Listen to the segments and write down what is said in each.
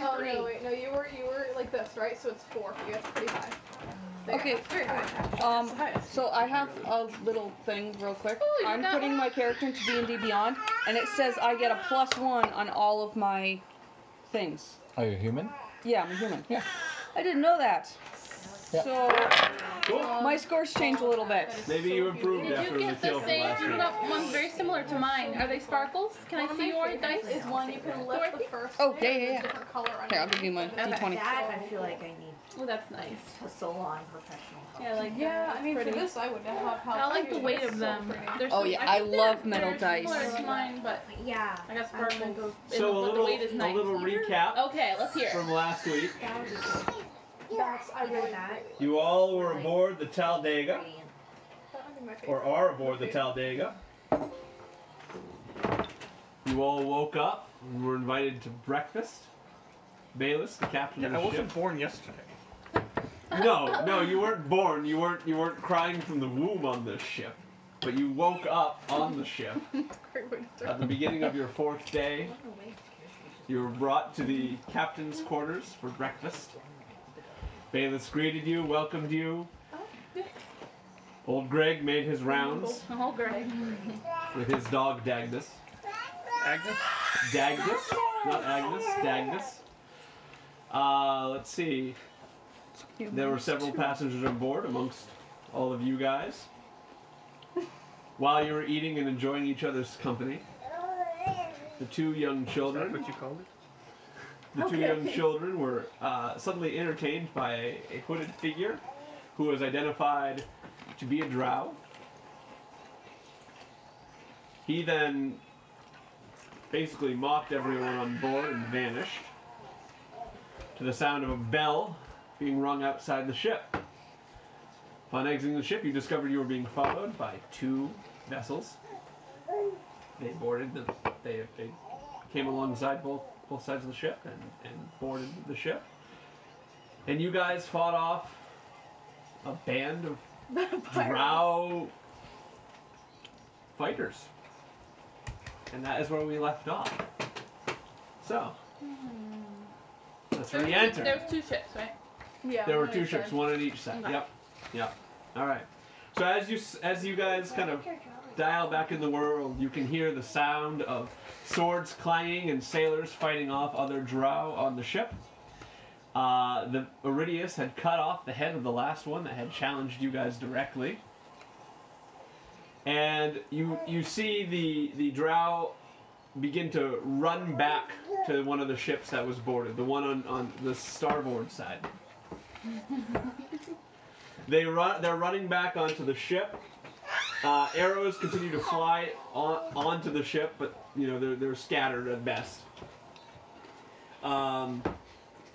Oh, No, three. wait, no, you were you were like this, right? So it's four for you. That's pretty high. There. Okay, Very high. Um, so I have a little thing real quick. Oh, you I'm got putting one? my character into D&D Beyond, and it says I get a plus one on all of my things. Are you human? Yeah, I'm a human. Yeah. I didn't know that. Yeah. So uh, Cool. my scores change a little bit. Maybe you improved Did after you the get the kill from same? last You week. got ones very similar to mine. Are they sparkles? Can I see your dice? Is one you can lift the first. Oh, layer yeah, and yeah, yeah. a Different color on Here, I'll it. give you my Okay. D20. That I feel like I need Oh, that's nice. to solo on professional help. Yeah, I like Yeah, that. I mean Pretty. for this I would not have helped. I like you. the weight It's of so them. pretty. They're Oh, so- yeah, I, I think they're- love metal they're dice. similar to mine, but But yeah, I got I sparkles. would- and So a the little, weight is Oh, a nice. little recap Okay, let's hear. it. from last week. that would be good. That's I Either really that You all were aboard the Talladega, ingredient. That would be my favorite. or are aboard the Talladega. You all woke up and were invited to breakfast. Bayless, the captain Yeah, of I the wasn't ship. born yesterday. No, no, you weren't born. You weren't. You weren't crying from the womb on this ship, but you woke up on the ship Great way to start. at the beginning of your fourth day. You were brought to the captain's quarters for breakfast. Bayless greeted you, welcomed you. Old Greg made his rounds Oh, Greg. with his dog Dagnus. Agnes? Dagnus, not Agnes, Dagnus. Uh, let's see. There were several passengers on board amongst all of you guys. While you were eating and enjoying each other's company, the two young Is that children, what you called it? the two young children were uh, suddenly entertained by a, a hooded figure who was identified to be a drow. He then basically mocked everyone on board and vanished to the sound of a bell being rung outside the ship. Upon exiting the ship, you discovered you were being followed by two vessels. They boarded the. They, they came alongside both both sides of the ship and, and boarded the ship. And you guys fought off a band of drow fighters. And that is where we left off. So, let's There was- re enter. There was two ships, right? Yeah. There were one two each ships, side. one on each side. Okay. Yep. Yep. All right. So as you s- as you guys kind of dial back in the world, you can hear the sound of swords clanging and sailors fighting off other drow on the ship. Uh, the Iridius had cut off the head of the last one that had challenged you guys directly. And you you see the the drow begin to run back to one of the ships that was boarded, the one on, on the starboard side. They run. They're running back onto the ship. Uh, arrows continue to fly on, onto the ship, but you know they're they're scattered at best. Um,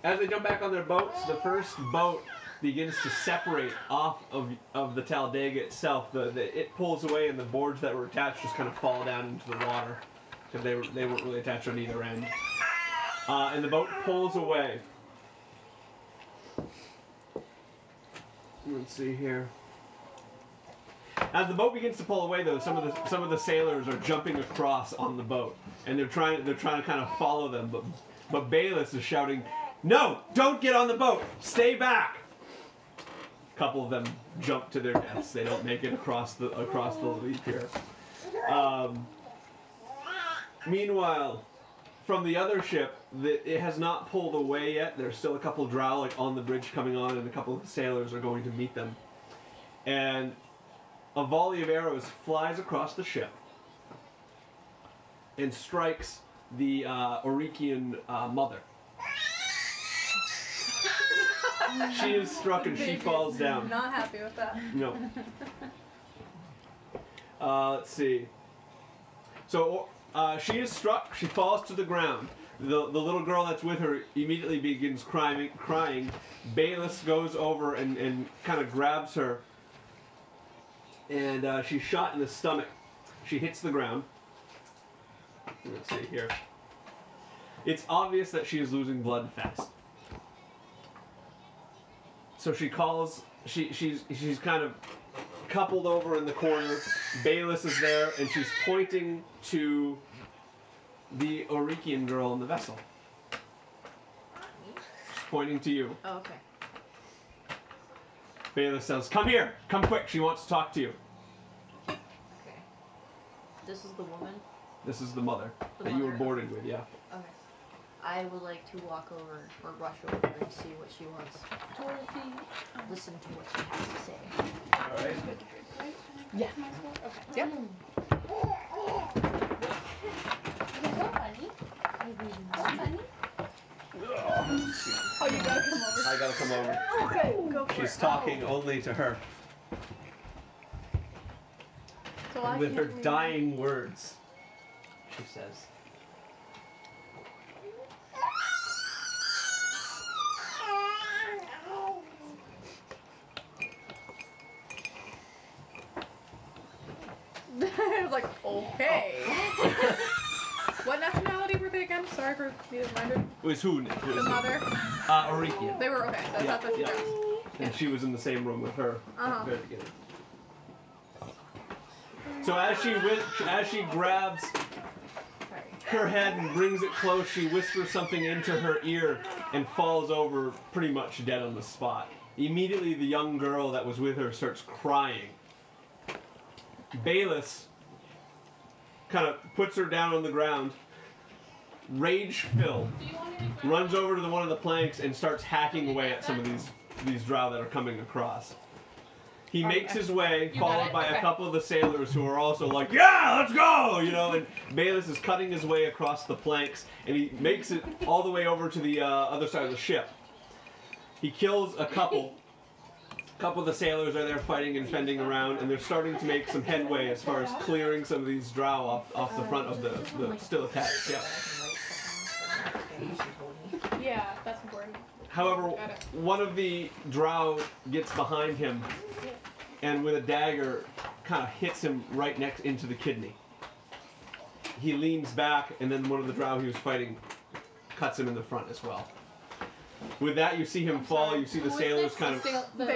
as they jump back on their boats, the first boat begins to separate off of of the Talladega itself. The, the it pulls away, and the boards that were attached just kind of fall down into the water because they were, they weren't really attached on either end. Uh, and the boat pulls away. Let's see here. As the boat begins to pull away, though, some of the some of the sailors are jumping across on the boat, and they're trying they're trying to kind of follow them, but but Bayless is shouting, "No! Don't get on the boat! Stay back!" A couple of them jump to their deaths. They don't make it across the across the leap here. Um, meanwhile, from the other ship that it has not pulled away yet. There's still a couple drow like on the bridge coming on, and a couple of sailors are going to meet them. And a volley of arrows flies across the ship and strikes the uh, Orikian uh, mother. she is struck and she falls down. Not happy with that. No. Uh, let's see. So uh, she is struck. She falls to the ground. The, the little girl that's with her immediately begins crying. crying. Bayless goes over and, and kind of grabs her. And uh, she's shot in the stomach. She hits the ground. Let's see here. It's obvious that she is losing blood fast. So she calls. She she's she's kind of coupled over in the corner. Bayless is there, and she's pointing to the Orikian girl in the vessel. pointing to you. Oh, okay. Baylor says, Come here! Come quick! She wants to talk to you. Okay. This is the woman. This is the mother The that you were mother. boarded with, yeah. Okay. I would like to walk over or rush over and see what she wants. Listen to what she has to say. Alright. Yeah. Yep. Oh, you gotta come over. I gotta come over. Okay, go for She's it. talking only to her So I with her can't leave. dying words. She says, I was like, okay. Oh. what nationality were they again? Sorry for the reminder. It was who? Nick? It was The who? mother. Uh, Arikian. They were okay. That's Yeah, not the yeah. difference. And she was in the same room with her at Uh-huh. the very beginning. So as she whi- as she grabs Sorry. her head and brings it close, she whispers something into her ear and falls over pretty much dead on the spot. Immediately the young girl that was with her starts crying. Bayless kind of puts her down on the ground, rage filled, runs over to the one of the planks and starts hacking away at some of these these drow that are coming across. He makes his way, You got followed it? by a Okay. couple of the sailors who are also like, "Yeah, let's go!" You know, and Bayless is cutting his way across the planks, and he makes it all the way over to the uh, other side of the ship. He kills a couple. A couple of the sailors are there fighting and fending around, and they're starting to make some headway as far as clearing some of these drow off, off the front of the, the still attached ship. Yeah, that's important. However, Got it. one of the drow gets behind him and with a dagger kind of hits him right next into the kidney. He leans back, and then one of the drow he was fighting cuts him in the front as well. With that, you see him fall, you see the sailors kind of. They-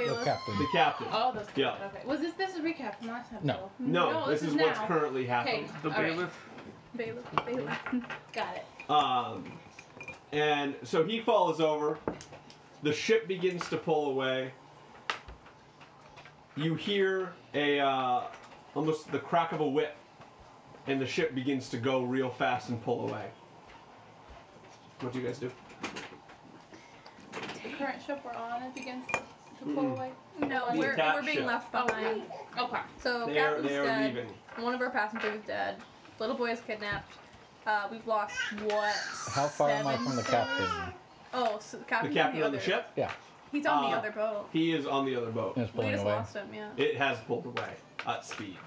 The captain. The captain. oh, those. Yeah. Okay. Was this this is recap from last time? No. though? no, this, is, what's now. currently happening. Okay. The all right, bailiff. Bailiff, bailiff. Got it. Um, and so he falls over. The ship begins to pull away. You hear a uh, almost the crack of a whip, and the ship begins to go real fast and pull away. What do you guys do? The current ship we're on it begins to pull Mm-mm. away. No, The we're, attack we're being ship. left Oh, behind. Okay. So they are captain's they are dead. leaving. One of our passengers is dead. Little boy is kidnapped. Uh, we've lost what? How far am I seven from the sailors? captain? Oh, so the The captain's captain on on the other- ship. Yeah, He's on the Uh, other boat. He is on the other boat. and it's We pulling just away. lost him, yeah. It has pulled away at speed.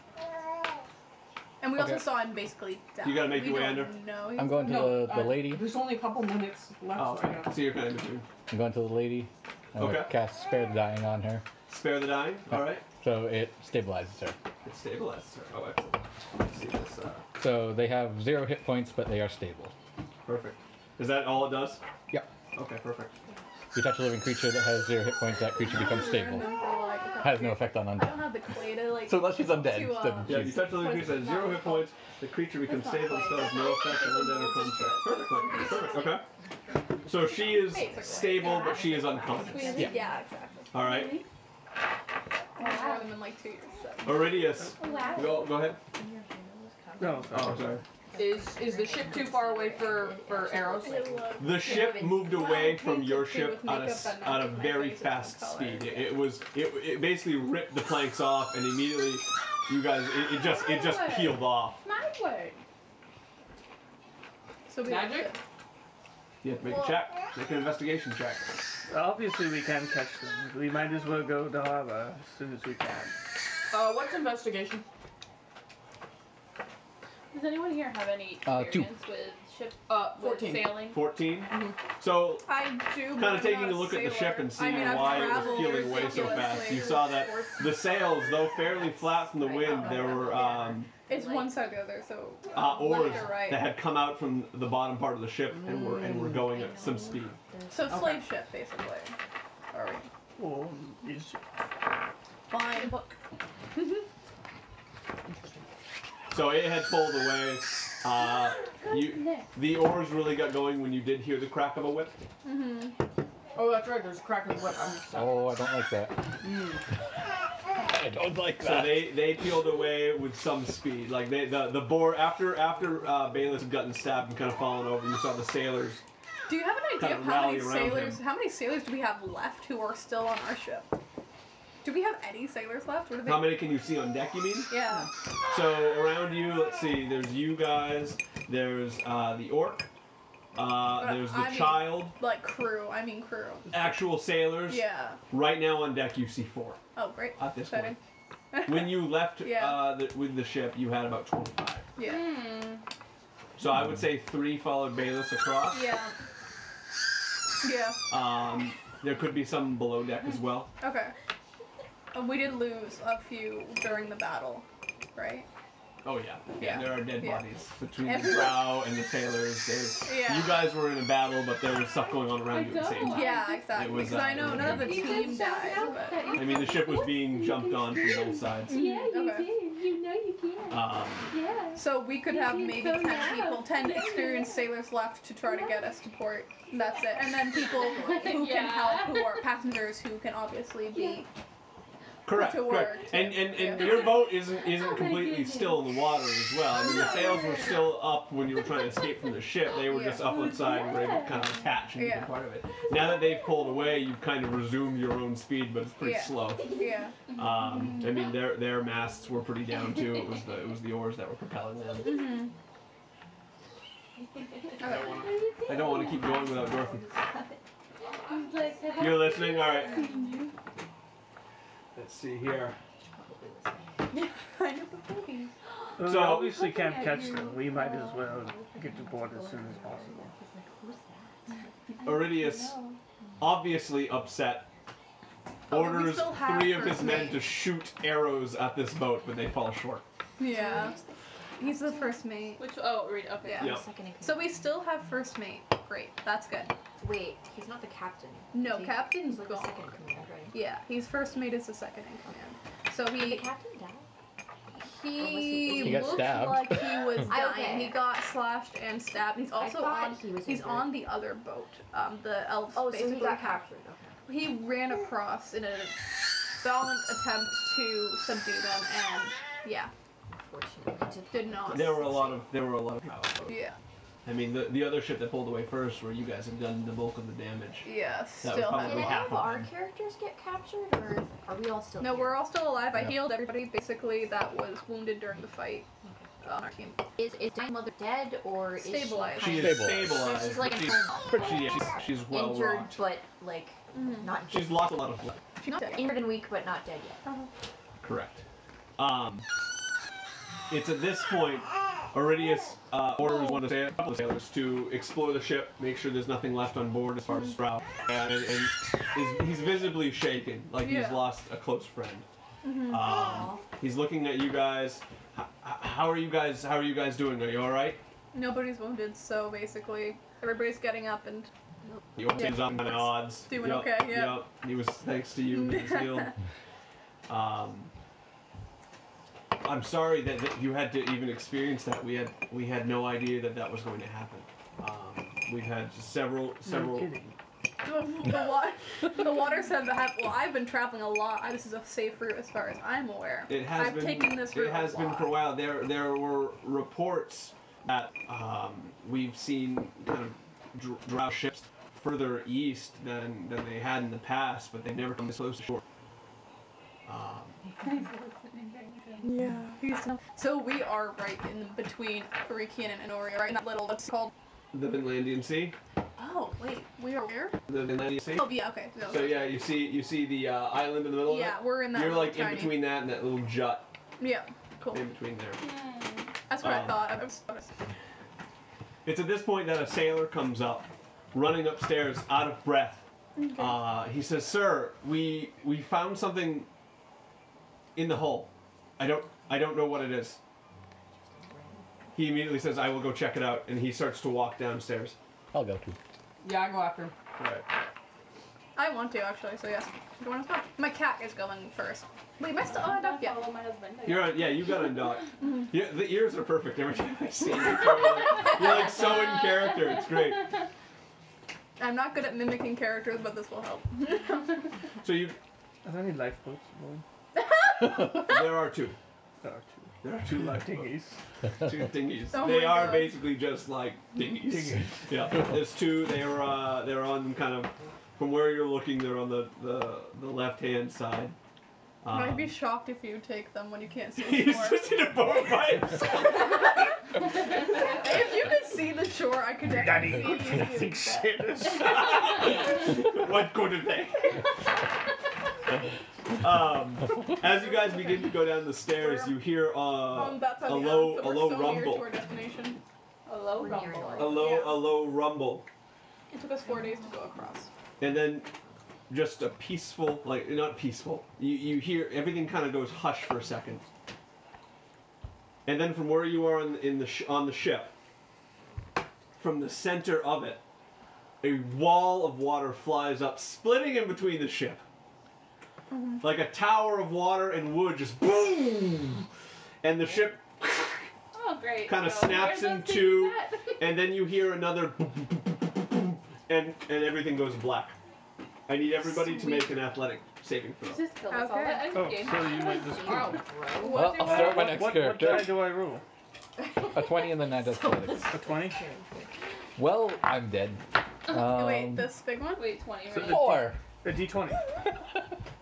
And we also Okay. saw him basically die. You gotta make we your way don't under. know. I'm going to No, the, the uh, lady. There's only a couple minutes left. Oh, so I okay. gotta- So you're kind of in between. I'm going to the lady. I'm going to Okay. cast Spare the Dying on her. Spare the dying. All right. So it stabilizes her. It stabilizes. her. Oh, excellent. Let's see this. Uh, So they have zero hit points, but they are stable. Perfect. Is that all it does? Yep. Okay, perfect. You touch a living creature that has zero hit points, that creature becomes stable. Has no effect on I undead. don't have the clay to like. So unless she's undead, To, uh, then Yeah, you she's. touch the living creature that has zero hit points, the creature becomes That's not stable and still has no effect on undead or construct. Perfect, perfect, okay. So she is stable, but she is unconscious. yeah. Yeah. exactly. Alright. Wow. More than in like two years. So. Iridius, Oh, go, go ahead. No. Oh, sorry. Is is the ship too far away for for arrows? The ship moved away from your ship at a, s- at a very fast speed. It, it was, it, it basically ripped the planks off and immediately you guys, it, it just, it just peeled off. My word. So we Magic? have to- You have to make a check, make an investigation check. Obviously, we can catch them. We might as well go to harbor as soon as we can. Uh, what's investigation? Does anyone here have any Uh, two. experience with ship Uh, with fourteen. sailing? 14? Mm-hmm. So I do. kind of taking a look at the ship and seeing why it was peeling away so fast. You saw that the sails, though fairly flat from the wind, there were um, It's one side or the other, so uh, oars left or right. Mm, that had come out from the bottom part of the ship and were and were going at some speed. so slave ship basically. All right. Well, is Fine book. So it had pulled away. Uh, you, the oars really got going when you did hear the crack of a whip. Mm-hmm. Oh, that's right. There's a crack in the whip. I'm just Oh, I don't like that. Hmm. I don't like So they, they peeled away with some speed. Like they the, the boar after after uh, Bayless had gotten stabbed and kind of fallen over, you saw the sailors. Do you have an idea Kinda of how many rally around sailors? him. How many sailors do we have left who are still on our ship? Do we have any sailors left? Or do they? How many can you see on deck? You mean? Yeah. So around you, let's see. There's you guys. There's uh, the orc. Uh, there's the I mean- child. Like crew. I mean crew. Actual sailors. Yeah. Right now on deck, you see four Oh great. at this Exciting. point. When you left Yeah. uh, the, with the ship, you had about 25. Yeah. Hmm. So I would say three followed Bayless across. Yeah. Yeah. Um, there could be some below deck as well. Okay. And we did lose a few during the battle, right? Oh yeah, Yeah. There are dead Yeah. bodies between the Everywhere. prow and the sailors. There's, Yeah. You guys were in a battle, but there was stuff going on I around you at the same know. time. Yeah, exactly. was, Because uh, I know none of the You team did shout died, out but that you I mean, the ship was could. being jumped on from both sides. Yeah, you Okay. did. You know you can. Um, yeah. So we could You have can maybe go ten now. people, ten Yeah, yeah, experienced yeah. sailors left to try to get us to port. And that's it. And then people who can Yeah. help, who are passengers, who can obviously be. correct, To work, correct. too. And and, and Yeah. your boat isn't isn't my completely goodness. still in the water as well. I mean, the sails were still up when you were trying to escape from the ship. They were Yeah. just up on side and were able to kind of attach and become part of it. Now that they've pulled away, you've kind of resumed your own speed, but it's pretty Yeah. slow. Yeah. Um, I mean, their their masts were pretty down too. It was the it was the oars that were propelling them. Mm-hmm. I don't wanna- I don't want to keep going without Dorothy. You're listening? All right. Let's see here. I know the movie. Well, we So- obviously can't catch them. We might as well get to board as soon as possible. Iridius, obviously upset, Oh, we orders still have three of first his men mate. to shoot arrows at this boat, but they fall short. Yeah. He's the first mate. Which oh read okay. Yeah. Yep. Second in So command. we still have first mate. Great. That's good. Wait, he's not the captain. No, He- captain's He's like the gone. second in command, right? Yeah, he's first mate is the second in command. So Did the he captain die? he, He got looked stabbed. like he was I- dying. okay. He got slashed and stabbed. He's also thought on he was he's injured. on the other boat. Um, the elves Oh, so basically he got captured. captured. Okay. he ran across in a violent attempt to subdue them and yeah Unfortunately, did not There were a lot of there were a lot of power boats. yeah I mean, the, the other ship that pulled away first, where you guys had done the bulk of the damage. yeah was still probably had did any half of of our them. characters get captured, or are we all still? no we're all still alive i Yeah. healed everybody basically that was wounded during the fight on our team here? Is is my mother dead or is Stabilized. She She is kind Stabilized. stabilized. So she's like but in she's, coma. but she, she's, she's of well injured rocked. but like not She's lost a lot of blood. she's not dead yet. injured and weak but not dead yet. Correct. Um, it's at this point Iridius uh, orders one of the sa- a couple of sailors to explore the ship, make sure there's nothing left on board as far as Sprout, and, and is, he's visibly shaken, like he's Yeah. Mm-hmm. lost a close friend. Um, he's looking at you guys. H- h- how are you guys? How are you guys doing? Are you all right? nobody's wounded so basically everybody's getting up and He opens up and nods. Doing Yup, okay, yeah. yup. He was thanks to you, his healed. Um, I'm sorry that, that you had to even experience that. We had we had no idea that that was going to happen. Um, we've had several No several. kidding. the, the, wa- the water said that well i've been traveling a lot I, this is a safe route as far as i'm aware It has i've been taken this route it has a been lot. for a while. There there were reports that um, we've seen kind of dr- drow ships further east than than they had in the past, but they never come this close to shore. Um, Yeah. So we are right in between Rikian and Enoria, right in that little what's it called. the Vinlandian Sea. Oh wait, we are where? The Vinlandian Sea. Oh yeah, okay. No, So yeah, you see you see the uh, island in the middle yeah, of it. we're in that. You're little like tiny. in between that and that little jut Yeah, cool. in between there. That's what um, I thought. I was, I was- It's at this point that a sailor comes up, running upstairs, out of breath. Uh, he says, "Sir, we we found something in the hull. I don't I don't know what it is." He immediately says, "I will go check it out," and he starts to walk downstairs. I'll go too. Yeah, I go after him. All right. I want to actually. So yes, you want to start? My cat is going first. Wait, am I still on a duck yet? Oh, Follow my husband. You're on, yeah, you got undocked. Mm-hmm. Yeah, the ears are perfect every time I see you. You're like, you're like so in character. It's great. I'm not good at mimicking characters, but this will help. Uh, So you, I don't need lifeboats, boy. there are two. There are two. There are two left. Dinghies. Two dinghies. Oh they my are God. basically just like dinghies. Dinghies. Yeah, there's two. They're uh, they're on kind of from where you're looking. They're on the the, the left hand side. I'd Um, be shocked if you take them when you can't see the he's shore. just in a boat by himself. if you could see the shore, I could definitely see you. what good are they? um, as you guys begin to go down the stairs, you hear uh, Um, that's on a the island, low a so we're so low near to rumble, our destination. A low We're near rumble. a low a low rumble, It took us four days to go across. and then just a peaceful like not peaceful. You you hear everything kind of goes hush for a second, and then from where you are in, in the sh- on the ship, from the center of it, a wall of water flies up, splitting in between the ship. Like a tower of water and wood just boom! And the ship, Oh, great. Kinda So snaps where in does this two. set? and then you hear another boom, boom, boom, boom, boom, boom, and, and everybody goes black. I need everybody to make an athletic saving Does throw. this kill us How's all? that? That Oh, endgame. so you might just. Wow, Well, I'll start my next what, What die character. do I roll? A 20 and then nine athletics. A 20? Well, I'm dead. Um, Wait, this big one? Wait, 20, right? So the- Four. A d20.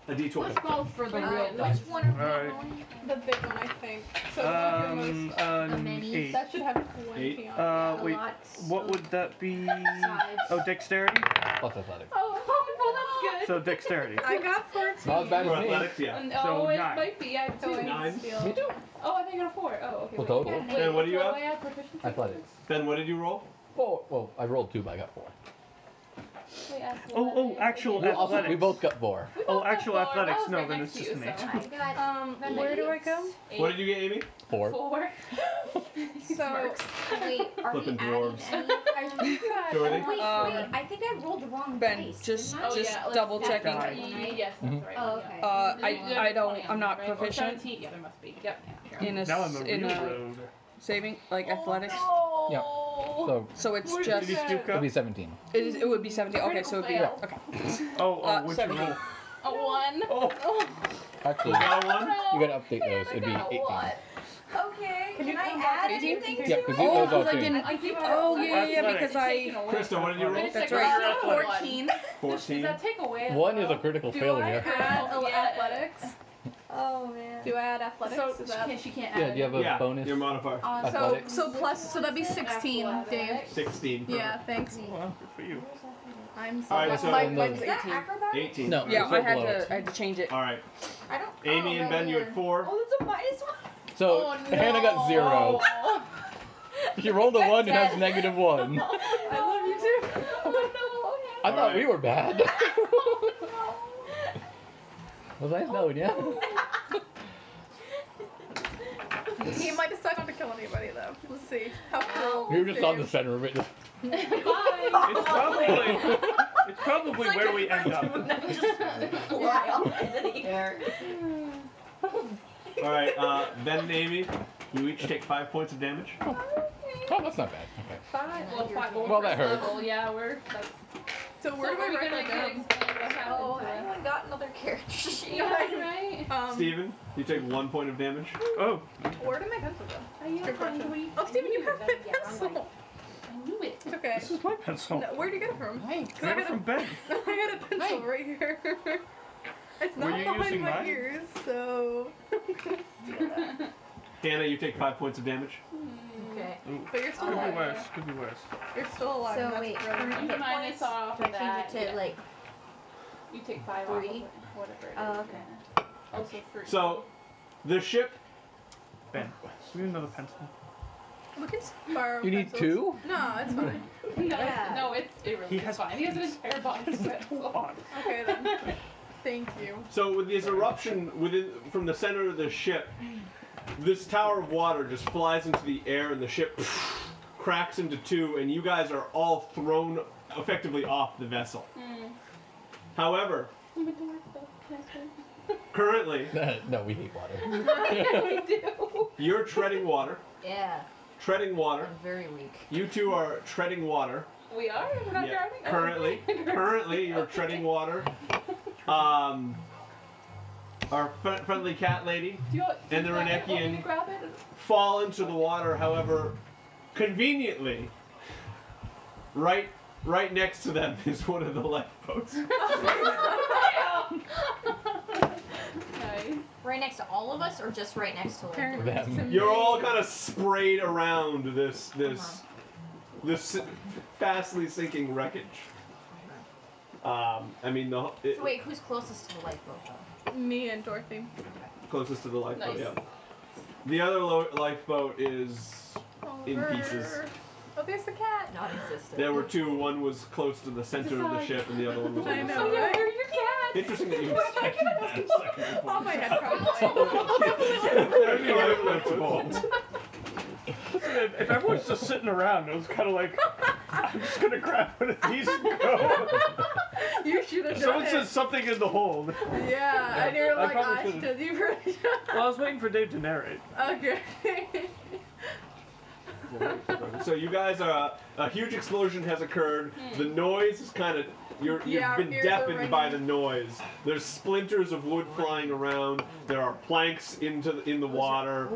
A d20. Let's go for Uh, the real which dice. one are we Alright. rolling? The big one, I think. So one of your Um, most. an many. eight. That should have 20 Eight. on it. Uh, A wait, lot. what would that be? Size. Oh, dexterity? Plus athletics. Oh, well, that's good. So dexterity. I got 14. Not as bad For as me. athletics, yeah. No, So oh, it nine. might be. I have So two. I Nine. steal. Me too. Oh, I think you're four. Oh, okay. Well, wait. total. Yeah, Then what do you so have? I have proficiency? Athletics. Then what did you roll? Four. Well, I rolled two, but I got four. Wait, athletic. Oh, oh, actual We, also, we Athletics. both got four. We both Oh, got actual four. I athletics. was No, right then next it's to just you, an so I got Um, Then where I do I use- go? What did you get, Amy? Four. Four. So, Wait, are we Flippin' adding dwarves. any? Wait, Dorothy? wait, Um, I think I rolled the wrong Ben, dice, just- didn't I? Oh, Just yeah, let's- double that's checking. the right. Yes, Mm-hmm. that's right. Oh, yeah. okay. Uh, You I, have I don't, 20 on I'm not that, right? Or proficient 17, yeah, there must be. Yep. in a, Now s- I'm a in real a rogue. saving, like athletics. Oh. No. So So it's Where's just, Maybe it, that? it'll Stuka? be 17. is, it would be 70. Okay, so it would be, Critical okay. Oh, oh, Uh, which seventy. roll? A one. Oh, Actually, You got a one? you gotta update those. It'd be 18. Okay, Can can, you I come back add to eighteen? anything Yeah, to because you Oh, those all because I change. didn't, I keep oh, yeah, yeah, yeah, Athletics. because I, Krista, what did you roll? Athletics. that's Does uh, right. that take away a 14. Does 14. that take away? One is a well? critical Do I failure. add Yeah. athletics? Oh man. Do I add athletics? So Is she that- can't- she can't add. Yeah, do you have a Yeah, bonus? your modifier. Um, so, Athletics. so plus, so that'd be 16, Dave. 16. for- Yeah, thanks. well, good for you. I'm so Alright, so- my, Then mine's those- is that 18. acrobatics? 18. No. yeah, So I had below it. to, I had to change it. All right. I don't. Amy oh, and right Ben, you here. had four. Oh, that's a minus one. So Oh, no. Hannah got zero. She rolled a one and has negative one. I love you too. Oh, no. I thought Alright. we were bad. Was I known, yeah? He might decide not to kill anybody, though. Let's see. How cruel. We were just on the Dave. center of it. Oh, just- It's probably, it's probably where we end up. Fly off into the air. All right, uh, Ben and Amy, you each take five points of damage. Oh, that's not bad. Okay. Five. Well, five. Well, that first hurt. level, Yeah, we're. That's, So where so do I we're write gonna that down? explain what happened Oh, to I us. haven't got another character sheet. Yeah, right. Um, Steven, you take one point of damage. Oh, Where did my pencil go? Are you question. hungry? Oh, Steven, you have my Yeah, I'm pencil. I knew it. It's okay. this is my pencil. No, where'd you get it from? Hey, I got it got a- from Ben. I got a pencil right here. It's Were not you behind using my mine? ears, so. Hannah, you take five points of damage. Okay. but you're still Could be alive. worse. Could be worse. You're still alive. So that's wait, brilliant. for You hit minus points, off can of I that. change it yeah. to like You take five off of Three? it, whatever it is. Oh, okay. yeah. Also three. So, the ship. Ben, give me another pencil. We can just borrow You need pencils. two? No, it's fine. no, yeah. no, it's it really He is has fine. He has an entire box. of it, so- on. Okay then. Thank you. So, with this eruption within from the center of the ship, this tower of water just flies into the air, and the ship cracks into two, and you guys are all thrown effectively off the vessel. Mm. However, I'm adorable. Can I swim? currently, no, we hate water. I do. you're treading water. yeah, Treading water. I'm very weak. You two are treading water. We are? We're not Yeah. drowning? Oh. Currently, currently you're treading water. Um, our fr- friendly cat lady Do you, And the do you want me to- Renekian- want me to grab it? fall into the water. However, conveniently, right right next to them is one of the lifeboats. nice. Uh, Right next to all of us, or just right next to one? Them. You're all kind of sprayed around this this Uh-huh. this fastly sinking wreckage. Um, I mean the ho- it, So wait, who's closest to the lifeboat though? Me and Dorothy. closest to the lifeboat. Nice. Yeah. The other lo- lifeboat is In Over. pieces. Oh, there's the cat. Non-existent. there were two. One was close to the center of the ship, and the other one was. on I the know, side. right? Where are your cats? Interesting that you expected that second before Oh my you head, probably. There's no outlets involved. If, if everyone's just sitting around, it was kind of like, I'm just gonna grab one of these and go. you should have If done someone it. says something in the hold. Yeah, and you're I like, probably I should've. should. You really Well, I was waiting for Dave to narrate. Okay. So you guys are uh, a huge explosion has occurred. The noise is kind of you're, you've Yeah, our been ears are deafened by the ringing. noise. There's splinters of wood flying around. There are planks into the, in the water.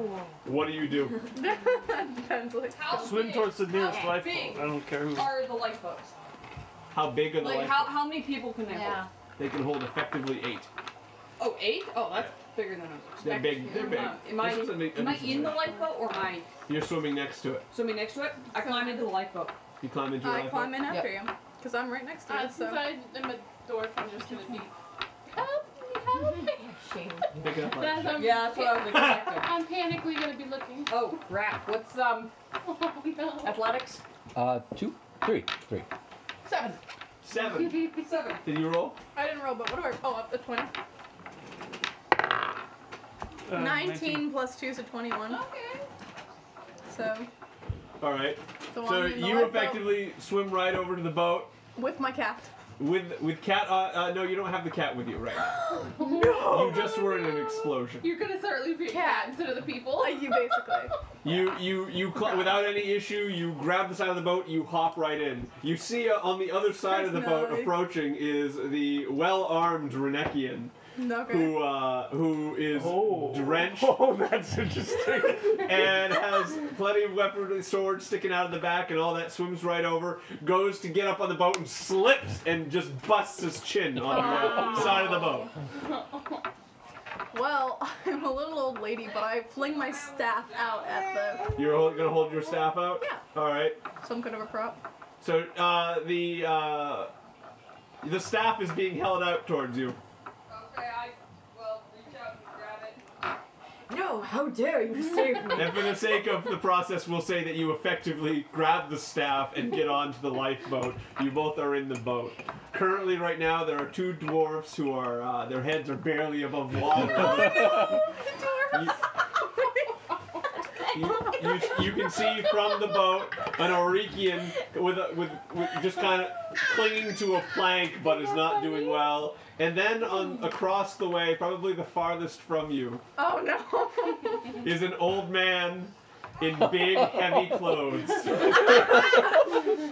What do you do? Depends, like, How Swim big- towards the nearest how lifeboat. big I don't care who. uh, Are the lifeboats? How big are the Like life- how, how many people can they Yeah. hold? They can hold effectively eight. Oh, eight? Oh, that's bigger than I was They're expecting. big. They're big. Um, am I, This was a big- am I in the lifeboat or am I You're swimming next to it. swimming next to it? I climb into the lifeboat. You climb into. your I lifeboat. climb in after you. Because I'm right next to you, Uh, so. since I am a dwarf, I'm just gonna be. Help me, help me. Shame. Pick it up like That's- that. I'm, Yeah, that's what I was expecting. I'm panically gonna be looking. oh, crap. What's um Oh no. athletics? Uh, two, three, three. Seven. Seven. Seven. Did you roll? I didn't roll, but what do I. Oh, up the 20. Uh, 19 plus 2 is a 21. Okay. So, All right. so, So I'm in the you lifeboat effectively swim right over to the boat With my cat. with with cat. Uh, uh, no, you don't have the cat with you right now. You just were in an explosion. You're gonna start leaving your Cat. cat instead of the people. Uh, you basically. You you you cl- without any issue, you grab the side of the boat, you hop right in. You see uh, on the other side of the boat Nice. approaching is the well-armed Renekian Okay. who uh, who is Oh. drenched Oh, that's interesting. and has plenty of weaponry, sword sticking out of the back and all that. Swims right over, goes to get up on the boat and slips and just busts his chin on the Oh. side of the boat. Well, I'm a little old lady, but I fling my staff out at the. You're hol- gonna hold your staff out. Yeah. All right. Some kind of a prop. So uh, the uh, the staff is being held out towards you. Okay, I well reach out and grab it. No, how dare you save me? And for the sake of the process, we'll say that you effectively grab the staff and get onto the lifeboat. You both are in the boat. Currently, right now, there are two dwarfs who are uh, their heads are barely above water. you, you, you, you can see from the boat an Orikian with a, with, with just kind of clinging to a plank, but is not doing well. And then on across the way, probably the farthest from you, Oh no! is an old man in big, heavy clothes.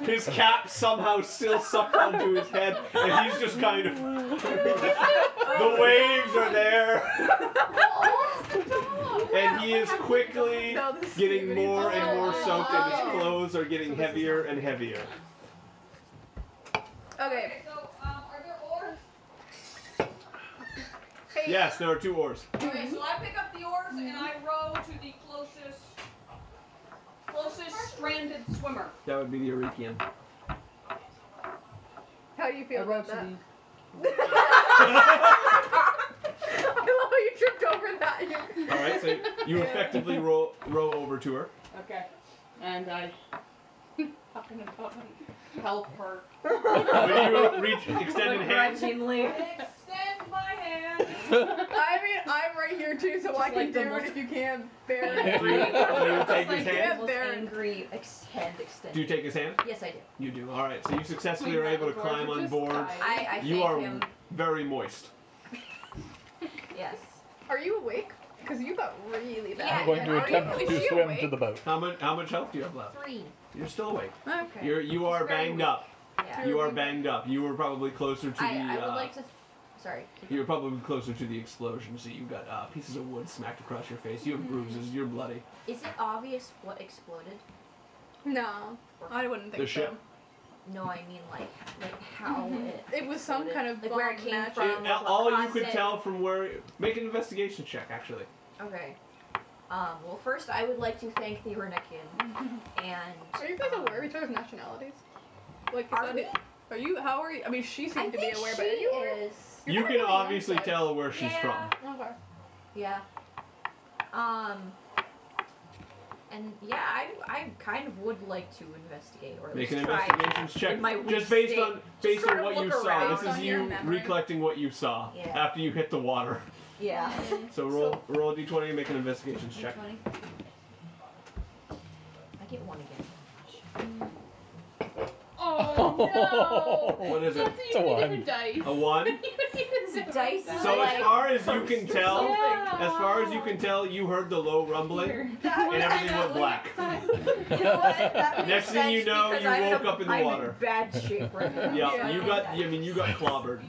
his cap somehow still sucked onto his head, and he's just kind of. the Oh. Oh. waves are there, and he is quickly No, this is getting even- more and more soaked, and his Oh. clothes are getting heavier and heavier. Okay. so um are there oars? Yes, there are two oars. Okay, so I pick up the oars and I row to the closest closest stranded swimmer. That would be the Orikian. How do you feel I wrote about to that? the- I love how you tripped over that. You- All right, so you effectively row row over to her. Okay. And I Talking about me. help her. When you reach extended hand, Grudgingly. Extend my hand. I mean, I'm right here too, so I like can the do it most- if you can't bear do you, it. do you take his hand? Yeah, Almost Baron. angry. Extend, extend. Do you take his hand? yes, I do. You do. All right. So you successfully are able to climb on board. I, I You thank are him. very moist. Yes. Are you awake? Because you got really Yeah, bad. I'm going to Are you- attempt is to she swim awake? to the boat. How much? How much health do you have left? Three. You're still awake. Okay. You're you are very banged weak. up. Yeah. You are banged up. You were probably closer to I, the. I would uh, like to. Sorry. you were probably closer to the explosion, so you got uh, pieces of wood smacked across your face. You have bruises. You're bloody. Is it obvious what exploded? no, I wouldn't think The so. ship. No, I mean like like how it. Mm-hmm. It was some exploded. kind of like where it bomb came match. from. It- what all you caused could it. tell from where. Make an investigation check, actually. Okay. Um, well, first I would like to thank the Renikian and. Are you guys aware of each other's nationalities? Like, is Are that we? it- are you? How are you? I mean, she I seemed to be think aware, she but are you aware? is. You're you not can really obviously outside. tell where she's Yeah. from. Okay. Yeah. Um. And yeah, I, I kind of would like to investigate or at Make an least try that. investigations check. With my weak Just based state. on based sort on of what you look saw. around. This is On your you memory. recollecting what you saw Yeah. after you hit the water. Yeah. So roll roll a d20 and make an investigations check. I get one again. Oh no! What is it? That's It's a you need one. a dice. A one. You need a Dice dice. is So like- as far as you can tell, Yeah. as far as you can tell, you heard the low rumbling. Here. And everything went black. You know what? That makes Next thing you sense know, because you I'm woke in a- up in the I'm water. In bad shape right now. Yeah, you got. I mean, you got clobbered.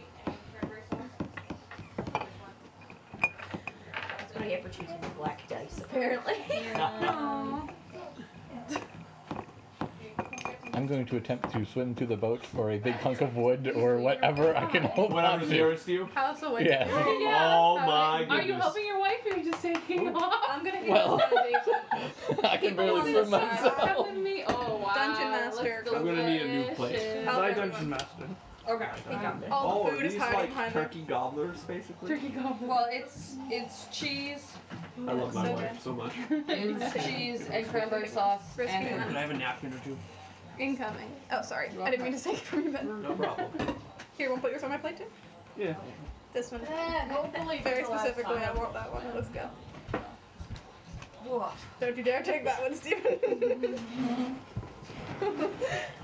That's what I get for choosing the black dice, apparently. I'm going to attempt to swim to the boat or a big hunk of wood or whatever I can hold on Whatever's to. nearest to you. House awake. Yeah. Yeah. Oh that's my Are you goodness. helping your wife or are you just taking off? I'm gonna get Well. well. I can People barely on swim the side. myself. Helping me. Oh wow. Dungeon Master. Let's go I'm gonna need a new get plate. it. How's My everyone? dungeon master. Okay, I think I'm good. All Oh, the are food is these hiding like behind turkey gobblers, basically. Turkey goblin. Well, it's it's cheese, I love my So wife good. so much. It's cheese and cranberry sauce Crispy and one. Can I have a napkin or two? there. Incoming. Oh, sorry. You're I didn't mean to take it from you, but No problem. here, won't put yours on my plate too. Yeah. This one. Hopefully Very it's the last specifically, I time. want that one. Let's go. Whoa. Don't you dare take that one, Stephen.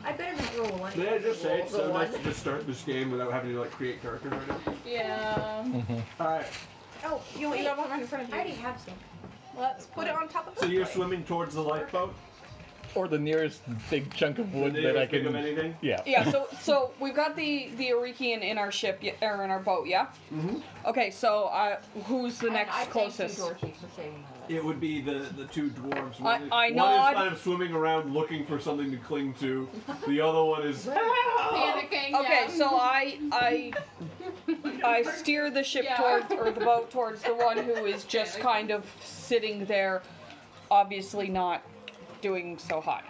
I better just roll a one. May I just say it's Roll so the nice one. to just start this game without having to like create characters right now. Yeah. Mhm. All right. oh, you want you got one right in front I of already you. have some. Let's put it on top of. So the you're plate. swimming towards the lifeboat. Or the nearest big chunk of wood Did that I think of can. anything? Yeah. yeah. So so we've got the the Arikian in our ship yeah, or in our boat. Yeah. Mhm. Okay. So uh, who's the And next I thank you, closest? Dorothy, for saving my life. It would be the the two dwarves. One is- I One nod. is kind of swimming around looking for something to cling to. The other one is. "Help!" Panicking. Oh, Okay, yeah. so I I I steer the ship Yeah. towards or the boat towards the one who is just kind of sitting there, obviously not doing so hot.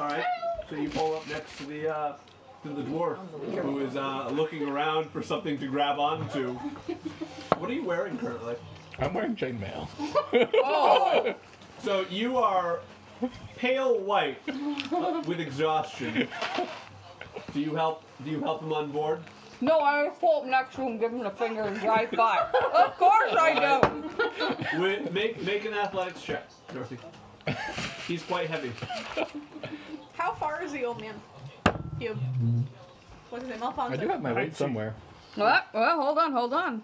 All right. So you pull up next to the uh, to the dwarf who is uh, looking around for something to grab onto. What are you wearing currently? I'm wearing chainmail. Oh, So you are pale white uh, with exhaustion. Do you help? Do you help him on board? no! I pull up next to him, give him a finger, and drive by. Of course I do. Wi- Make make an athletics check, Dorothy. He's quite heavy. How far is the old man? You. What's his name? Alfonso. I do have my weight somewhere. Well, well, hold on, hold on.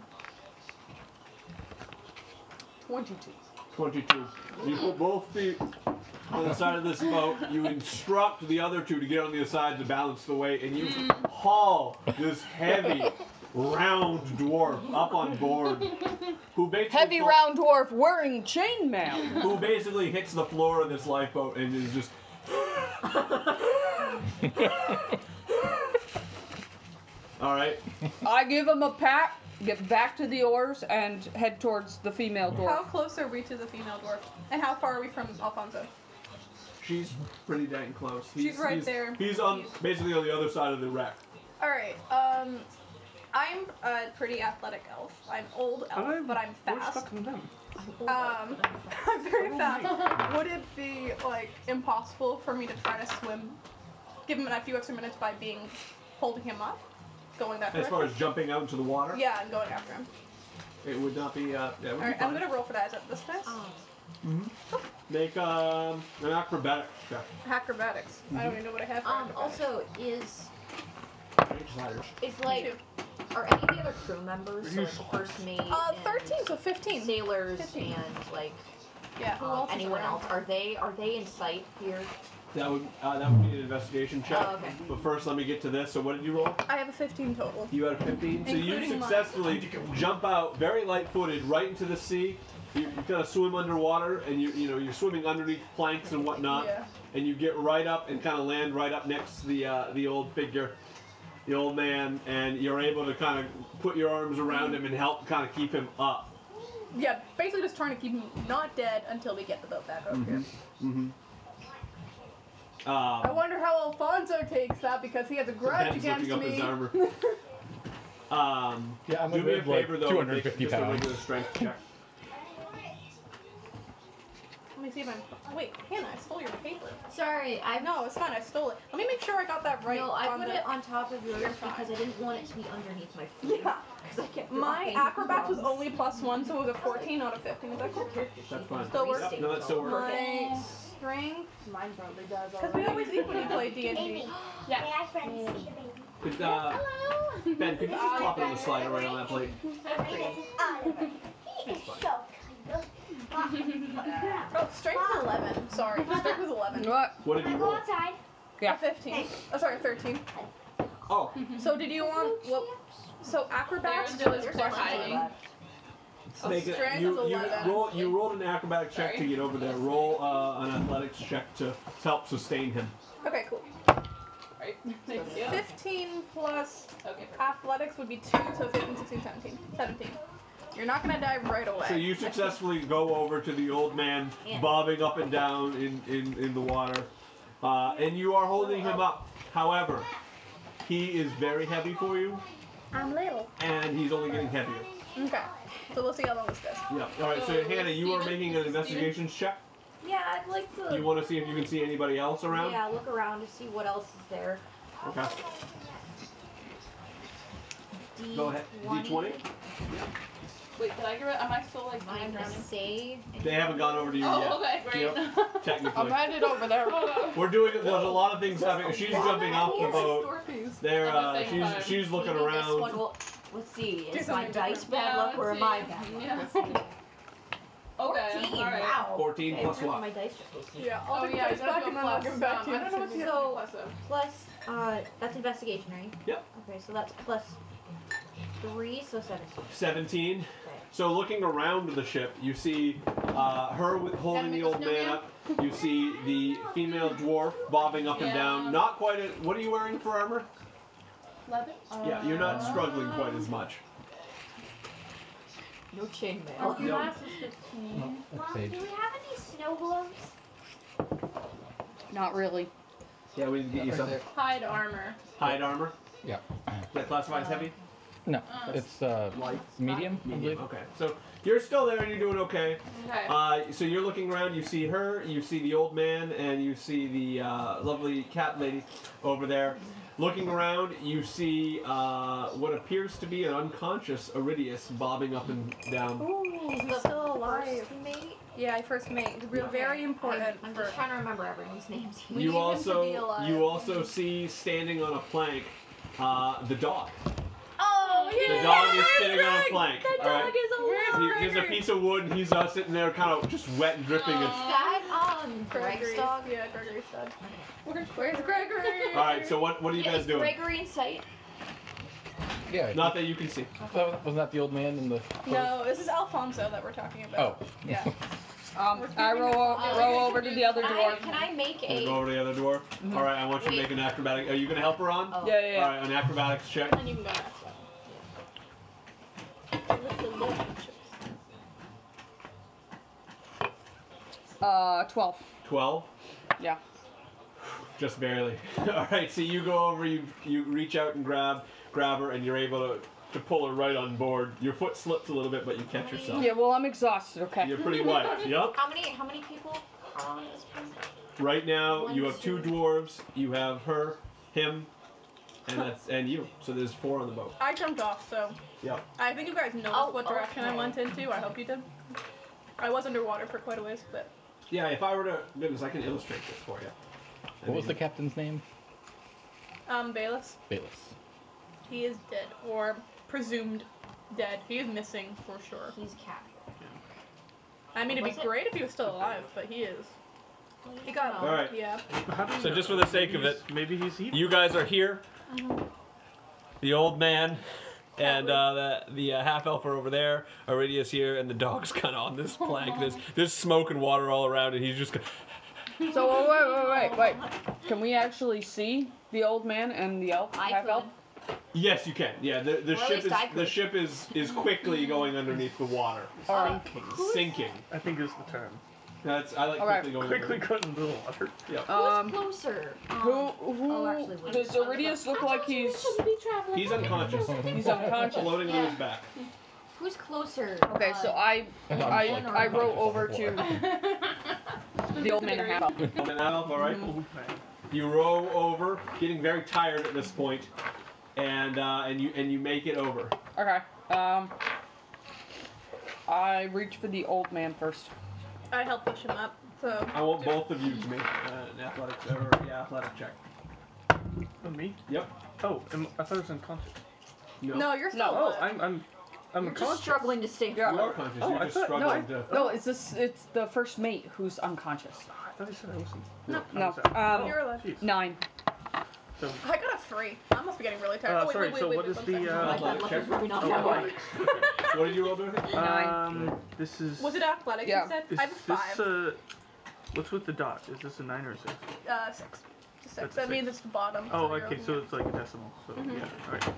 Twenty-two. You put both feet on the side of this boat. You instruct the other two to get on the other side to balance the weight, and you Hmm. haul this heavy, round dwarf up on board, who basically Heavy fo- round dwarf wearing chainmail. who basically hits the floor of this lifeboat and is just all right. I give him a pat, get back to the oars, and head towards the female How dwarf. close are we to the female dwarf? And how far are we from Alfonso? She's pretty dang close. She's right he's, there. He's on He's- basically on the other side of the wreck. All right. Um, I'm a pretty athletic elf. I'm old elf, I'm but I'm Where's fast. fucking them? Um, I'm Oh very fast. Would it be like impossible for me to try to swim, give him a few extra minutes by being holding him up, going that As direction? far as jumping out into the water, yeah, and going after him. it would not be. Uh, that would All be right, I'm fun. gonna roll for that. Is that this dice? Um, Oh. Make um, an acrobatics check. Acrobatics. I don't even know what I have. For Um, acrobatics. also, is Change ladders. is Me like too. are any of the other crew members, so like the first mate, Uh, and 13, so 15. sailors, Fifteen. and like Yeah, who Um, else? is anyone around? else? Are they are they in sight here? That would uh, that would be an investigation check. Oh, okay. But first, let me get to this. So what did you roll? I have a 15 total. You had a 15. So you Including mine. successfully jump out, very light-footed, right into the sea. You, you kind of swim underwater, and you you know you're swimming underneath planks and whatnot, Yeah. and you get right up and kind of land right up next to the uh, the old figure, the old man, and you're able to kind of put your arms around him and help kind of keep him up. Yeah, basically just trying to keep me not dead until we get the boat back over here. Mm-hmm. Um, I wonder how Alfonso takes that because he has a grudge Ben's against looking up me. his armor. um, Yeah, I'm do a me a good, like, favor though. and make 250 just a pounds. regular strength check. Let me see if I'm. oh, Wait, Hannah, I stole your paper. Sorry, I No, it's fine. I stole it. Let me make sure I got that right. no, I on put the- it on top of yours You're fine. because I didn't want it to be underneath my feet. Yeah. Because I kept My dropping acrobats was crumbs. only plus one, so it was a 14 out of 15. Is that cool? That's fine. Still works. Yep, no, that still works. My Perfect. strength. Mine probably does. Because we always eat when we play D&D. Amy, Yeah. may I friend Mm. see the baby? Could, uh, Hello. ben, could you just plop it on the slider right on that plate? This is Oliver. He is so kind of. Oh, strength was 11. Sorry, my strength was 11. What? What did Can I you go roll? outside? Yeah. A 15. Oh, sorry, 13. Oh, So did you want? Well, so acrobats They're- was they're plus hiding. one. make it, strength you, is you, 11. roll, you rolled an acrobatic check to Sorry. get over there. Roll uh, an athletics check to help sustain him. Okay, cool. Right. Thank you. 15 plus Okay. athletics would be 2, so 15, 16, 17. 17. You're not gonna die right away. So you successfully go over to the old man, Yeah. bobbing up and down in, in, in the water, uh, and you are holding him up. However, he is very heavy for you, I'm little. and he's only getting heavier. Okay. So we'll see how long this goes. Yeah. All right. So So, Hannah, you are Steven- making an Steven? investigations check. Yeah, I'd like to. You want to see if you can see anybody else around? Yeah, look around to see what else is there. Okay. D Go ahead. D twenty. Wait, did I get it? Am I still like Mine behind to drowning? say. They haven't gone over to you Oh, yet. okay, great. I'm Technically, headed over there. we're doing. There's a lot of things happening. She's jumping off the boat. Dorothy's. There. Uh, At the same she's time. she's looking Maybe This one around. will, let's see. Do Is my something dice different. bad Yeah, luck or let's am I see. bad luck? Yeah. Let's see. Okay, 14, alright. wow. Fourteen Okay, plus where's what? my dice just? Yeah, I'll Oh take yeah, I those back and then I'll give back to you. I don't know what you So- have to do plus of. Plus, uh, that's investigation, right? Yep. Okay, so that's plus three, so seventeen. Seventeen. So looking around the ship, you see uh, her with, holding the make a old man snowman? up. You see the female dwarf bobbing up and Yeah. down. Not quite. A, what are you wearing for armor? Leather? Yeah, you're not struggling quite as much. Oh, No chainmail. No. Mom, do we have any snow globes? Not really. Yeah, we can get you Right some there. Hide armor. hide armor. Yeah. That classifies heavy. No, Uh, it's uh, Light. medium. I Medium. believe. Okay. So you're still there and you're doing okay. Okay. Uh, so you're looking around. You see her. You see the old man, and you see the uh, lovely cat lady over there. Looking around, you see uh, what appears to be an unconscious Iridius bobbing up and down. Ooh, Is he's the still alive. first mate? Yeah, I first mate. Real, Okay. very I'm, important I'm for. just trying to remember everyone's names here. We need you him to also be alive. you also see standing on a plank uh, the dog. Oh, The yeah! dog is sitting on a plank. The dog All right. is alive! He- There's a piece of wood, and he's uh, sitting there, kind of just wet and dripping. And Is that um Greg's Gregory's dog? Yeah, Gregory's dog. Where's Gregory? all right, so what what are you Yeah, guys is doing? Gregory in sight? Yeah. Not that you can see. that, wasn't that the old man in the? No, this is Alfonso that we're talking Oh. about. Yeah. Um, I roll, o- roll over to the other Can door. I, can I make Can I go a? over to the other door? All right, I want you to Wait. make an acrobatic. Are you gonna help her on? Oh. Yeah, yeah, All yeah. right, an acrobatics check. not even gonna ask that. Uh, 12. Twelve. Yeah. Just barely. All right, so you go over, you you reach out and grab grab her, and you're able to to pull her right on board. Your foot slips a little bit, but you catch yourself. Yeah, well, I'm exhausted, okay. You're pretty white. Yep. How many? How many people are on this person? Right now, One, you have two two. dwarves. You have her, him, and that's and you. So there's four on the boat. I jumped off, so Yep. I think you guys noticed Oh, what direction I okay. went into. I hope you did. I was underwater for quite a ways, but Yeah. If I were to, goodness, I can illustrate this for you. I What was the mean, captain's name? um, Bayless, Bayless. he is dead or presumed dead. He is missing for sure. He's captured. I mean, it'd Was be it? great if he was still alive, but he is. He got All right. Yeah. How do you So know? just for the sake of Maybe it- he's- maybe he's he. You guys are here. The old man and uh, the, the uh, half elf are over there. Aridia's here, and the dog's kind of on this plank. There's there's smoke and water all around, and he's just. go- So wait, wait, wait, wait. Can we actually see the old man and the elf? I half elf? could. Yes, you can. Yeah, the, the Or at ship least is I could. the ship is is quickly going underneath the water, All right. sinking. I think is the term. That's I like All right. quickly going. Quickly under. cut into the water. Oh, Who's Um, closer? who Um, who Oh, actually, wait. does Iridius look like he's He's unconscious, he's unconscious? floating on his back. Who's closer? Okay, so Uh, I I I row Unconscious over on the floor. Oh, to the old man and half elf. And then Alf, all right. Old Oh, man. You row over, getting very tired at this point, and uh, and you and you make it over. Okay. Um, I reach for the old man first. I helped push him up, so. I want both of you to make uh, an athletics or yeah, athletic check. Oh, me? Yep. Oh, am- I thought it was unconscious. No. No, you're still No. Oh, alive. I'm I'm I'm You're just conscious. struggling to stay. Yeah. You are conscious. Oh, You're I just thought- no, struggling I- to. No, it's this. It's the first mate who's unconscious. I thought you said I wasn't. No, I'm no, sorry. um, Oh, You're alive. jeez. Nine. So, I got a three. I must be getting really tired. Uh, oh, wait, sorry, wait, wait, so wait, what wait, is one the, second. uh, My blood level's rubbing off oh, my body. athletics. What did you roll, Dorothy? Nine. Um, this is. Was it athletics Yeah. you said? Is I have a five. this uh, what's with the dot? Is this a nine or a six? uh, six. Just Six. That's a That six. means it's the bottom. Oh, you're okay, so it's like a decimal. So Mhm. yeah, all right,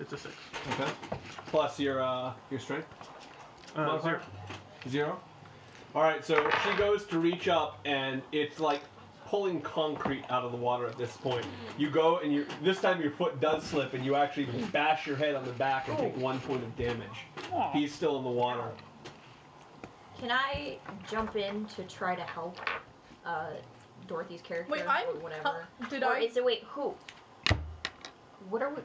it's a six. Okay. Plus your uh, your strength. Uh, Modifier? zero. Zero. All right, so she goes to reach up, and it's like pulling concrete out of the water at this point. You go, and you this time your foot does slip, and you actually bash your head on the back and take one point of damage. He's still in the water. Can I jump in to try to help uh, Dorothy's character Wait, or I'm. whatever? hel- did or I? is it wait who? What are we?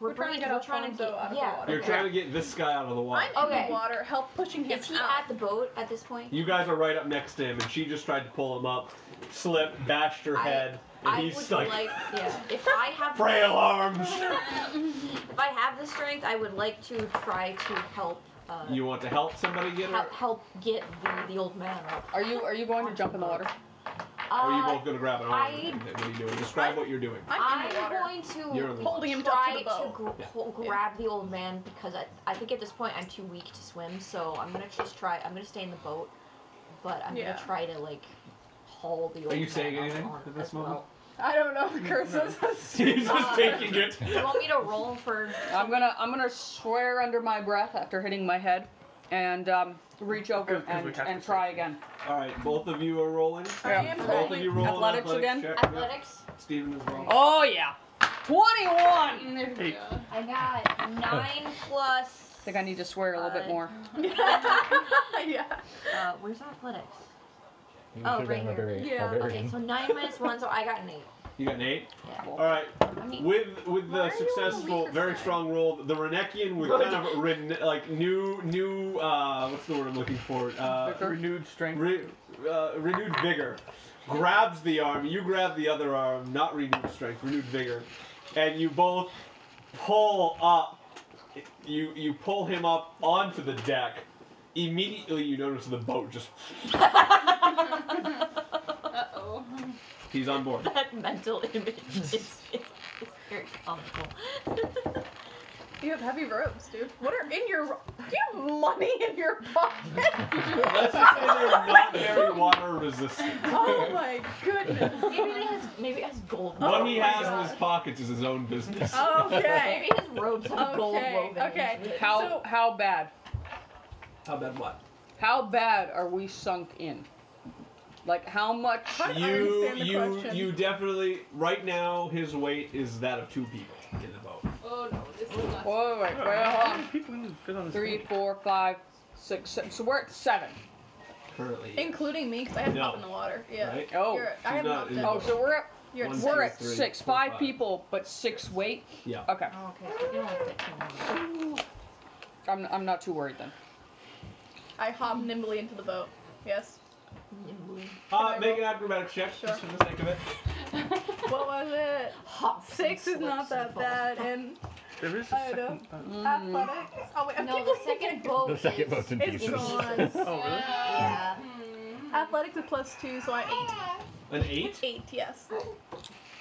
We're, We're trying to bringing- get we're trying Alfonso to get- out of the yeah. water. You're trying to get this guy out of the water. I'm in Okay. the water. Help pushing him Is he out. at the boat at this point? You guys are right up next to him, and she just tried to pull him up, slipped, bashed her I- head, and I he's would like, like, yeah. If I have frail arms. if I have the strength, I would like to try to help. Uh, you want to help somebody get her? help, help get the, the old man up. Are you Are you going to jump in the water? Uh, Or are you both gonna grab an arm? I- what are you doing? Describe what you're doing. I'm in the I'm water. going to You're in the Holding him up try to the to boat. gr- ho- grab the old man because I, I think at this point I'm too weak to swim, so I'm gonna just try. I'm gonna stay in the boat, but I'm Yeah. gonna try to like haul the old. you man saying up anything on at this as moment? well. I don't know the curses. He's just taking it. You want me to roll for? I'm gonna I'm gonna swear under my breath after hitting my head, and um, reach over Because- 'cause we and, have and to try save. again. All right, both of you are rolling. I am Yeah. Both of you rolling. rolling. Athletics again? Check. Athletics. Steven as well. Oh yeah, twenty-one. There we Eight. go. I got nine plus. I think I need to swear a little Uh, bit more. yeah. Uh, where's athletics? You Oh, should right have a here. very- Yeah, a very- Okay, so nine minus one, so I got an eight. You got an eight. Yeah. All right, I mean, with with Why are you the on the successful, weaker very side? strong roll, the Renekian with kind of ren- like new new uh, what's the word I'm looking for? Uh, Vigor? Renewed strength. re- uh, renewed vigor grabs the arm. You grab the other arm, not renewed strength, renewed vigor, and you both pull up. You you pull him up onto the deck. Immediately, you notice the boat just Uh oh. he's on board. that mental image is, is, is very comical. You have heavy robes, dude. What are in your? Do you have money in your pocket? Let's just say they're not very water resistant. oh my goodness. maybe it has maybe it has gold. What he my has God. in his pockets is his own business. Okay. Maybe his robes have gold Okay. woven. Okay. into it. How So- How bad? How bad what? How bad are we sunk in? Like how much? How did I You understand the you question? you definitely right now his weight is that of two people in the boat. Oh no, this is not. Whoa, wait, wait, hold How on. many people can fit on this Three, boat? four, five, six, seven. So we're at seven. Currently. Including me, because I haven't No. up in the water. Yeah. Right? Oh. You're, I She's haven't not up in yet. the Oh, so we're at You're One, at we're two, at three, six, four, five five. people, but six weight. Yeah. Uh, Okay, Oh, okay. so you don't have to tell me. I'm I'm not too worried then. I hop nimbly into the boat. Yes. Uh, Can I make roll? an acrobatic check Sure. just for the sake of it. What was it? Hop, Six is slips, not and that falls. bad, and There is a I know. second button. Hmm. Athletics. Oh wait, I Mm. No, keep the looking at second boat. The second boat's in It's pieces. bronze. Oh, really? Yeah. Athletics is plus two, so I eight. An eight? Eight, yes.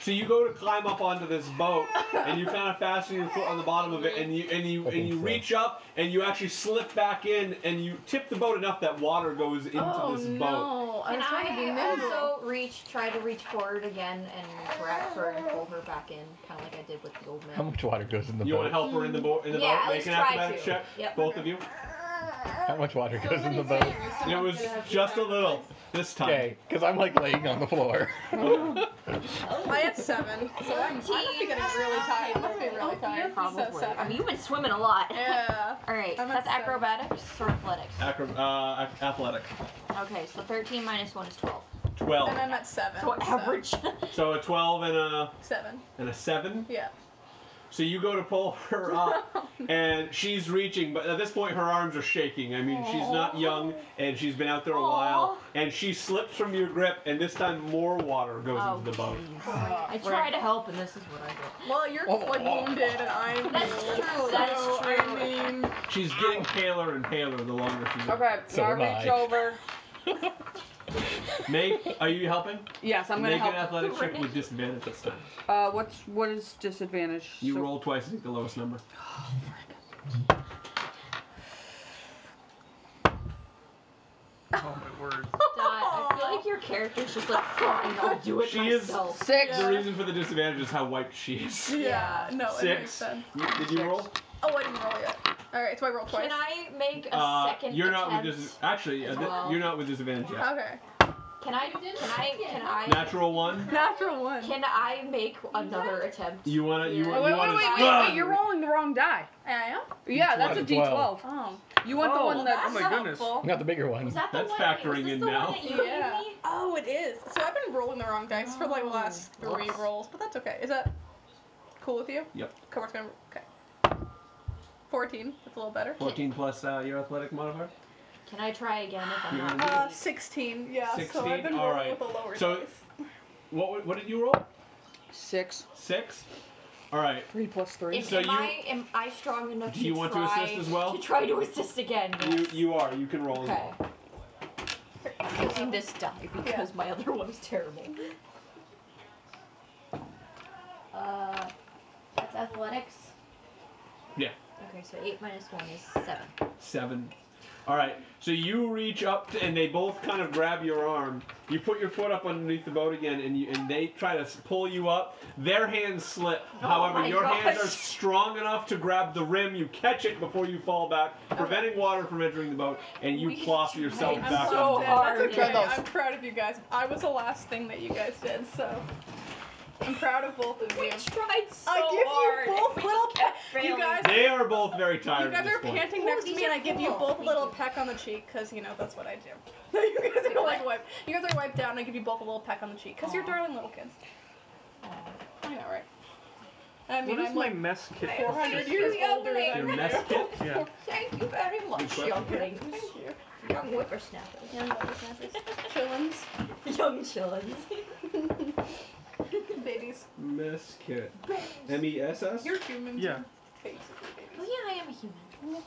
So you go to climb up onto this boat, and you kind of fasten your foot on the bottom of it, and you and you I and think you so. reach up, and you actually slip back in, and you tip the boat enough that water goes into Oh this boat. no! I Can was trying to be I nimble. also reach, try to reach forward again and grab her and pull her back in, kind of like I did with the old man? How much water goes in the You want to boat? help her in the boat? In the Yeah, boat, at make least an try acrobatics to. check, Yep. both of you. How much water goes in the boat? It was just a little this time. Okay, because I'm like laying on the floor. Oh. I have seven, so I'm, I must be getting really tired. I must be really tired. So Probably. I seven. mean, you've been swimming a lot. Yeah. All right, I'm at that's seven. acrobatics or athletics. Acro- uh, ac- athletic, Okay, so 13 minus 1 is 12. twelve. And I'm at seven. So so- average. So a twelve and a Seven. and a seven. Yeah. So you go to pull her Oh. up, and she's reaching, but at this point her arms are shaking. I mean, she's not young, and she's been out there a while, and she slips from your grip, and this time more water goes Oh, into the boat. I try to help, and this is what I get. Well, you're Oh. like wounded, and I'm. That's old, true, So that is true. I mean, She's getting paler and paler the longer she's. Okay, So I am reach I. over. Meg, are you helping? Yes, I'm gonna Make an help. athletic check with disadvantage this time. Uh, what's what is disadvantage? You So- roll twice and take the lowest number. Oh my word. Dot, I feel like your character's just like, fine, I'll do it She is- myself. six. The reason for the disadvantage is how wiped she is. yeah. No, it makes Six. sense. You- Did you roll? Oh, I didn't roll yet. All right, so I rolled twice. Can I make a Uh, second you're not with attempt? dis- actually. uh, as th- well. You're not with disadvantage yet. Okay. Can I? Can I? Can I? Natural one. Natural one. Can I make another attempt? You wanna, you, Oh, wa- wait, you wait, wanna wait, wait, run. wait, you're rolling the wrong die. I am. Yeah, that's a D12. D12. Oh. You want the Oh, one that. oh my goodness. Not the bigger one. Is that the That's one? factoring was this in the now. One that you gave Yeah. me? Oh, it is. So I've been rolling the wrong dice for like the last Oh, three whoops. rolls, but that's okay. Is that cool with you? Yep. Okay, we're gonna- Okay. Fourteen. That's a little better. 14 plus uh, your athletic modifier. Can I try again if I'm You're not? gonna Uh, busy? sixteen. Yeah. So 16? I've been All rolling right. with a lower So- dice. What, wa- what did you roll? Six. Six? All right. Three plus three. Am- so am you- I am I strong enough Do to you want to try assist as well? To try to assist again. You, yes. you are. You can roll. as okay. well. I'm using this die because my other one was terrible. Uh, that's athletics. Yeah. Okay, so eight minus one is seven. Seven. All right. So you reach up to, and they both kind of grab your arm. You put your foot up underneath the boat again, and you and they try to s- pull you up. Their hands slip. Oh However, my your hands gosh. are strong enough to grab the rim. You catch it before you fall back, preventing water from entering the boat, and you We plop yourself tried back I'm on. so board. hard. That's Try okay. those. I'm proud of you guys. I was the last thing that you guys did, so I'm proud of both of you. Tried so I give hard. you both little pecks. You failing. guys, They are both very tired you at guys this are point. panting Ooh, next to these me, and are I give you cool. both a Thank little you. peck on the cheek, cause you know that's what I do. you guys are like wiped. You guys are wiped down. and I give you both a little peck on the cheek, cause you're Aw. darling little kids. Aw. I know, right? I mean, What is I'm my like mess kit? 400 years older Your than you. mess kit? Yeah. Thank you very much, question. young Thank ladies. you. Young whippersnappers. Young whippersnappers. Chillins. Young chillins. Babies. Mess kit. M E S S. You're humans. Yeah. Basically babies. Oh yeah, I am a human.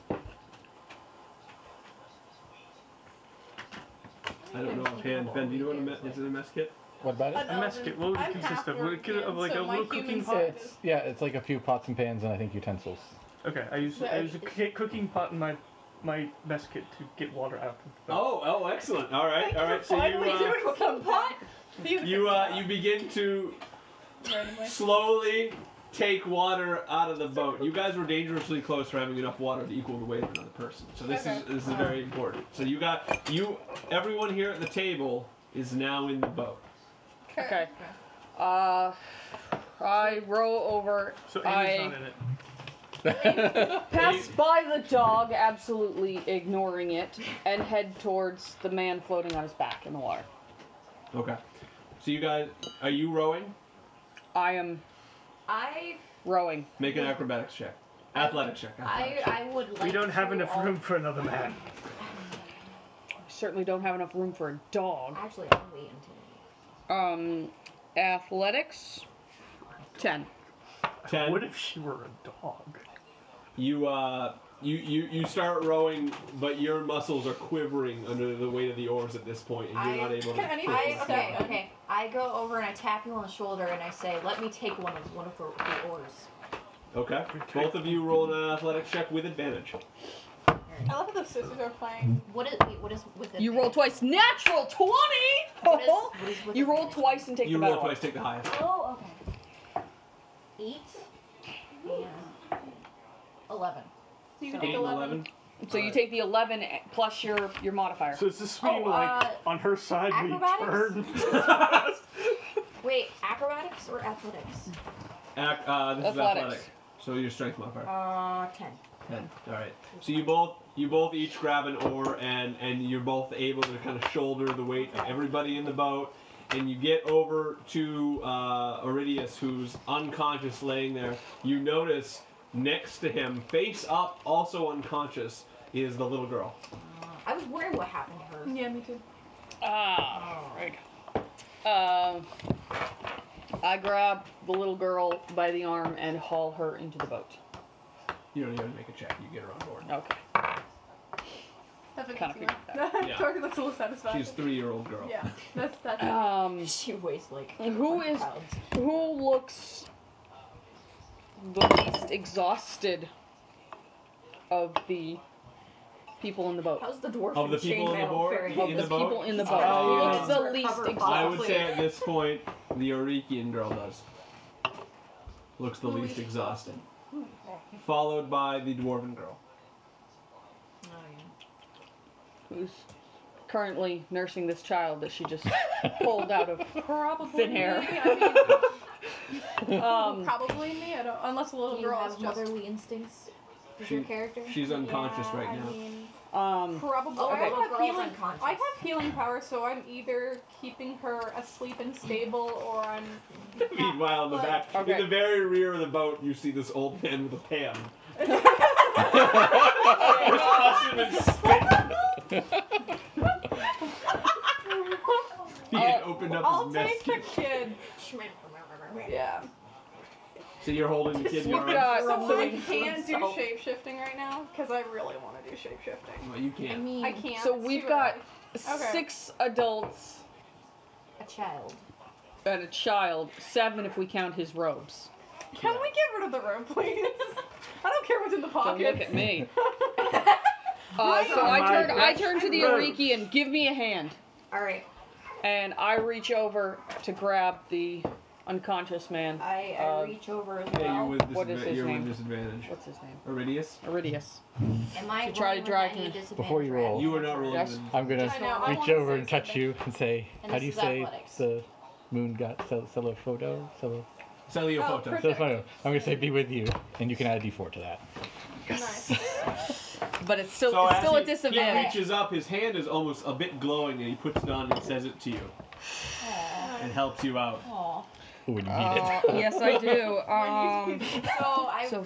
I don't know offhand. Ben, do you know what a mess is? It a mess kit? What about it? A mess kit, what would it I'm consist of? half Would it get of European, like so a my little human cooking pot? side It's yeah, it's like a few pots and pans and I think utensils. Okay, I use I use a ki- cooking pot in my my mess kit to get water out. Of the Oh, oh, excellent. All right, all right. So you uh, doing something. pot? you uh, you begin to Randomly. slowly take water out of the boat. You guys were dangerously close for having enough water to equal the weight of another person. So this is Okay. this is very important. So you got you everyone here at the table is now in the boat. Okay. Uh, I roll over. So Amy's I not in it. pass by the dog, absolutely ignoring it, and head towards the man floating on his back in the water. Okay. So you guys, are you rowing? I am I rowing. Make an acrobatics check. Athletic check. I athletic check. I would like. Uh-huh. We don't have to enough all- room for another man. I certainly don't have enough room for a dog. Actually, I'll wait until. Um, athletics, ten. Ten. What if she were a dog? You uh, you, you you start rowing, but your muscles are quivering under the weight of the oars at this point, and you're I- not able to. Can anybody I, pull step yourself okay, up. okay. I go over and I tap you on the shoulder and I say, "Let me take one of one of the, the oars." Okay. Both of you roll an athletic check with advantage. I love how the sisters are playing. What is? Wait, what is with it? You roll twice, natural twenty. What is, what is with you roll advantage? twice and take you the roll medal. twice, take the highest. Oh, okay. Eight. And Eleven. So you can Eight take and 11. eleven. So you take the eleven plus your your modifier. So does this mean Oh, like uh, on her side acrobatics? we turn? Wait, acrobatics or athletics? Ac- uh, this Athletics. is athletic. So your strength modifier. Uh, ten. Ten. All right. So you both you both each grab an oar and and you're both able to kind of shoulder the weight of everybody in the boat, and you get over to uh, Iridius, who's unconscious laying there. You notice next to him, face up, also unconscious, is the little girl. Uh, I was wondering what happened to her. Yeah, me too. Ah, right. Um, I grab the little girl by the arm and haul her into the boat. You don't even make a check. You get her on board. Okay. That's what Kinda gets me. figured Yeah. Jordan looks a little satisfied. She's a three-year-old girl. yeah, that's that's. Um, She weighs like. Who 100 is- pounds. who looks the least exhausted of the people in the boat? How's the dwarf? Of the in chain people in the mail board- fairy? Of in the, the boat? people in the boat, Uh, who yeah. looks the least Cover- exhausted? I Oh, would say at this point, the Orikian girl does. Looks the least exhausted. Followed by the dwarven girl. Oh, yeah. Who's currently nursing this child that she just pulled out of Probably thin hair. me. I mean, um, probably me. I don't, unless the little Do you girl have is just. motherly instincts? Does your She- character? She's unconscious Yeah, right I now. mean, um, probably. Oh, I little have girl's healing. unconscious. I have healing power, so I'm either keeping her asleep and stable, or I'm. Meanwhile, in the back, Okay. in the very rear of the boat, you see this old man with a pan. With custom and spit. he had Uh, opened up I'll his mess take the kit. kid. Yeah. So you're holding the kid in your We've arms. got So I so, can't do shapeshifting right now because I really want to do shapeshifting. Well, you I can't. mean, I can't. Hmm. so it's we've too got early. Okay. six adults a child. and a child, seven if we count his robes. Can we get rid of the room, please? I don't care what's in the Don't pocket. look at me. Uh, so on I my turn, I best turn to the robes. Ariki and give me a hand, All right, and I reach over to grab the unconscious man. I, I Uh, reach over as Yeah, well. you're with, What is disadva- his you're with name? disadvantage. What's his name? Iridius? Iridius. Am I to try rolling to with drag any him. disadvantage Before you or roll. You were not rolling. Yes. with- I'm gonna I know, I reach wanna over say and touch something. you and say, And "How this do you is say athletics. the moon god cel- Celophoto? Celo- Celio Oh, photo. perfect. Celophoto. I'm gonna say be with you, and you can add a d4 to that. Nice. But it's still, So it's as still he- a disadvantage. He reaches up, his hand is almost a bit glowing, and he puts it on and says it to you Aw. and helps you out. Aw. Who would need Uh, it? yes, I do. Um, So I so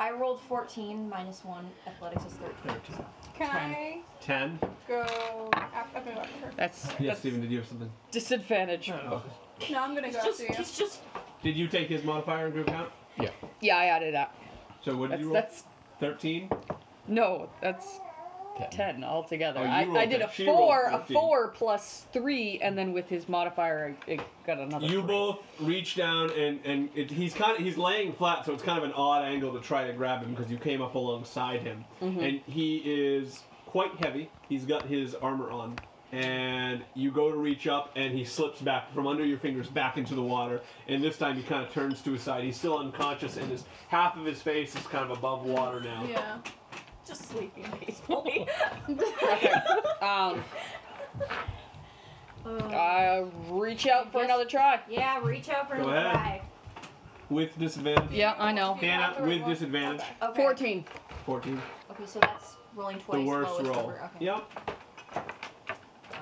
I rolled 14 minus one. Athletics is 13. so. Can I Ten. go after, I'm gonna go after her. that's, Yes, that's Stephen. Did you have something? disadvantage. Okay. No, I'm gonna go He's just, after you. he's just. Oh. Did you take his modifier into account? Yeah, I added that. So what did That's you roll? that's Thirteen. no, that's Ten. ten altogether. Oh, you I, I rolled did a ten. She rolled four, a 15. four plus three, and then with his modifier, I, I got another. You three. both reach down and and it, he's kind of he's laying flat, so it's kind of an odd angle to try to grab him because you came up alongside him, Mm-hmm. and he is quite heavy. He's got his armor on, and you go to reach up, and he slips back from under your fingers back into the water. And this time he kind of turns to his side. He's still unconscious, and his half of his face is kind of above water now. Yeah. Just sleeping peacefully. Um, Uh, I reach out for Yes. another try. yeah, reach out for Go another ahead. eye. With disadvantage. Yeah, I know. Hannah with disadvantage. Okay. Fourteen. Fourteen. Okay, so that's rolling The twice. worst Oh, lowest roll. number, Okay. Yep.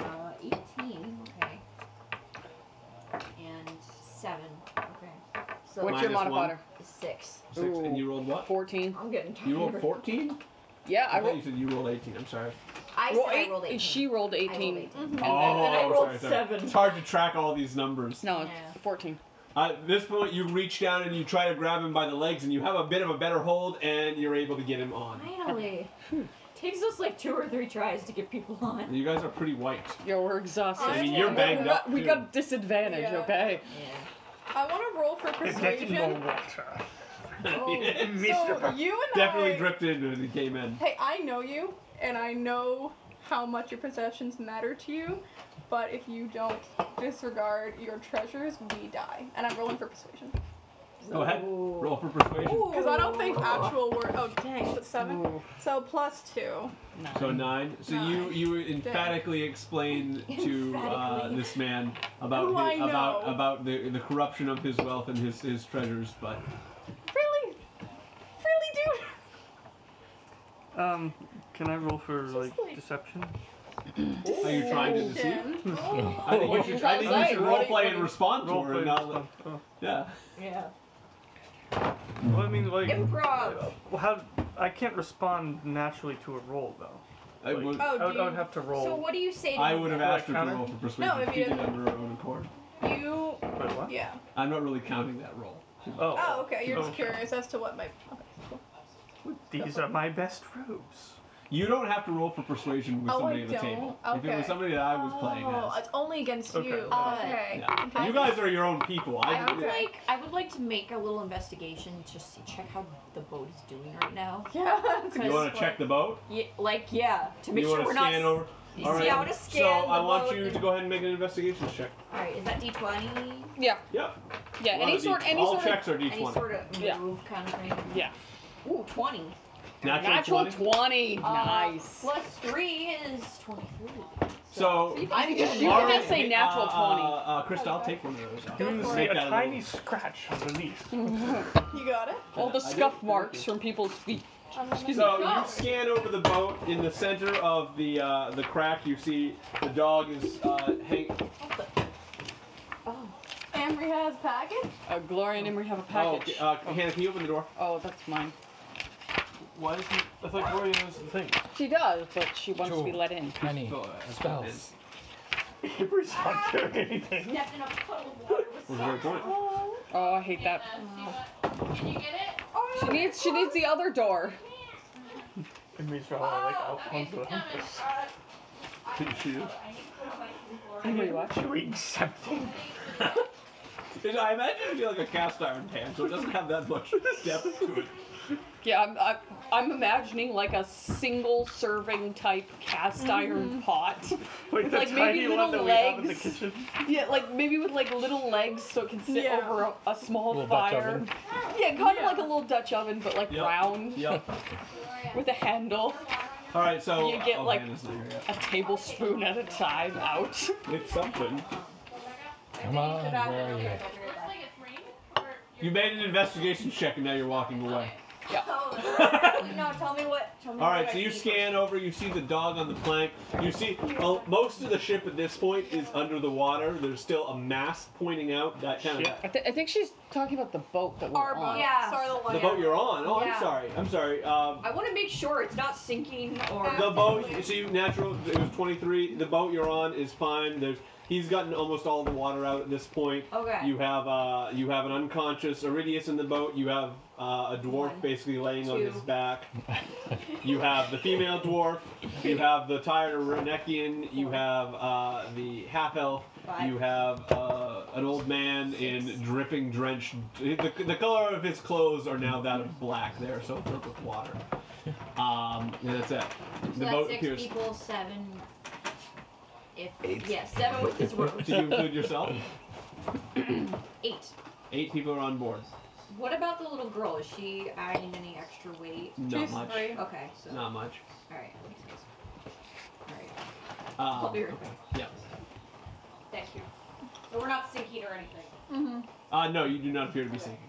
Uh, 18. Okay. And 7. Okay. So What's your Minus one. modifier? six. Six. And Ooh. you rolled what? Fourteen. I'm getting tired. You rolled fourteen. Yeah, I I thought you rolled. said you rolled 18. I'm sorry. I said roll I eight- rolled 18. She rolled I rolled eighteen. 18. And then- I rolled Oh, sorry, sorry. seven. It's hard to track all these numbers. No, Yeah. fourteen. Uh, at this point, you reach down and you try to grab him by the legs, and you have a bit of a better hold, and you're able to get him on. Finally. Takes us like two or three tries to get people on. You guys are pretty white. Yo, we're exhausted. I mean, you're banged we got, up, We too. got disadvantage, Yeah. okay? I want to roll for persuasion. water. oh. So Mr. you and Definitely I. dripped in when he came in. Hey, I know you, and I know how much your possessions matter to you, but if you don't disregard your treasures, we die. And I'm rolling for persuasion. Go ahead. Roll for persuasion. Because I don't think actual word. Oh, Dang. dang. Seven? Ooh, So plus two. So nine. So you Nine. you emphatically explain to uh, Emphatically. this man about Who I his, about know. about the the corruption of his wealth and his his treasures, but Really? Really, Um, can I roll for like like- deception? are you trying to dude? deceive? Jen. I think you should, I think you Right, should what do role you- play and respond to Roll her. for and not let- deception. Oh. Yeah. Yeah. Well, I mean, like, Improv. well, how I can't respond naturally to a roll though. I Like, would, I Oh, would, do I would you, have to roll. So what do you say? To I him would have then? asked her to counter? roll for persuasion. No, if she you did didn't- under her own accord. you. Wait, what? Yeah. I'm not really counting that roll. Oh. Oh, okay. You're just Oh. curious as to what might. Okay. These are my best robes. You don't have to roll for persuasion with Oh, I somebody at the don't? table. If it Okay. was somebody that I was playing Oh, as. it's only against Okay. you. Uh, okay. Yeah. I You was- guys are your own people. I, I would Okay. like I would like to make a little investigation just to check how the boat is doing right now. Yeah. that's you want what- to check the boat? Yeah, like yeah, to make you sure wanna we're not. scan over? You All see, right. I wanna scan So the I want boat you and- to go ahead and make an investigation check. All right, is that D twenty? Yeah, Yep. yeah. One Any of the- sort, any all sort of. checks are D20. Any sort of Yeah. move kind of thing. Yeah. Ooh, twenty. Natural, Natural 20. 20. Uh, nice. Plus three is twenty-three. So I'm All just, you can right, just say hey, natural uh, Uh, uh, Krista, I'll take one of those. Go You for see it. a Make that a tiny little- scratch on the leaf. 20. You got it. All the I did- scuff marks from people's feet. Excuse So me. you scan over the boat in the center of the uh, the crack. You see the dog is uh, hang- Oh, Amory has package. Uh, Gloria and Emery have a Oh, package. uh, Hannah, can you open the door? Oh, that's mine. Why is he? I thought Gloria knows the thing. She does, but she wants to be Cool. let in. Penny. Oh, uh, Spells. Amber's Ah! not doing anything. Stepped in a puddle of water with Was a great point. Oh, I hate that. Can you get it? She needs she needs the other door. Amber's rather like Oh, out Oh, okay, she's coming. Alright. She is. I need to go back to the Emery, what? floor. Doing something. And I imagine it'd be like a cast iron pan, so it doesn't have that much depth to it. Yeah, I'm, I'm, I'm imagining like a single serving type cast iron pot. Like With, the like, maybe tiny one that little we have in the legs. kitchen. Yeah, like maybe with like little legs so it can sit Yeah. over a, a small Little Dutch fire. oven. Yeah, kind of Yeah. like a little Dutch oven, but like Yep. round Yep. with a handle, All right, so You get, oh, like- Hannah's not here yet. a tablespoon at a time out. it's something. Come on, where are you? Looks like it's raining or You made an investigation check, and now you're walking away. Oh, no, tell me what. Tell me All what right, I so you see. scan over. You see the dog on the plank. You see well, most of the ship at this point is under the water. There's still a mast pointing out. That kind of I, th- I think she's talking about the boat that we're Our on. boat. Yeah. Sorry, the lion. the boat you're on. Oh, I'm Yeah. sorry. I'm sorry. Um, I want to make sure it's not sinking or. the boat. You see, natural. It was 23. The boat you're on is fine. There's. He's gotten almost all the water out at this point. Okay. You have uh, you have an unconscious Iridius in the boat. You have uh, a dwarf One, basically laying on two. his back. You have the female dwarf. You have the tired Renekian. You have uh, the half elf. Five. You have uh, an old man in dripping, drenched. The, the color of his clothes are now that of black. They are so filled with water. Um, and that's it. So The that's boat six appears. people, seven. If yeah, seven with his robes. Did you include yourself? Eight. Eight people are on board. What about the little girl? Is she adding any extra weight? Not She's much. free. Okay, so Not much. all right. All right. I'll Um, be right back. yeah. Thank you. But we're not sinking or anything. Mm-hmm. Uh, no, you do not appear to be sinking.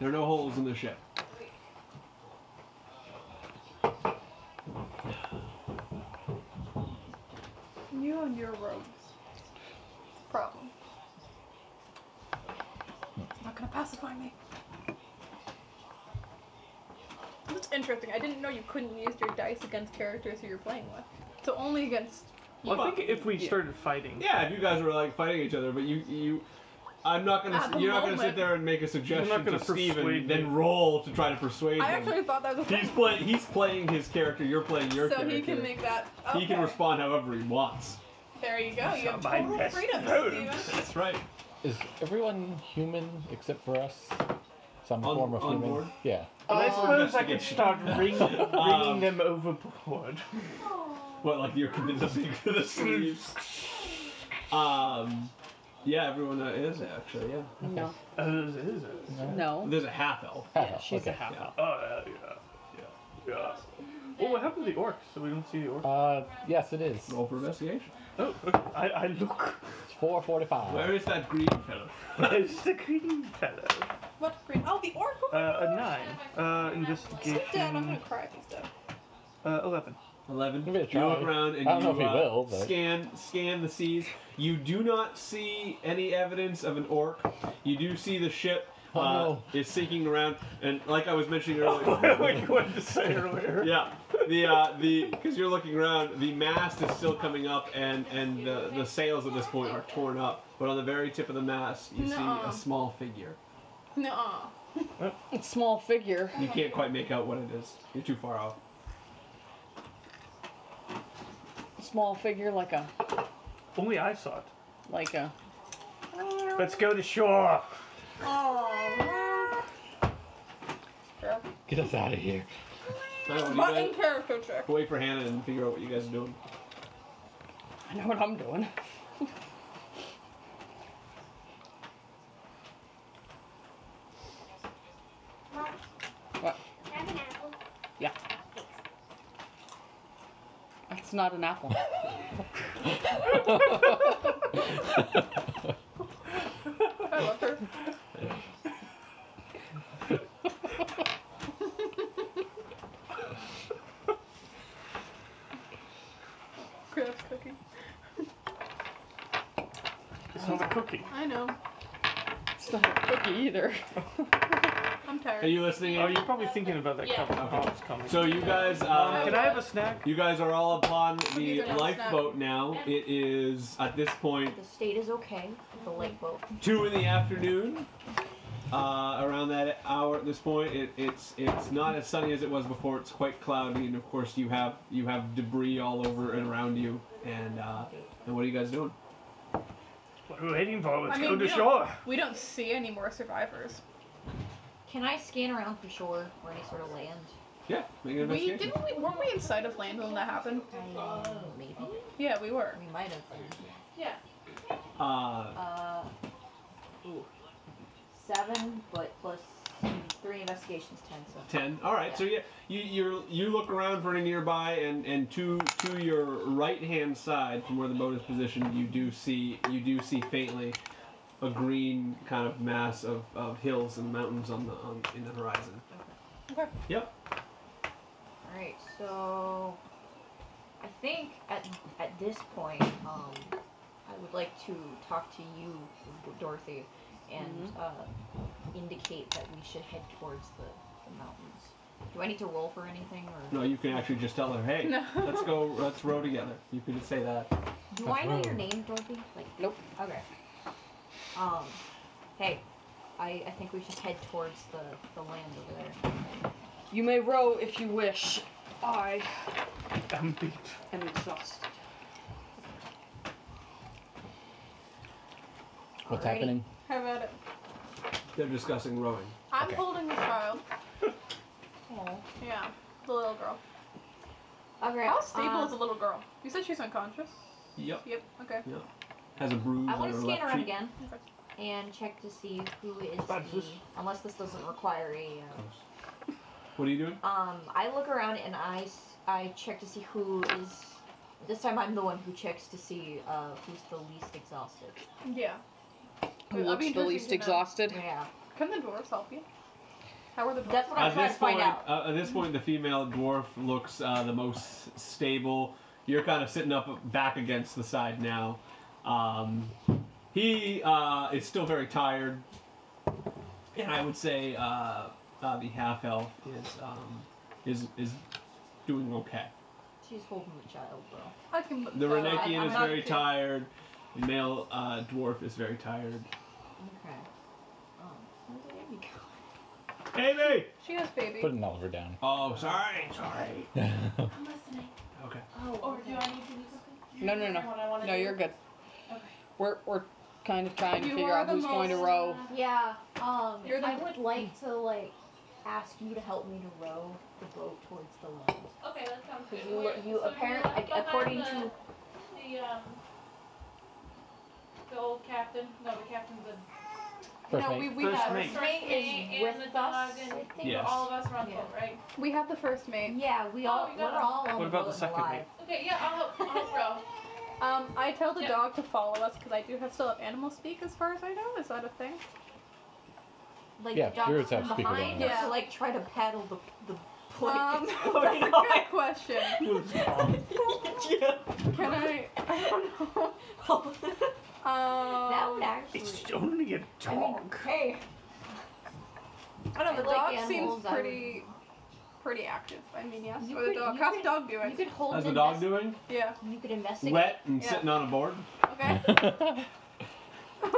There are no holes in the ship. You and your robes. Problem. It's not gonna pacify me. That's interesting. I didn't know you couldn't use your dice against characters who you're playing with. So only against. Well, I Well, think if we yeah. started fighting. Yeah, if you guys were like fighting each other, but you you I'm not gonna. At the you're not gonna moment. sit there and make a suggestion You're not gonna to Steven, persuade me. then roll to try to persuade I him. actually thought that was a He's play, He's playing his character. You're playing your so character. he can make that. Okay. He can respond however he wants. There you go. You have My total best freedom, move. Steven. That's right. Is everyone human except for us? Some On- form of on human. board? Yeah. But I Oh. suppose I could start ring, Um, ringing them overboard. What like you're convincing for the sleeves? Um, yeah, everyone uh, is actually. Yeah. No. Uh, is it- is it? No. There's a half elf. Yeah, she's a okay. half elf. Oh, yeah, yeah. Yeah. Well, what happened to the orcs? So we don't see the orcs. Uh, yes, it is. Roll for investigation. Oh, okay. I, I look. It's 445. Where is that green fellow? It's the green fellow. What's green? Oh, the orc. Uh, a nine. Uh, Sit down. I'm investigation. gonna cry if he's dead. Uh, eleven. Eleven. You Give it a look try. around and I don't you know if he uh, will, but- scan scan the seas. You do not see any evidence of an orc. You do see the ship Oh, uh, no. Oh is sinking around, and like I was mentioning what were earlier. you going to say earlier? Yeah, the uh, the because you're looking around, the mast is still coming up, and and the, the sails at this point are torn up. But on the very tip of the mast, you see Nuh-uh. a small figure. No. It's small figure. You can't quite make out what it is. You're too far off. Small figure like a Only I saw it. like a Let's go to shore. Oh. Get us out of here. I don't know, But you in guys, character check. wait for Hannah and figure out what you guys are doing. I know what I'm doing. Mom, What? can I have an apple? Yeah. It's not an apple. I love her. Crab's cookie. It's not a cookie. I know. It's not a cookie either. I'm Are tired. you listening? Oh, you're probably thinking about that Yeah. cover. Oh, it's coming. So you guys, um, uh, can I have a snack? you guys are all upon these the are not lifeboat now. It is at this point The state is okay. The lifeboat. two in the afternoon. Uh, around that hour at this point, it, it's it's not as sunny as it was before. It's quite cloudy, and of course you have you have debris all over and around you. And uh, and what are you guys doing? What are we waiting for? Let's I mean, go to we don't- shore. We don't see any more survivors. Can I scan around for shore or any sort of land? Yeah, make an We investigation. didn't. We weren't we in sight of land when that happened? Uh, maybe? Yeah, we were. We might have been. Yeah. Uh, Uh, ooh. Seven, but plus three investigations, ten, so. ten. All right, so yeah, you you you look around for any nearby, and and to to your right hand side from where the boat is positioned, you do see you do see faintly a green kind of mass of, of hills and mountains on the on, in the horizon. Okay. Yep. Alright, so I think at at this point, um, I would like to talk to you, Dorothy, and uh, indicate that we should head towards the, the mountains. Do I need to roll for anything, or No, you can actually just tell her, hey, No. let's go, let's row together. You can just say that. do That's I know rude. your name, Dorothy? Like Nope. Okay. Um, hey, I I think we should head towards the the land over there. You may row if you wish. I I'm beat. am exhausted. What's Alrighty. happening? How about it? They're discussing rowing. I'm Okay. holding the child. Aw. Yeah, the little girl. Okay. How stable um, is the little girl? You said she's unconscious. Yep. Yep. Okay. Has a bruise I on want her to scan left around cheek. again Okay. and check to see who is But the. this- Unless this doesn't require a. What are you doing? Uh, um, I look around and I, s- I check to see who is. This time I'm the one who checks to see uh, who's the least exhausted. Yeah. Who That'd be looks the interesting least to know. exhausted? Yeah, Can the dwarves help you? How are the dwarves? that's what I'm At trying this to find point, out. uh, at this point, the female dwarf looks uh, the most stable. You're kind of sitting up back against the side now. Um, he uh, is still very tired, and I would say uh, uh, the half elf is um, is is doing okay. She's holding the child though. I can. The uh, Renekian I'm is not very too- tired. The male uh, dwarf is very tired. Okay. Um, where did Amy go? Amy! She has baby. Putting Oliver down. Oh, sorry, sorry. I'm listening. Okay. Oh, Or okay. do I need to do something? No, no, What I no. wanna No, do? you're good. Okay. We're, we're kind of trying to You figure are out the who's going to most- row. Yeah. Um, You're the- I would like to like ask you to help me to row the boat towards the land. Okay, that sounds good. Because you, you So apparently, left behind according the- to The, um, the old captain, no, the captain, the First no, mate. we, we First have mate. first mate mate is and the with dog us. and I think Yes. all of us are on the Yeah. boat, right? we have the first mate. Yeah, we all Oh, you we're got it. all on What the about boat the and second alive. Okay, yeah, I'll help, I'll help row. Um, I tell the Yeah. dog to follow us because I do have still have animal speak as far as I know. Is that a thing? Like Yeah, the dog yours have from speaker behind down. or Yeah. to like try to paddle the the boat. Um, going that's a on. good question. yeah. Can I? I don't know. Um, that would actually. only a I mean, hey. I don't know. The I dog like animals, seems I would- pretty, pretty active. I mean, yes. You or the could- dog. you How's the could- dog doing? You could hold. How's the dog invest- doing? yeah. You could investigate. Wet and Yeah. sitting on a board? Okay.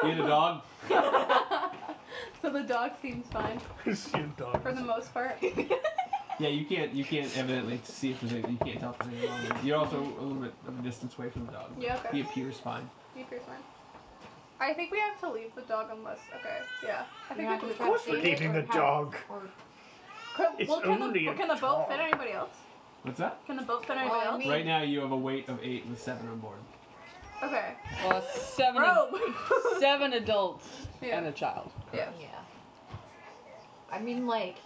You the dog? so the dog seems fine See a dog. for the most part. Yeah, you can't you can't evidently see if there's anything. You can't tell if there's anything wrong with it. You're also a little bit of a distance away from the dog. Yeah, okay. He appears fine. You fear fine. I think we have to leave the dog unless. Okay. Yeah. I think You're we have not to leave. gonna try to course we're save it leaving or the have- dog. or- It's well, can the, only a can the boat fit dog. anybody else? What's that? Can the boat fit Well, anybody I else? mean- Right now you have a weight of eight with seven on board. Okay. Well, seven, Row. seven adults Yeah. and a child. yeah. Yeah. I mean, like,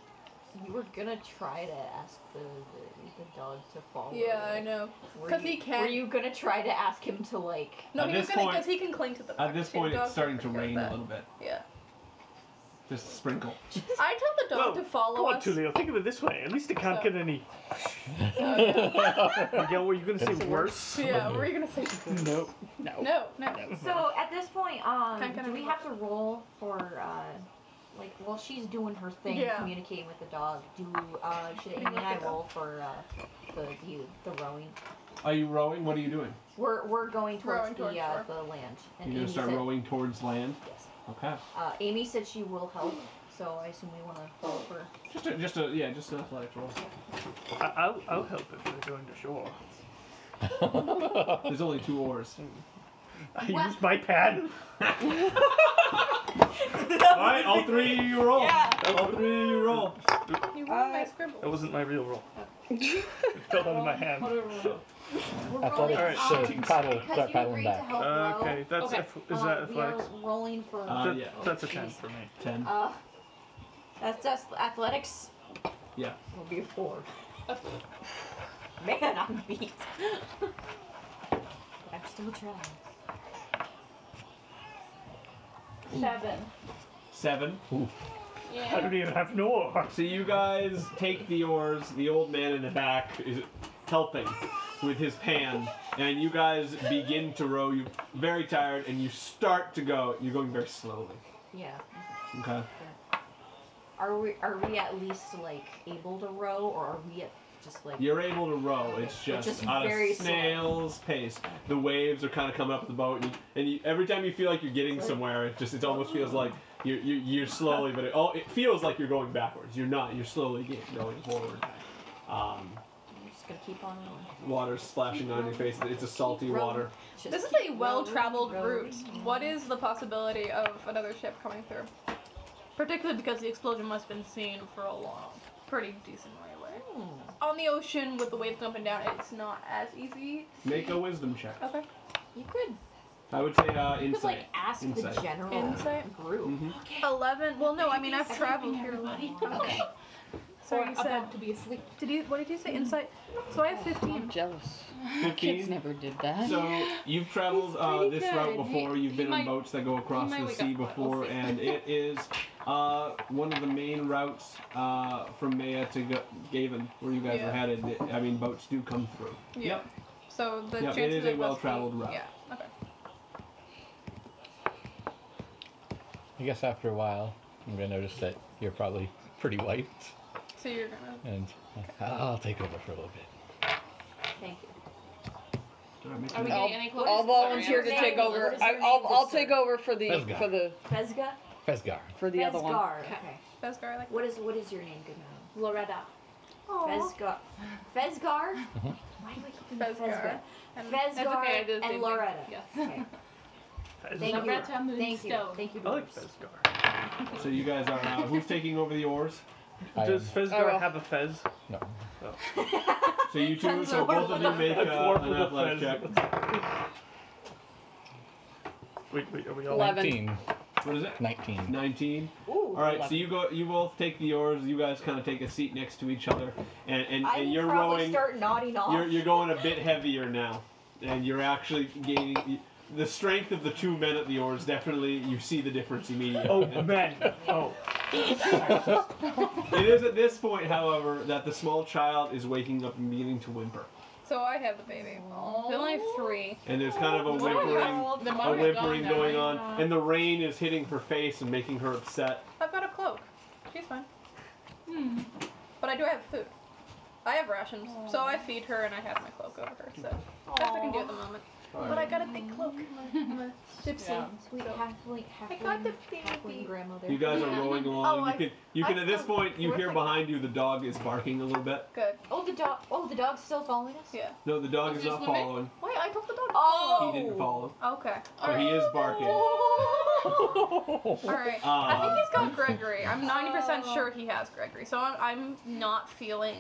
you were gonna try to ask the the, the dog to follow. Yeah, I know. Were 'Cause you- he can- Were you gonna try to ask him to like? No, At he was this gonna point- because he can cling to the. At this See, the point, dogs it's are starting to pretty good at rain that. a little bit. Yeah. Just a sprinkle. I tell the dog Whoa, to follow Come on, us. Tulio, think of it this way. At least it can't So- get any. Miguel, were you gonna say worse? Uh, Yeah, were you gonna say? Nope. No, no. Mhm. So at this point, um, Can't get do we him. have to roll for uh, like while she's doing her thing, Yeah. communicating with the dog? Do uh, should Amy and I roll for uh, the the the rowing? Are you rowing? What are you doing? We're we're going towards Rowing the towards uh, shore. the land. You're gonna Amy start said- rowing towards land. Yes. Okay. Uh, Amy said she will help, so I assume we want to roll for. Just a just a yeah, just an athletic roll. I, I'll, I'll help if we're going to shore. There's only two oars. I What? used my pad. Alright, all three of you roll. All three of you roll. You ruined my scribble. That wasn't my real roll. it fell out of my hand. We're Athletic, rolling, so um, paddle- because start you paddling agreed back. to help row, Uh, Okay, that's Okay. ath- is uh, that we are athletics? rolling for. Uh, That- yeah. That's a jeez. ten for me. Ten. Uh, that's that's athletics. Yeah. Will be a four. Man, I'm beat. but I'm still trying. Seven. Seven. I don't even have an oar. So you guys take the oars. The old man in the back is helping with his pan, and you guys begin to row. You're very tired, and you start to go. You're going very slowly. Yeah. Okay. Are we are we at least like able to row, or are we at just like? You're able to row. It's Which just, is on very a slow. snail's pace. The waves are kind of coming up the boat, and, you, and you, every time you feel like you're getting somewhere, it just it almost feels like you're you, you're slowly, but it, oh, it feels like you're going backwards. You're not. You're slowly get- going forward. Um, I'm just gonna keep on rowing. water splashing on your face. It's a salty Keep rowing. water. Just This is keep a rowing, well-traveled rowing, route. rowing. What is the possibility of another ship coming through? Particularly because the explosion must have been seen for a long, pretty decent way away. Hmm. On the ocean with the waves going up and down, it's not as easy. Make a wisdom check. Okay. You could I would say uh, you could like insight. ask the Insight. general Insight? group. Mhm. Eleven. Well, no, I mean I've traveled here. Everybody. Okay. Hmm. So you said to be asleep. did you? What did you say? Insight. So I have I'm fifteen. jealous. Kids 15. never did that. So you've traveled uh, Oh, pretty this good. route before. He- You've been he on might- boats that go across might the wake sea up, but we'll before, see. and it is uh, one of the main routes uh, from Maya to G- Gavin, where you guys Yeah. were headed. I mean, boats do come through. Yeah. So the Yep, it chances is a of us well-traveled being- route. Yeah. Okay. I guess after a while, I'm gonna notice that you're probably pretty white, uh, So you're gonna. and I'll take over for a little bit. Thank you. Did I make Are we a- getting any closer? I'll volunteer to name? take What over. is her I, I'll, I'll take over for the Fezgar. for the Fezga? Fesgar. for the other one. Fezgar, Okay. Fezgar, I like What is what is your name, good man? Loretta. Fezgar. Fezgar? Uh-huh. Why do I keep thinking Fezgar? Fezgar. And That's okay, I Fezgar did the same and thing. Loretta. Yes. Okay. Thank you. Loretta Thank you. Moonstone. Thank you. I like dwarves. Fezgar. So you guys are uh, who's taking over the oars? I Does am, Fezgar Oh, well. have a Fez? Oh. no. So you two, Depends so on both of what you make A uh, dwarf an athletic with check. a Fez. Wait, wait, are we all? Eleven. 19. What is it? 19. Nineteen. Ooh. All right, so you go. You both take the oars. You guys kind of take a seat next to each other, and and, I and will you're probably rowing. start nodding off. You're you're going a bit heavier now, and you're actually gaining the strength of the two men at the oars. Definitely, you see the difference immediately. Oh man. Oh. It is at this point, however, that the small child is waking up and beginning to whimper, So I have the baby. We only have three. and there's kind of a Why are we whimpering. all- Then why A would I go whimpering that going way? Oh on, and the rain is hitting her face and making her upset. I've got a cloak. She's fine. Hmm. But I do have food. I have rations, so I feed her and I have my cloak over her. So that's what I can do at the moment. But I got a big cloak. I'm a gypsy. Yeah. Sweet halfling, I halfling, got the baby. halfling grandmother. You guys are rolling Oh, along. I- you can, you can I at this thought- point, you where's hear my- behind you the dog is barking a little bit. Good. Oh, the dog. Oh, the dog's still following us. Yeah. No, the dog is Is not this women? following. Wait, I told the dog. Oh. He didn't follow, Okay. but he is barking. All right. I think Um, he's got Gregory. I'm 90% sure he has Gregory. So I'm, I'm not feeling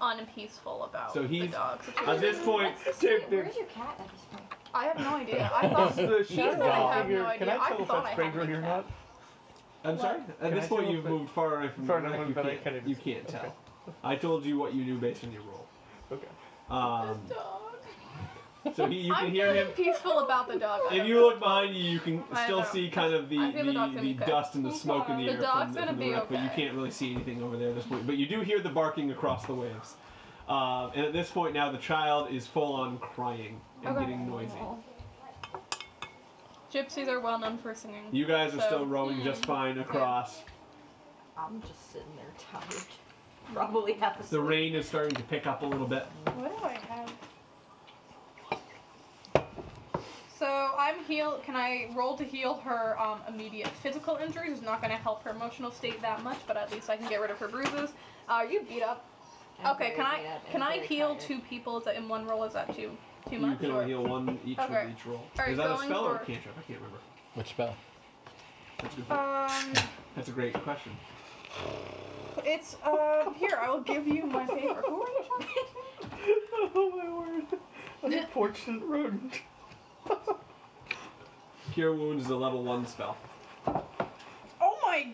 unpeaceful about So he's- the dog. at this point, What's this Dude, thing? dude. Where's your cat at this point? I have no idea. I thought the shadow I dog have figure. no Can idea. I I tell if thought I that's had Gregory my or cat. not? I'm sorry. At Can this I point, tell you've if it- moved far away from Far the enough wreck. You that I can't, can't you even see. can't Okay. tell. I told you what you knew based on your roll. Okay. Um, Dog. so he, you can I'm hear feeling him. peaceful about the dog. I If don't you know. look behind you, you can I still know. see kind of the I feel the dog's the, gonna the be good. dust and the smoke in the The air from dog's the, gonna from the be wreck, but you okay. can't really see anything over there at this point. But you do hear the barking across the waves. Um, and at this point now, the child is full on crying and Okay. getting noisy. Gypsies are well known for singing. You guys are So- mm. still rowing just fine across. I'm just sitting there tired. Probably half asleep. The rain is starting to pick up a little bit. What do I have? So I'm heal. Can I roll to heal her um, immediate physical injuries? It's not going to help her emotional state that much, but at least I can get rid of her bruises. Uh, Are you beat up? I'm okay. very Can I beat up and can I very heal tired. two people? Is that in one roll? Is that too too You much? can or- only heal one each Okay. with each roll. Alright, is that a going spell or a for- cantrip? I can't remember. Which spell? That's a, good point. Um, That's a great question. it's um here. I will give you my favor. Who are you talking? oh my word. An unfortunate Uh, rodent. Cure wounds is a level one spell. Oh my!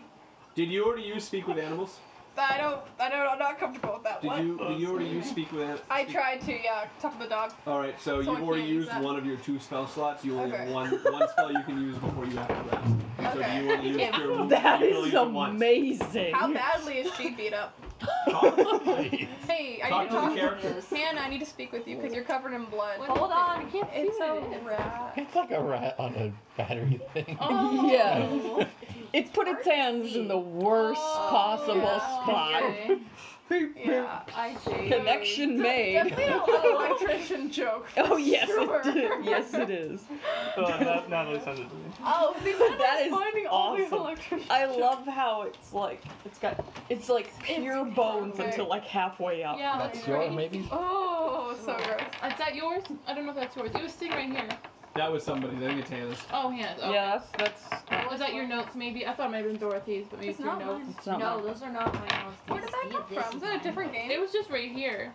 Did you already use speak with animals? I don't. I don't. I'm not comfortable with that Did one. you did you already use speak with animals? I tried to. Yeah, talk to the dog. All right, so, So I you've already can't use used that. one of your two spell slots. You only have Okay. one one spell you can use before you have to rest. So do Okay. you want to use Yeah. cure wounds? That you can only is use it once. amazing. How badly is she beat up? Hey, I Talk need to to the talk to character. Hannah, I need to speak with you because you're covered in blood. What- Hold on, I can't It's see what a it is. rat. It's like a rat on a battery thing. Oh. Yeah. It's put its hands in the worst Oh, possible yeah. spot. Okay. Beep, beep. Yeah, I see. Connection made. Definitely an electrician joke. for Oh yes, sure. it did. Yes, it is. Oh, that, now that sounded weird. Oh, see, That is finding all these awesome. electrician I love how it's like it's got it's like pure bones perfect. until like halfway up. Yeah, That's right. your maybe? Oh, so gross. Is that yours? I don't know if that's yours. It was sitting right here. That was somebody. I think it's Hannah's. Oh, Hannah's. Okay. Yeah, that's that's Was that your notes, maybe? I thought it might have been Dorothy's, but maybe It's it's your not notes. mine. it's not No, mine. those are not my notes. Where did that These- come this from? Is it a mine. different game? It was just right here.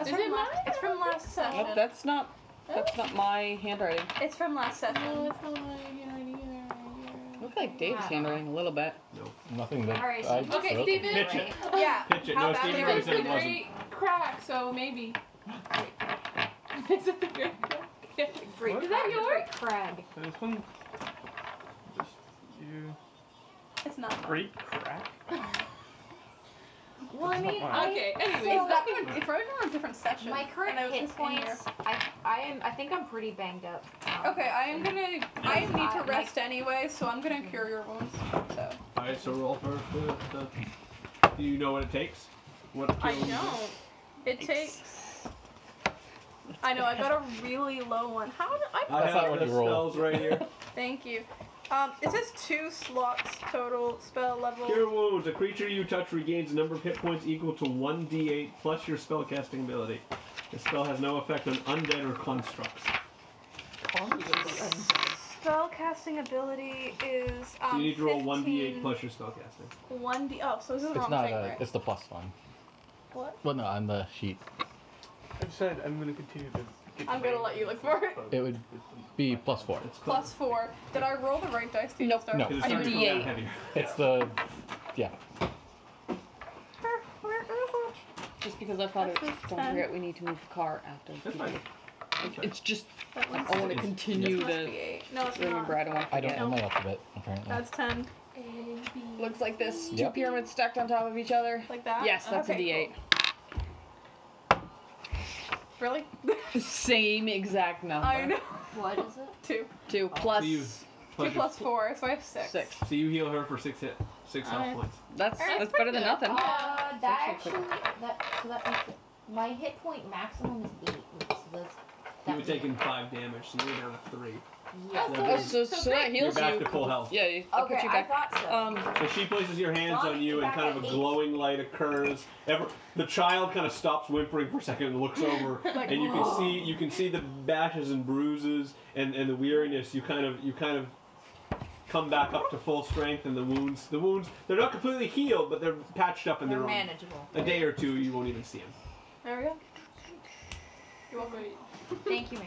it's is from it last, mine? It's from last session. Nope, that's not that's not my handwriting. It's from last No, session. it's not mine. Yeah, right here. Looks like Dave's handwriting a little bit. Nothing that All right, so I you- just Okay, wrote. Steven. Pitch it. Yeah. Pitch it. How No, bad Steven they already It's said the it wasn't. great crack, so maybe. Is it the great crack? Yeah. Great Is that crag, yours? Great crag. This one. Just you. It's not. mine. Great crack. Well, I That's not mean, mine. I, Okay, It's anyways. that one. It's probably from a different session. my current and I was hit just in here. points. I, I am. I think I'm pretty banged up. Um, Okay, I am gonna. I need Uh, to like- rest anyway, so I'm gonna cure your wounds. So All right, so roll for the, the. Do you know what it takes? What I cure wounds is? don't. It takes I know, I got a really low one. How did I? I That's not have what the you roll. spells right here. Thank you. Um, it says two slots total spell level. Cure wounds. A creature you touch regains a number of hit points equal to 1d8 plus your spellcasting ability. The spell has no effect on undead or constructs. Spell casting ability is um. So you need to roll 15 1d8 plus your spellcasting. One d. Oh, so this is the It's wrong not thing, a. right? It's the plus one. What? Well, no, on the sheet I decided I'm gonna continue to. get I'm gonna let you look for it. it would be plus four. It's Plus four. Did I roll the right dice? to Nope. start? No. Because it's I starting to didn't. come down heavier. It's the. Yeah. Where- where is it? Just because I thought it. This is Don't ten. forget, we need to move the car after. That's people. fine. It's- It's just. That I one's want to It's- continue must be to eight. No, it's remember. not. I don't want to I don't forget. know my alphabet apparently. That's ten. Looks like this. Two Yep. pyramids stacked on top of each other. Like that. Yes, that's okay, a D8. cool. Really? Same exact number. I know. What is it? Two. Two plus So you- Two Plus your- plus four, so I have six. six. So you heal her for six hit, six All right. health points. That's Alright, that's better than nothing. Uh, that actually actually, that so that makes it. My hit point maximum is eight. So that's. You that were would- taking five damage, so you're down to three. Yeah. So Oh, that means- so, so that you're heals back you. to full health. Yeah, you- I'll Okay, put you I back. thought so. Um, So she places your hands on you, and kind of a glowing light occurs. Ever, the child kind of stops whimpering for a second and looks over, and you can see you can see the bashes and bruises and, and the weariness. You kind of you kind of come back up to full strength, and the wounds the wounds they're not completely healed, but they're patched up and they're they're, manageable. on. A day or two, you won't even see them. There we go. You're welcome. Thank you, ma'am.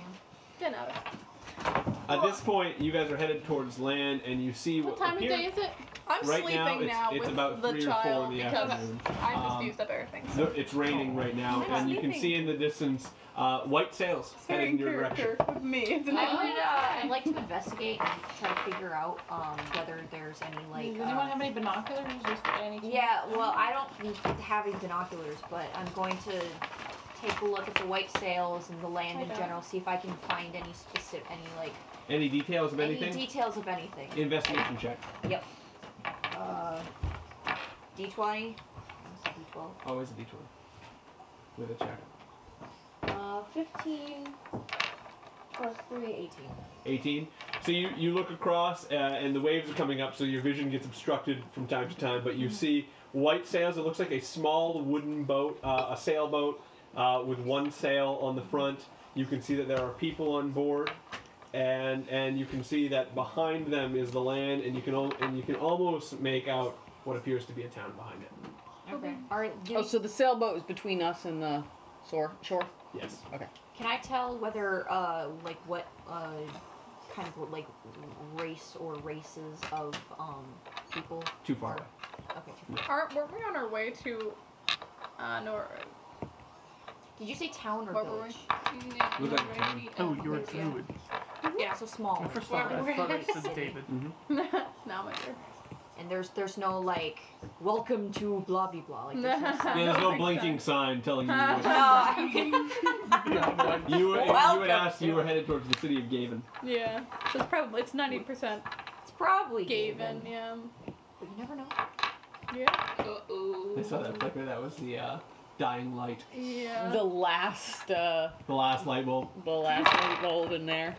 Ten out of At this point, you guys are headed towards land, and you see What what, time of appear- day is it? I'm right sleeping now. It's, now it's with about the three or child four in the because afternoon. I just Um, used up everything. So. No, It's raining right now, I'm and you can sleeping. see in the distance uh, white sails headed in Sharing your direction. character with me. It's I not- would, uh, I'd like to investigate and try to figure out um, whether there's any like. Does anyone uh, have any binoculars? Just any Yeah, well, I don't have any binoculars, but I'm going to take a look at the white sails and the land I in don't. general, see if I can find any specific, any like Any details of any anything? details of anything. Investigation check. Uh, D20. I said D12. Always a detour. With a check. Uh, 15 plus 3, 18. 18. So you, you look across, uh, and the waves are coming up, so your vision gets obstructed from time to time, but you see white sails. It looks like a small wooden boat, uh, a sailboat uh, with one sail on the front. You can see that there are people on board. And, and you can see that behind them is the land, and you can al- and you can almost make out what appears to be a town behind it. Okay. All right. Do, oh, so the sailboat is between us and the shore. Shore. Yes. Can I tell whether, uh, like what, uh, kind of like race or races of um people? Too far. Okay. too far. Aren't, weren't we on our way to uh, Nor- Did you say town or What were we? village? Look at the town. Oh, you're a druid. Yeah, so Oh, small. I small. forgot. I thought it said David. now my dear. And there's there's no like welcome to blah blah blah. Like there's no Yeah, there's Don't no make blinking sense. sign telling you. Uh, what- You were, if you Welcome had asked, you were headed towards the city of Gavin. Yeah, so it's probably it's ninety percent it's probably Gavin. Yeah, But you never know. yeah, Oh, I saw that flicker. That was the uh, dying light, yeah. The last, uh, the last light bulb. the last light bulb in there.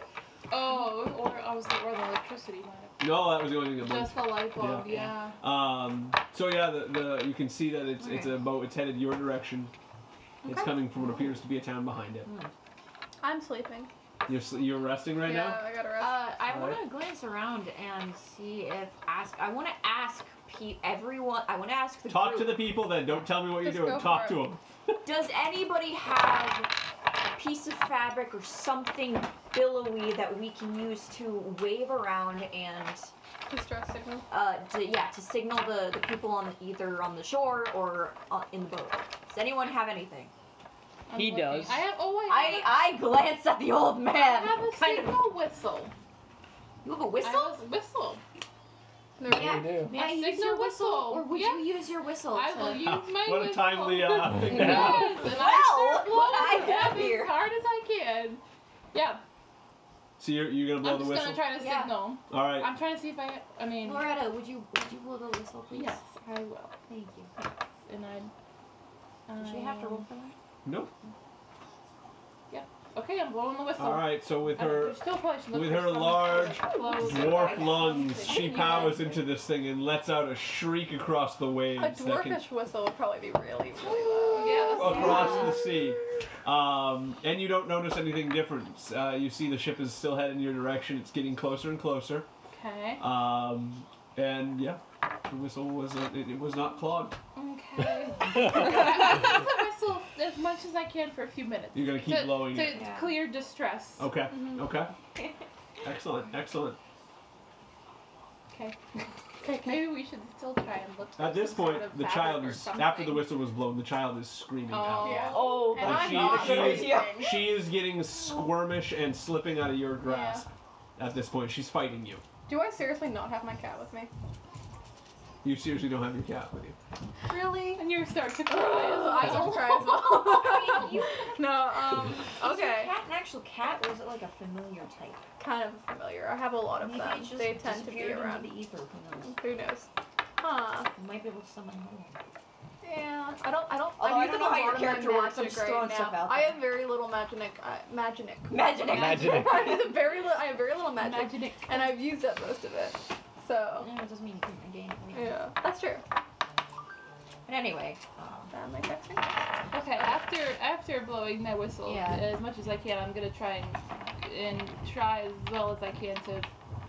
Oh, or I was or the electricity might No, that was the only thing have. that Just blinked. the light bulb, yeah. Um, so yeah, the, the you can see that it's it's a boat. It's headed your direction. It's Okay. coming from what appears to be a town behind it. I'm sleeping. You're sl- you're resting right yeah, now. I gotta rest. Uh, I All want to glance around and see if ask. I want to ask pe- everyone. I want to ask the Talk to group, the people then. Don't tell me what you're Just doing. go Talk for to it. them. Does anybody have a piece of fabric or something billowy that we can use to wave around and Distress signal. uh, to, yeah, to signal the, the people on either on the shore or uh, in the boat. Does anyone have anything? I'm He looking. does. I have. Oh, wait. I I glance at the old man. I have a kind signal of. whistle. You have a I whistle? have a whistle. What do you do? May I use signal your whistle? or would Yeah. you use your whistle? I to- will use my what whistle. a timely uh, thing to Yes, and have. Well, I sure what blow I have it here. as hard as I can. Yeah, So you're you're gonna blow I'm the just whistle. gonna try to Yeah. signal. All right. I'm trying to see if I. I mean, Loretta, would you would you blow the whistle, please? yes, I will. Thank you. And I. Does she have to roll for that? Nope. Yep. Okay, I'm blowing the whistle. All right, so with I don't- her there's still probably some with liquor her some- large Hello. dwarf lungs, she Yeah. powers into this thing and lets out a shriek across the A waves that can, dwarfish whistle would probably be really, really loud. Yeah, that's- across the sea. Um, and you don't notice anything different. Uh, you see the ship is still heading your direction. It's getting closer and closer. Okay. Um, and yeah, the whistle was uh it, it was not clogged. Okay. I whistle as much as I can for a few minutes. You're gonna keep to, blowing to it. Yeah. clear distress. Okay. Mm-hmm. Okay. Excellent. Excellent. Okay. Maybe we should still try and look. for At this some point, sort of the fabric child or is after the something. whistle was blown. The child is screaming Oh. out. Yeah. Oh, And Like I'm she, not she, very is, she is getting squirmish and slipping out of your grasp at this point. She's fighting you. Do I seriously not have my cat with me? You seriously don't have your cat with you. Really? And you start to cry. I don't cry as I well. mean, you, no, um, is your okay. cat an actual cat, or is it like a familiar type? Kind of familiar. I have a lot of Maybe them. it just They tend to be disappeared around. into the ether. Who knows? Who knows? Huh. We might be able to summon more. Yeah. I don't. I don't. Although I I'm using don't know a how your lot of my character works, I'm magic just throwing right stuff now. out I there. have very little magic. Uh, magic. Magic. Magic. I have very little. I have very little magic, Imagine it. and I've used up most of it. So. No, it doesn't mean you couldn't regain it. Yeah. That's true. But anyway, um, Um, like that's true. Okay, after after blowing my whistle Yeah. as much as I can, I'm gonna try and and try as well as I can to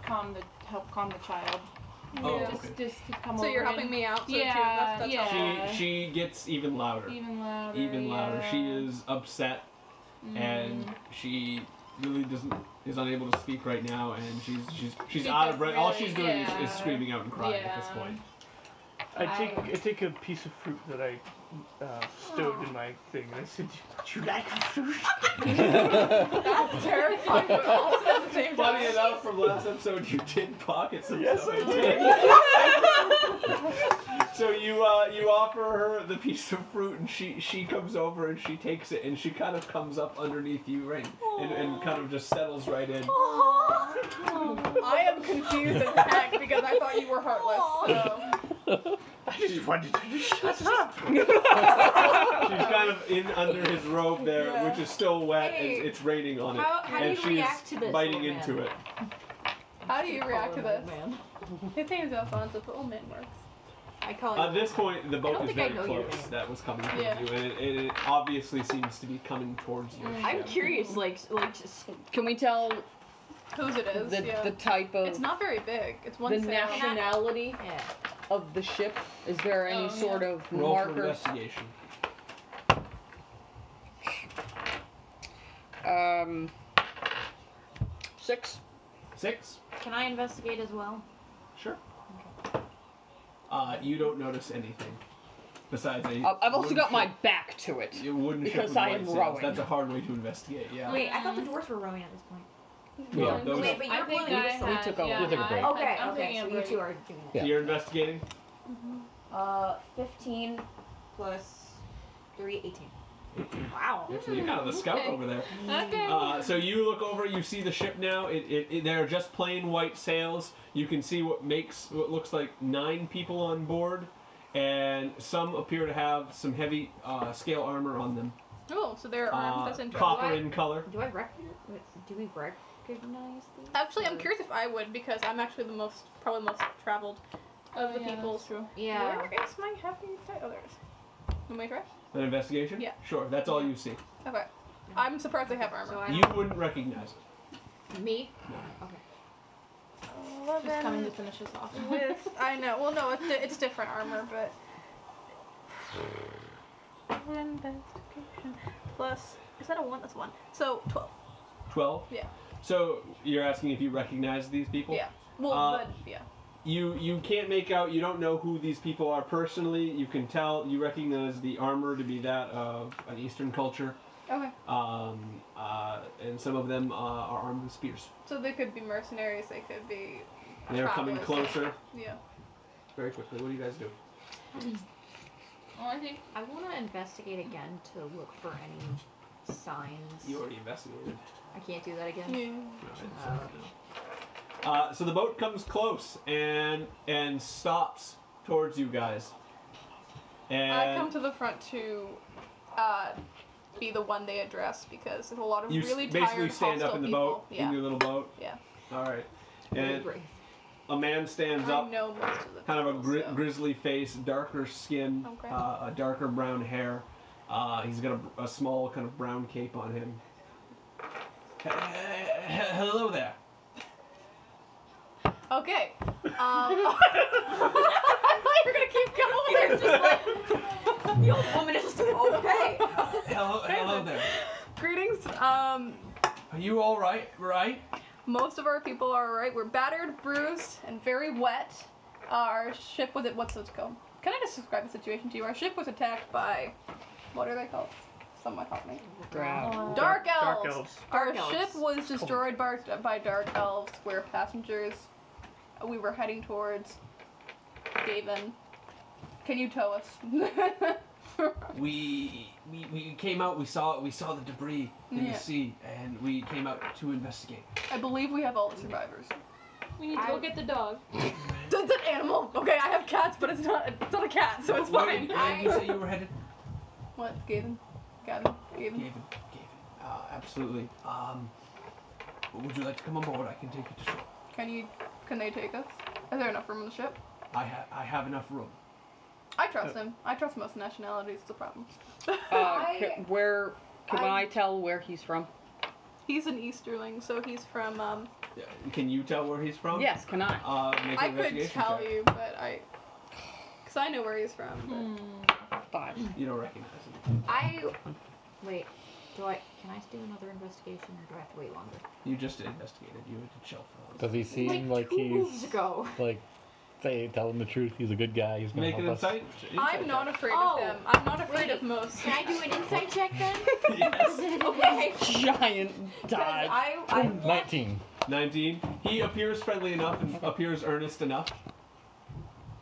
calm the help calm the child. Oh, Yeah. Just okay. just to come So over you're helping and- me out. So the two of us, Yeah, that's yeah. helpful. She she gets even louder. even louder. Even louder. She yeah. is upset Mm. and she really doesn't is unable to speak right now and she's she's she's She out of just breath. All really- she's doing yeah. is, is screaming out and crying at this Yeah. point. I I- take I take a piece of fruit that I uh, stowed in my thing, and I said, "Do you like fruit?" That's terrifying, but also at the same Funny time. enough, from last episode, you did pocket some Yes, stuff. I did. So you uh, you offer her the piece of fruit, and she she comes over and she takes it, and she kind of comes up underneath you, right, and, and kind of just settles right in. I am confused as heck because I thought you were heartless. So. I just wanted you to shut up. She's kind of in under his robe there, Yeah. which is still wet. Hey, It's, it's raining on it, how- how do and you she's react to this, biting old man? into it. How do you react to this? Man. His name's Alfonso, but old man works. I call At this point, the boat don't is think I very know your close. name. That was coming towards Yeah. you, and it, it, it obviously seems to be coming towards you. Mm. I'm curious, like, like, s- can we tell Whose it is? the, yeah. the type of It's not very big. It's one the sail. nationality Yeah. of the ship? Is there any Oh, yeah. sort of Roll for markers? investigation. Um, six. Six. Can I investigate as well? Sure. Uh, you don't notice anything besides a. Uh, I've also wooden got my ship- back to it. a wooden ship because with I white am sails. rowing. That's a hard way to investigate. Yeah. Wait, I thought the dwarves were rowing at this point. Yeah, Well, those- Wait, but I you're think blowing I the whistle. had, took a- yeah, You took a I- break. Okay, I'm okay, taking so a you break. two are doing that. Yeah. You're investigating. Uh, 15 plus 3, 18. Wow. So you're kind of the scout over there. Okay. Uh, so you look over. You see the ship now. It, it, it they are just plain white sails. You can see what makes what looks like nine people on board, and some appear to have some heavy uh, scale armor on them. Oh, so there are arms. Uh, That's interesting. copper in color. Do I rec- do we recognize these? Actually, I'm Or- curious if I would because I'm actually the most, probably most traveled of the yeah, people. that's true. Yeah. Where is my happy side? Oh, there it is. Am I right? An investigation. Yeah. Sure. That's all you see. Okay. I'm surprised I have armor. So I You wouldn't recognize it. don't- me? She's coming to finish us off. with I know. Well, no, it's, di- it's different armor, but investigation plus is that a one? That's one. So twelve. 12? Yeah. So you're asking if you recognize these people? Yeah. Well, Uh, but yeah. You you can't make out. You don't know who these people are personally. You can tell. You recognize the armor to be that of an Eastern culture. Okay. Um, uh, and some of them uh, are armed with spears. So they could be mercenaries. They could be They're coming Travelers. closer yeah. very quickly. What do you guys do? Oh, I think I want to investigate again to look for any signs. You already investigated. I can't do that again. Yeah. Uh, so the boat comes close and and stops towards you guys. And I come to the front to uh, be the one they address because there's a lot of You s- really basically tired, stand hostile up in the people. boat, in your Yeah, little boat. yeah. All right. Really And brave. a man stands I up, know most of the kind of a people, gri- so. grizzly face, darker skin, Okay. uh, a darker brown hair. Uh, he's got a, a small kind of brown cape on him. "He- he- he- Hello there. Okay. Um, I thought you were gonna keep going. just like, The old woman is just okay. Hello, hello there. Greetings. Um, Are you all right? Right? most of our people are alright. We're battered, bruised, and very wet. Uh, Our ship was at what's it called? Can I just describe the situation to you? Our ship was attacked by what are they called? Someone help me. Grab. oh, Dark elves. Dark elves. Our Dark elves. ship was destroyed by, by dark elves. We're passengers. We were heading towards Gavin. Can you tow us? We, we we came out. We saw we saw the debris in Yeah. the sea, and we came out to investigate. I believe we have all the survivors. We need to go get the dog. It's an animal. Okay, I have cats, but it's not it's not a cat, so it's Where fine. did- where did you say you were headed? What? Gavin? Gavin? Gavin? Gavin, Gavin. Uh, absolutely. Um, would you like to come on board? I can take you to shore. Can you? Can they take us? Is there enough room on the ship? I have I have enough room. I trust Uh. them. I trust most nationalities. It's a problem. Uh, Oh, I- ca- where can I- I tell where he's from? he's an Easterling, so he's from. Um, Yeah, Can you tell where he's from? Yes, can I? Uh, make an I could investigation tell check. you, but I, cause I know where he's from. Hmm. but- Hmm. Five. You don't recognize him. I wait. Do I? Can I do another investigation, or do I have to wait longer? You just investigated. You went to chill for a little Does he seem like, two moves he's ago. like, say, tell him the truth? He's a good guy. He's bit. gonna Make help an us. insight. I'm not afraid Oh, of them. I'm not afraid wait. of most. Can I do an insight check then? yes. okay. Giant dive. I, I want- 19. Nineteen. He appears friendly enough and appears earnest enough.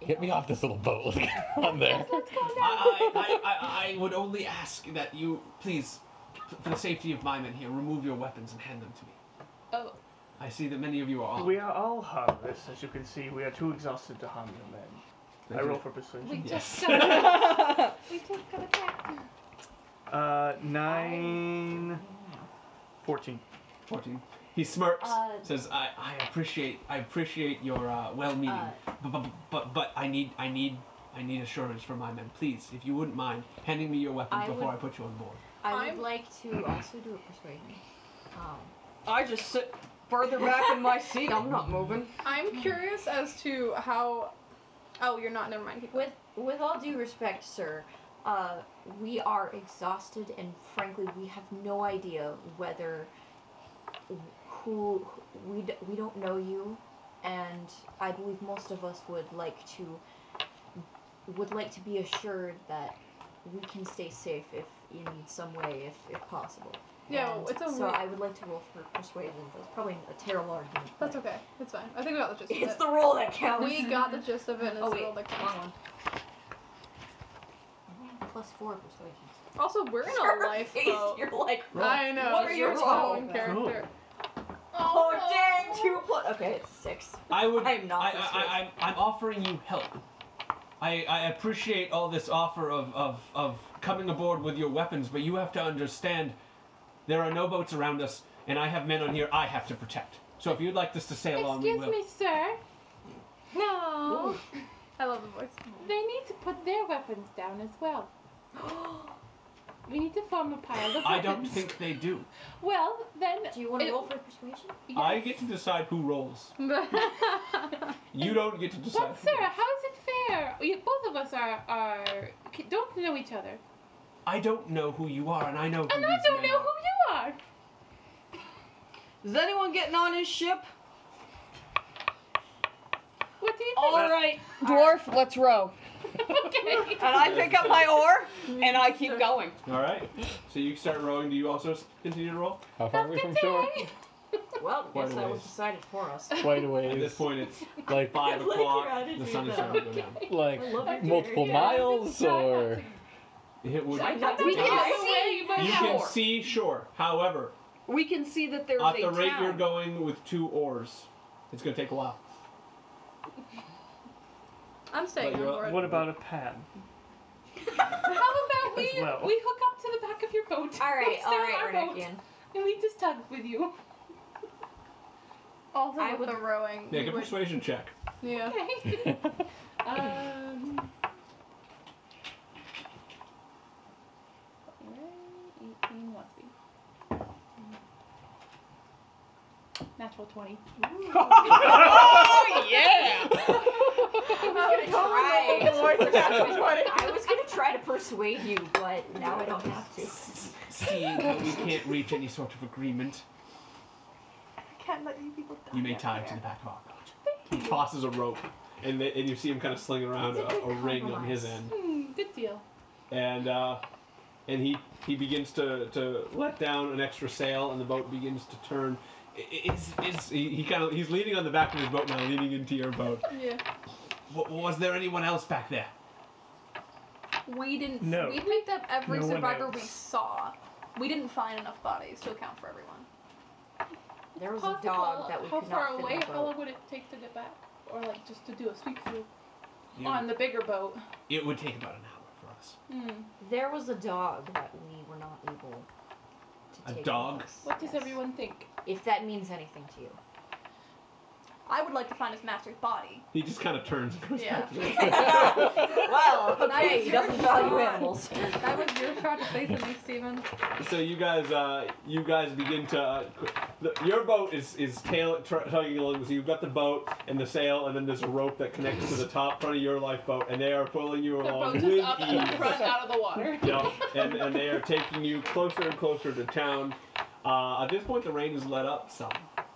Get me off this little boat. Let's get on there. I, I, I, I- I would only ask that you, please, for the safety of my men here, remove your weapons and hand them to me. Oh. I see that many of you are armed. We are all harmless, as you can see. We are too exhausted to harm the men. Thank I you. roll for persuasion. Yes. we just got attacked. Uh, nine. 14. 14. He smirks, Uh, says, I, I appreciate, I appreciate your uh, well-meaning, Uh, but, but, but, but I need, I need, I need assurance from my men. Please, if you wouldn't mind, handing me your weapons I before would- I put you on board. I I'm- would like to also do a persuasion. Um, I just sit further back in my seat. I'm not moving. I'm Hmm. curious as to how. Oh, you're not. Never mind. with with all due respect, sir, uh, we are exhausted, and frankly, we have no idea whether who we d- we don't know you, and I believe most of us would like to would like to be assured that we can stay safe if in some way if, if possible. Yeah, And it's a so weird- I would like to roll for persuasion. That's probably a terrible argument. That's but okay. It's fine. I think we got the gist It's of it. the roll that counts. We got the gist of it. And it's Oh, the wait, roll that counts. wrong one. Plus four persuasion. Also, we're in a lifeboat. You're like, I know. What are your your roll? own character? oh, dang, two plus. Okay, it's six. I would. I am not I, persuaded. I, am I'm offering you help. I, I appreciate all this offer of, of, of coming aboard with your weapons, but you have to understand there are no boats around us, and I have men on here I have to protect. So if you'd like us to stay along, we Excuse will. me, sir. No. I love the voice. They need to put their weapons down as well. We need to form a pile of I weapons. don't think they do. Well, then. Do you want to it- roll for persuasion? yes. I get to decide who rolls. You don't get to decide. But who sir, rolls. how is it fair? We, both of us are are c- don't know each other, I don't know who you are, and I know who and I these don't men know are. who you are. Is anyone getting on his ship? What do you think? All right, dwarf, let's row. okay. And I pick up my oar and I keep going. All right. So you start rolling. Do you also s- continue to roll? How far are we from shore? Well, Quite yes, a that was ways. decided for us. Quite a At this ways. point, it's Like, five Like, o'clock. how did The you sun is know? starting to go down. like I love it. multiple Yeah. miles or It would. I not We die? can Away, see. but You yeah. can Sure. see shore. However, We can see that there's at a the rate town. you're going with two oars, it's going to take a while. I'm staying But you're- on board. What about a pan? How about we As well. we hook up to the back back of your boat. All right, Don't all sail right, our boat. Renekton. And we just tug with you. Also I with would- the rowing. Make we a would- persuasion check. Yeah. Okay. um. Eighteen must be. Natural twenty. Oh yeah! I was gonna try. I was gonna try to persuade you, but now I don't have to. Seeing that we can't reach any sort of agreement, I can't let you people die. you may tie it to the back of our boat. He tosses a rope, and, th- and you see him kind of slinging around a, a ring on his end. Hmm, good deal. and uh, and he he begins to, to let down an extra sail, and the boat begins to turn. I- i- Is is he, he kind of he's leaning on the back of his boat now, leaning into your boat. Yeah. W- was there anyone else back there? We didn't. No. We picked up every No one survivor we else. saw. We didn't find enough bodies to account for everyone. There was a Possible, dog that we how could far not fit away? in the How boat. long would it take to get back, or like just to do a sweep through You- on the bigger boat? It would take about an hour for us. Hmm. There was a dog that we were not able to A take. dog? with us. What does Yes. everyone think? If that means anything to you. I would like to find his master's body. He just kind of turns and goes Yeah. back to the Wow. okay, he doesn't value animals. That was your shot to say something, Steven. So you guys, uh, you guys begin to. Uh, qu- the, your boat is is tail tr- tugging along. So you've got the boat and the sail, and then there's a rope that connects to the top front of your lifeboat, and they are pulling you Their along boat with is up ease. and run out of the water. Yeah, and, and they are taking you closer and closer to town. Uh, at this point, the rain has let up some,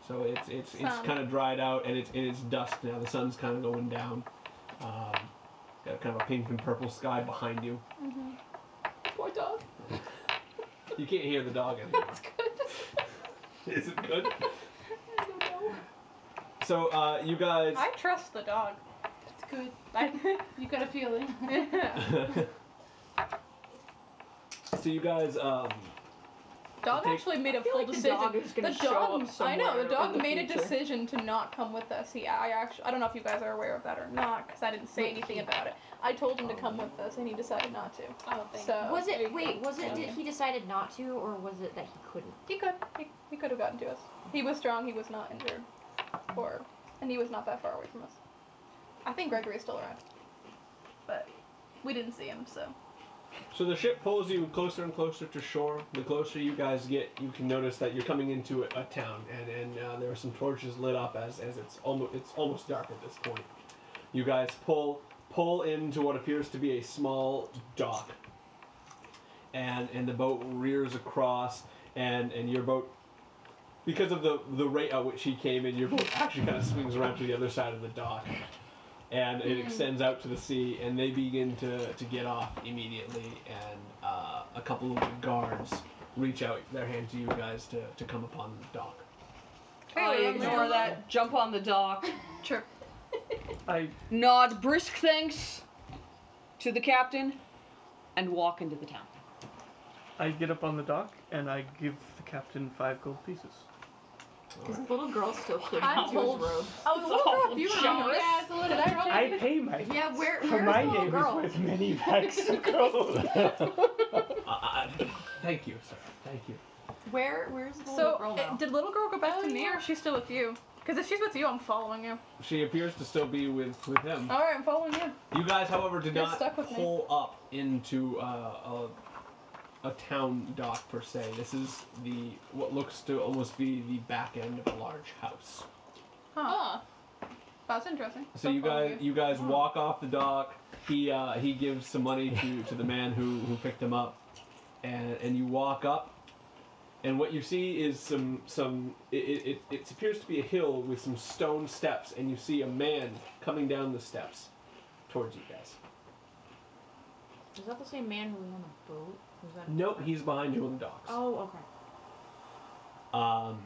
so it's it's it's Some. kind of dried out, and it's and it's dusk now. The sun's kind of going down. Um, got kind of a pink and purple sky behind you. Poor dog. You can't hear the dog anymore. That's good. Is it good? I don't know. So uh, you guys. I trust the dog. That's good. I, you got a feeling. so you guys. Um, Dog Okay. actually made a I feel full like the decision. dog is gonna The show dog- up I know somewhere the dog in the made a future. decision to not come with us. He, I actually, I don't know if you guys are aware of that or not, because I didn't say Wait, anything he- about it. I told him to come with us, and he decided not to. oh, thank So Was there it you wait, was it Yeah. did he decided not to or was it that he couldn't? He could, he, he could have gotten to us. He was strong. He was not injured, or, and he was not that far away from us. I think Gregory is still around, but we didn't see him, so. so the ship pulls you closer and closer to shore. The closer you guys get, you can notice that you're coming into a, a town, and and uh, there are some torches lit up as as it's almost it's almost dark at this point. You guys pull pull into what appears to be a small dock, and and the boat rears across, and and your boat. Because of the the rate at which he came in, your boat actually kind of swings around to the other side of the dock, and Mm-hmm. it extends out to the sea, and they begin to, to get off immediately, and uh, a couple of the guards reach out their hand to you guys to, to come upon the dock. I ignore that. Jump on the dock. Sure. I Nod brisk thanks to the captain, and walk into the town. I get up on the dock and I give the captain five gold pieces. This little girl still holding I'm onto his old. robe. Oh, the little girl, if you remember this? yeah, it's a little Did I roll I pay my. Yeah, where For where's my the little name girl? is with many bags of gold. Uh, uh, thank you, sir. Thank you. Where where's the little So, girl it- now? did little girl Oh, go back to me, or is she still with you? Because if she's with you, I'm following you. She appears to still be with, with him. All right, I'm following you. You guys, however, did You're not stuck with me. pull up into uh, a, a town dock per se. This is the what looks to almost be the back end of a large house. Huh. That's interesting. So you guys, you guys walk off the dock. He uh, he gives some money to, to the man who, who picked him up, and and you walk up, and what you see is some some it it, it, it appears to be a hill with some stone steps, and you see a man coming down the steps towards you guys. Is that the same man who was on the boat? Was that Nope, he's behind you on the docks. Oh, okay. Um,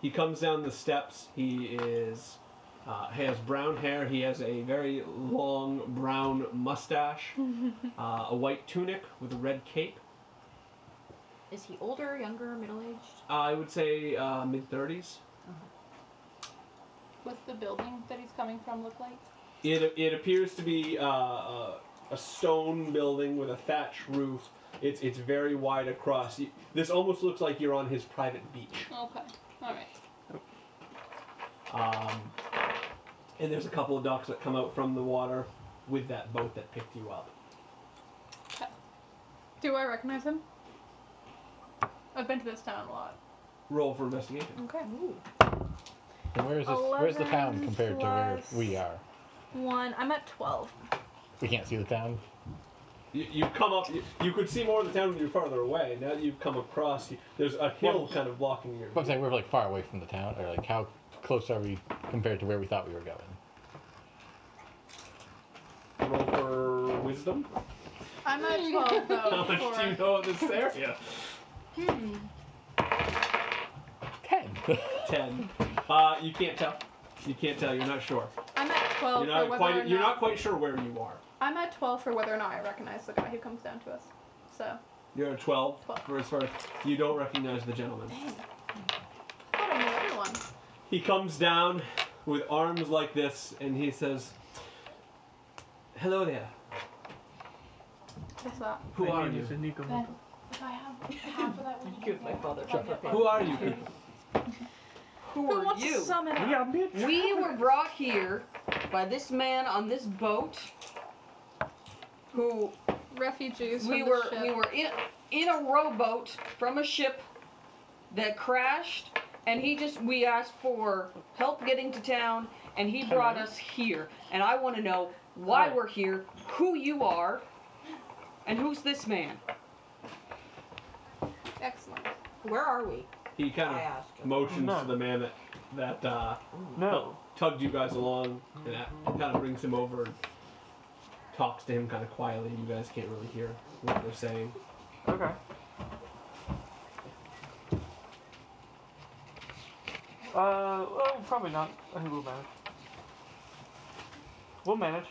he comes down the steps. He is uh, he has brown hair. He has a very long brown mustache, uh, a white tunic with a red cape. Is he older, younger, middle aged? I would say uh, mid thirties. What's the building that he's coming from look like? uh, It it appears to be uh, a a stone building with a thatch roof. It's it's very wide across. You- This almost looks like you're on his private beach. Okay. All right. Um, and there's a couple of ducks that come out from the water with that boat that picked you up. Do I recognize him? I've been to this town a lot. Roll for investigation. Okay. And where's this? Where's the town 11 compared to where plus- we are? One. I'm at twelve. We can't see the town. You, you've come up. You, you could see more of the town when you're farther away. Now that you've come across, you, there's a hill kind of blocking your. But I'm saying we're like far away from the town, or like how close are we compared to where we thought we were going? Roll for wisdom. I'm at twelve How though. much do you for- know of this area? Ten. Ten. Uh, you can't tell. You can't tell. You're not sure. I'm at twelve You're Oh, not for whether or quite. not. You're not quite sure where you are. I'm at twelve for whether or not I recognize the guy who comes down to us. So. You're at 12. Twelve. For as far as you don't recognize the gentleman. Dang. Thought I knew everyone. He comes down with arms like this, and he says, "Hello there. What's that? Who are you? Then, if I have half of that, would you Give my brother chocolate. Who are you? Who Who wants to summon him? We were brought here by this man on this boat who Refugees. from we the were ship. we were in in a rowboat from a ship that crashed and he just we asked for help getting to town and he brought us here and I want to know why Alright. we're here, who you are, and who's this man? Excellent. Where are we? He kind I uh, of asked him. motions No. to the man that that uh, No. tugged you guys along, and that kind of brings him over and talks to him kind of quietly. You guys can't really hear what they're saying. Okay. Uh, well, probably not. I think we'll manage. We'll manage.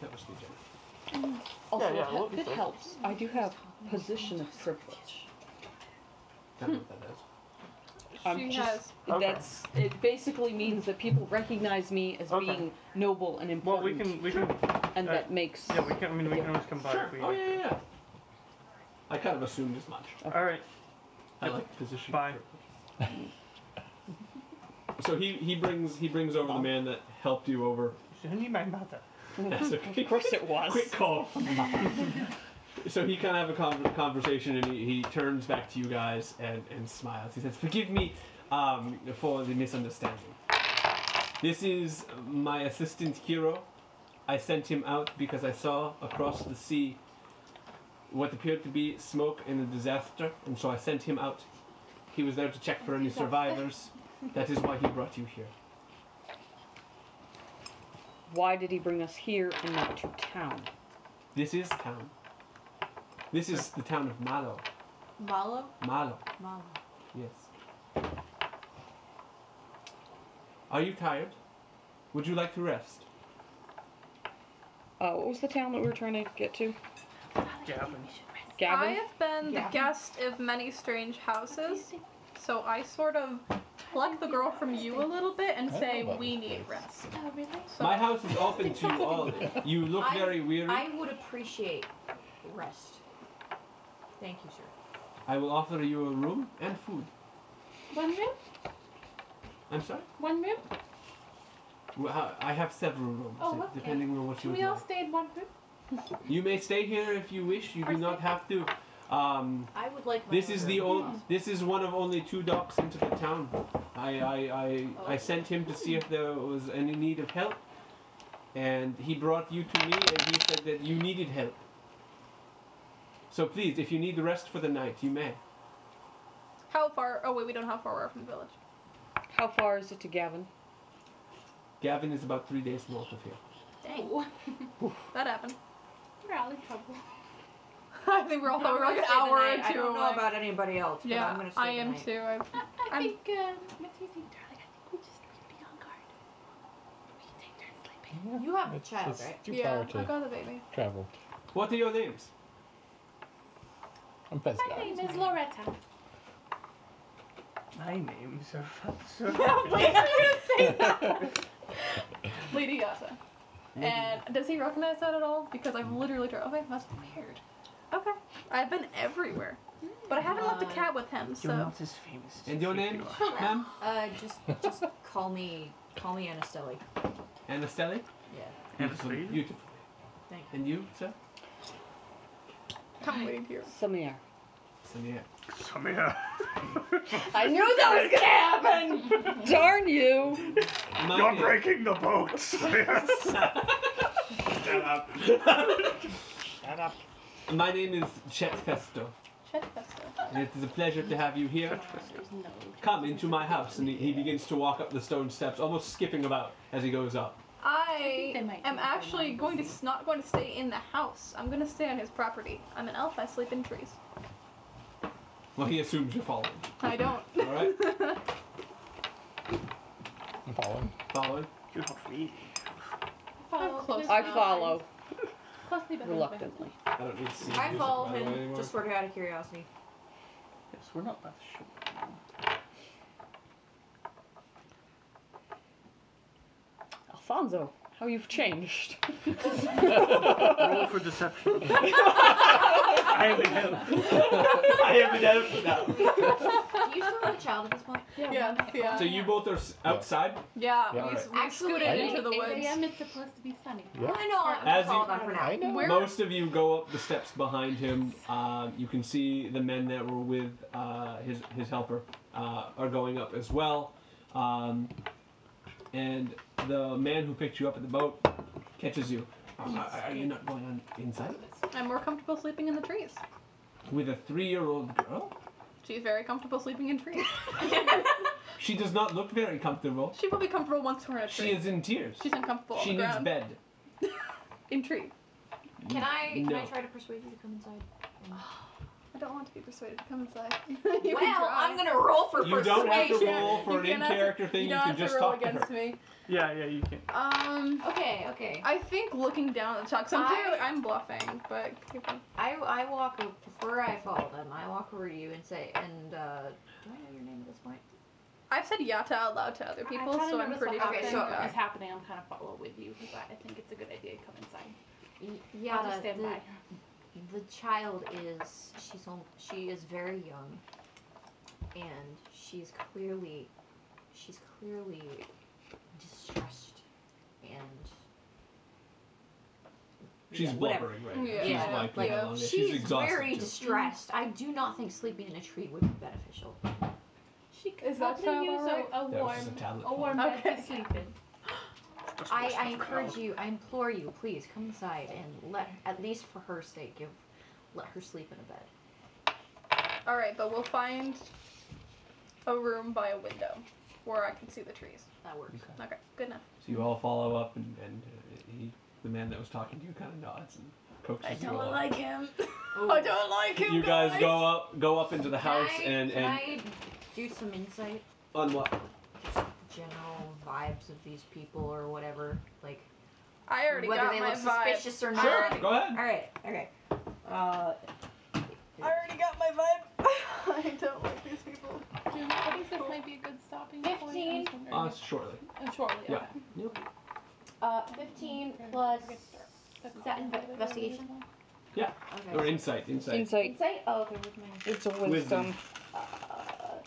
That was DJ. Also, Yeah, yeah, if- we'll if be it safe. helps, I do have position of privilege. I Hmm. don't know what that is. I'm she just- has. Okay. That's it. Basically means that people recognize me as Okay. being noble and Well, we important, can, we can, and uh, that makes yeah, we can, I mean, we can always come by if we. Oh yeah, yeah, yeah. I kind of assumed as much. Alright. I like position. Bye. So he, he brings he brings over the man that helped you over. Send my mother. That's okay. Of course it was. Quick call from the mom. so he kind of have a con- conversation and he, he turns back to you guys and, and smiles. He says, Forgive me um, for the misunderstanding. This is my assistant hero. I sent him out because I saw across the sea what appeared to be smoke and a disaster, and so I sent him out. He was there to check for any survivors. That is why he brought you here. Why did he bring us here and not to town? This is town. This is the town of Malo. Malo? Malo. Malo. Yes. Are you tired? Would you like to rest? Uh, what was the town that we were trying to get to? Gavin. I Gavin. have been the guest of many strange houses, so I sort of pluck the girl from you a little bit and I say know about we this need place. rest. Oh, really? So My house is open to you all. You look I- very weary. I would appreciate rest. Thank you, sir. I will offer you a room and food. One room? I'm sorry? One room? Well, how- I have several rooms, Oh, uh, okay. depending on what you Can would we all like. stay in one room? You may stay here if you wish. You do Or not stay- have to. Um, I would like my This own is the room. old. This is one of only two docks into the town. I I, I, I Oh. sent him to see if there was any need of help, and he brought you to me, and he said that you needed help. So please, if you need the rest for the night, you may. how far? Oh wait, we don't know how far we are from the village. How far is it to Gavin? Gavin is about three days north of here. Dang. that happened. We're all in trouble. I think we all thought we were like an Stay the hour or night. two I don't know away. about anybody else, but I'm yeah, gonna stay I the am night. too. I've, I, I I'm- think, uh, what do you think, darling? I think we just need to be on guard. We can take turns sleeping. You have a It's child, just right? too yeah, far I to got the baby. travel. What are your names? I'm Fez My guy. name is Loretta. My name's so Lady Yasa. And does he recognize that at all? Because I've literally tried. Okay, that's weird. Okay. I've been everywhere. But I haven't left a cat with him, so. as famous. And your name, ma'am? Uh, just just call me call me Anastelli. Anastelli? Yeah. Beautiful. Beautiful. Thank you. And you, sir? I'm waiting here. Samir. Samir. Samir. I knew that was gonna happen. Darn you. You're breaking the boat, Samir. Shut up. Shut up. My name is Chet Festo, Shut the fuck up. and it is a pleasure to have you here. No. Come into my house, and he, he begins to walk up the stone steps, almost skipping about as he goes up. I think they might am be actually online going to s- not going to stay in the house. I'm going to stay on his property. I'm an elf. I sleep in trees. Well, he assumes you're following. I don't. All right, I'm following. following. You're not me. Follow close closely I enough. follow Closely behind. reluctantly. I don't need to see. I music, follow by the way, him anymore. just sort of out of curiosity. Yes, we're not by the shore. Alfonso, how you've changed. Roll for deception. I haven't helped. I haven't helped now. Do you still have a child at this point? Yes, yeah. So you both are s- outside. yeah, Yeah. we, s- we Actually, scooted I- into the 8 woods. a.m. It's supposed to be sunny. Yeah. I know. I'm As just all you- about for now. I know. Where? Most of you go up the steps behind him. Uh, you can see the men that were with uh, his his helper uh, are going up as well. Um, and the man who picked you up at the boat catches you. Uh, are- are you not going on inside? I'm more comfortable sleeping in the trees. With a three-year-old girl? She's very comfortable sleeping in trees. She does not look very comfortable. she will be comfortable once we're in a tree. She is in tears. She's uncomfortable she on the needs ground. bed. In tree. Can I can I No. try to persuade you to come inside? I don't want to be persuaded to come inside. you can well, try. I'm gonna roll for You persuasion. don't have to persuasion. roll You for an cannot- in-character thing. You You, don't can have just to roll talk to against her. me. Yeah, yeah, you can. Um, Okay, okay. I think looking down at the chalk. So I'm I- clearly I'm bluffing, but keep on. I, I walk o- before I follow them. I walk over to you and say, and uh, do I know your name at this point? I've said yata out loud to other people, I kinda so I'm noticed pretty what sure. Okay, happened. so- What was happening. I'm kind of following with you because I, I think it's a good idea to come inside. Y- I'll just Yada. stand by. The, the child is she's on, she is very young, and she's clearly she's clearly distressed, and She's Yeah, whatever. blubbering right now. Yeah. She's Yeah, like, like, um, yeah, along there. She's, she's exhausted. very too. distressed. I do not think sleeping in a tree would be beneficial. She could Is that child probably use a- alright? A, That was warm, a tablet a phone. warm bed Okay. to sleep in. I, I encourage oh. you, I implore you, please come inside and let, at least for her sake, give, let her sleep in a bed. All right, but we'll find a room by a window where I can see the trees. That works. Okay, good enough. So you all follow up, and, and uh, he, the man that was talking to you kind of nods and coaxes you all. him. Oh, Ooh. I don't like him. you guys go up, go up into the Can house, I- and can and I do some insight, on what? general vibes of these people or whatever, like I already whether got they my look vibe. suspicious or not. Sure, go ahead. All right, okay. Uh, I already got my vibe. I don't like these people. Do you think this might be a good stopping point? I was 15. wondering Uh, if- shortly. Uh, shortly, yeah. okay. uh, fifteen plus. That's Is that inve- investigation? Or Okay. insight, insight. Insight. Insight. Oh, okay. With my It's a Wisdom. wisdom. uh,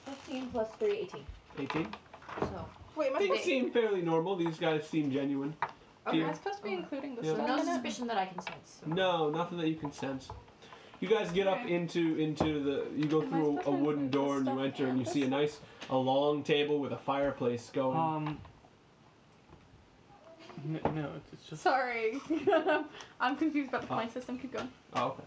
fifteen plus three, eighteen. 18. So. Wait, my Things thing. seem fairly normal. These guys seem genuine. Am Okay. I supposed to be including this Yeah. stuff No in it? suspicion that I can sense. so- No, nothing that you can sense. You guys get up into into the. You go Am I through supposed a, to wooden include door this and you stuff enter, and you in see a nice, a long table with a fireplace going. Um. n- No, it's- it's just. Sorry. I'm confused about the point system. Keep going. Oh, okay.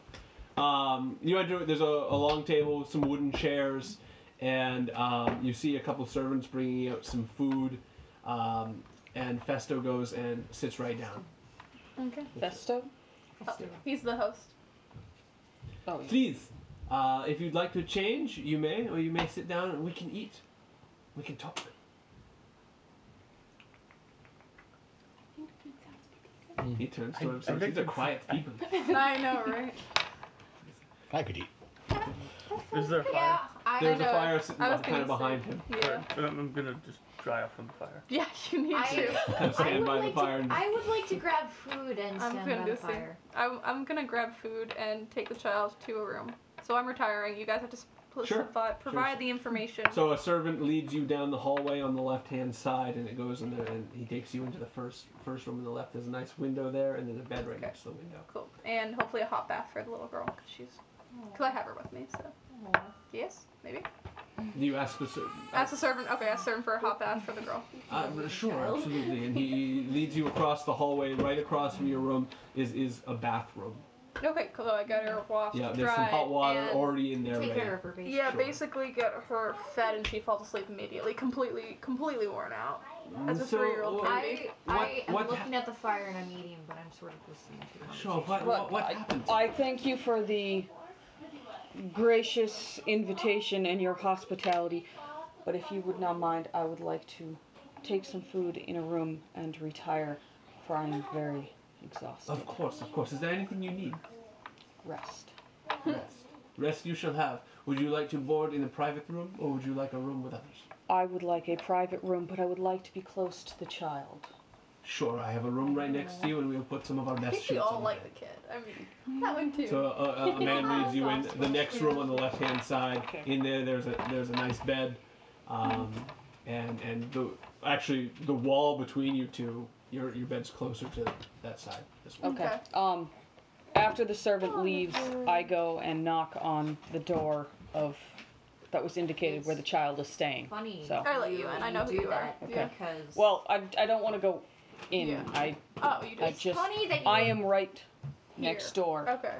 Um, you enter. There's a, a long table, with some wooden chairs, and um, you see a couple servants bringing out some food. Um, and Festo goes and sits right down. Okay. Festo. He's the host. Oh, yeah. Please, uh, if you'd like to change, you may, or you may sit down and we can eat. We can talk. I think food sounds pretty good. Hmm. He turns I- to him. I think These are it's- quiet people. I know, right? I could eat. Is there a fire? Yeah, I There's a know. fire sitting I was kind of gonna behind say. him. Yeah. Alright, I'm I'm gonna just dry off from the fire. Yeah, you need to. I, I, Stand would by the like fire to, and- I would like to grab food and I'm stand gonna by the do see. fire. I'm, I'm gonna grab food and take the child to a room. So I'm retiring. You guys have to split Sure. the thought, provide the information. So a servant leads you down the hallway on the left-hand side, and it goes in there, and he takes you into the first first room on the left. There's a nice window there, and then a bed right Okay. next to the window. cool. And hopefully a hot bath for the little girl, cause she's, cause I have her with me. So yes, maybe. Do you ask the servant? Ask the servant. Okay, ask the servant for a hot bath for the girl. Uh, sure, absolutely. And he leads you across the hallway. Right across from your room is is a bathroom. Okay, cool. I got her washed, Yeah, dried, there's some hot water and- already in there. Take ready. care of her, baby. Yeah, Sure. basically get her fed and she falls asleep immediately, completely, completely worn out. As a So, three-year-old uh, baby. I, What- I am what looking at the fire and I'm eating, but I'm sort of listening to the Sure. What conversation. what, what I- happened? I thank you for the gracious invitation and your hospitality, but if you would not mind, I would like to take some food in a room and retire, for I'm very exhausted. Of course, of course. Is there anything you need? Rest. Rest. Rest you shall have. Would you like to board in a private room, or would you like a room with others? I would like a private room, but I would like to be close to the child. Sure, I have a room right next to you, and we'll put some of our I best think we sheets all on like it. the kid. I mean, that one too. So uh, a man leads you in the next room on the left hand side. In there, there's a there's a nice bed, um, and and the actually the wall between you two, your your bed's closer to that side. This one. Okay. Um, after the servant leaves, I go and knock on the door of that was indicated where the child is staying. Funny. So- I let you in. I know who do you are. that Yeah. because Well, I, I don't want to go in. Yeah. I oh, you I just. just funny that you I am right Here. next door. Okay.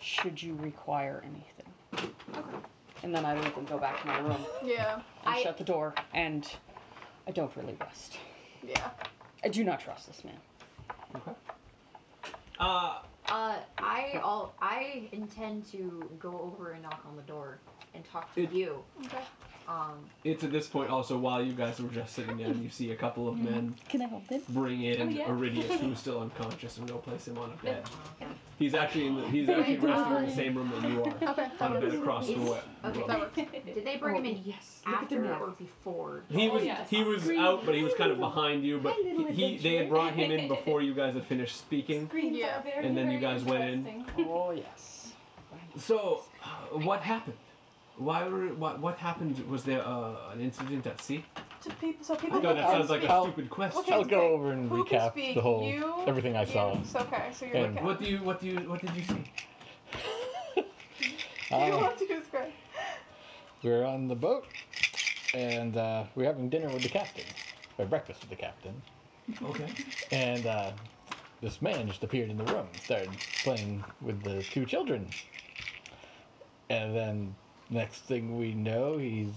Should you require anything? And then I leave and go back to my room Yeah. and I- shut the door. And I don't really rest. Yeah. I do not trust this man. Uh, Uh, I all I intend to go over and knock on the door and talk to It- you. Okay. Um, it's at this point also while you guys were just sitting down, you see a couple of men Can I hold it? bring in Oh, yeah. Aridius, who's still unconscious, and go place him on a bed. He's actually in the, he's actually resting in the same room that you are, Okay. on a bed across the It's- way. okay. That works. did they bring him in Oh, yes. after or before? He was yes. he was out, but he was kind of behind you. But little he, he they had adventure. brought him in before you guys had finished speaking. Yeah. And then you guys went in. Oh yes. So, uh, what happened? Why were what what happened? Was there uh, an incident at sea? To people, so people. No, that can sounds like a I'll- stupid question. Okay. I'll go over and Who can recap speak? the whole You? everything I saw. Yes, okay, so you're And- looking. What do you what do you what did you see? You Ah. Um, want to describe? we're on the boat, and uh, we're having dinner with the captain, or breakfast with the captain. Okay. And uh, this man just appeared in the room, and started playing with the two children. And then next thing we know, he's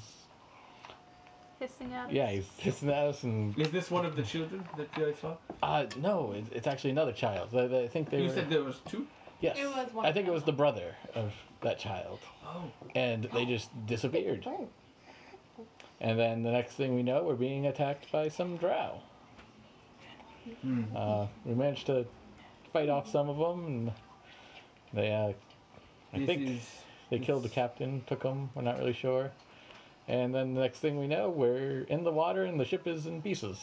Hissing at us. yeah, he's hissing at us and Is this one of the children that you guys saw? uh, no, it, it's actually another child. I, I think they you were said there was two. yes. It was one I of think it them. was the brother of that child, Oh. and they just disappeared. And then the next thing we know, we're being attacked by some drow. Hmm. Uh, we managed to fight off some of them, and they, uh, I this think, is they killed the it's- captain, took him. We're not really sure. And then the next thing we know, we're in the water, and the ship is in pieces.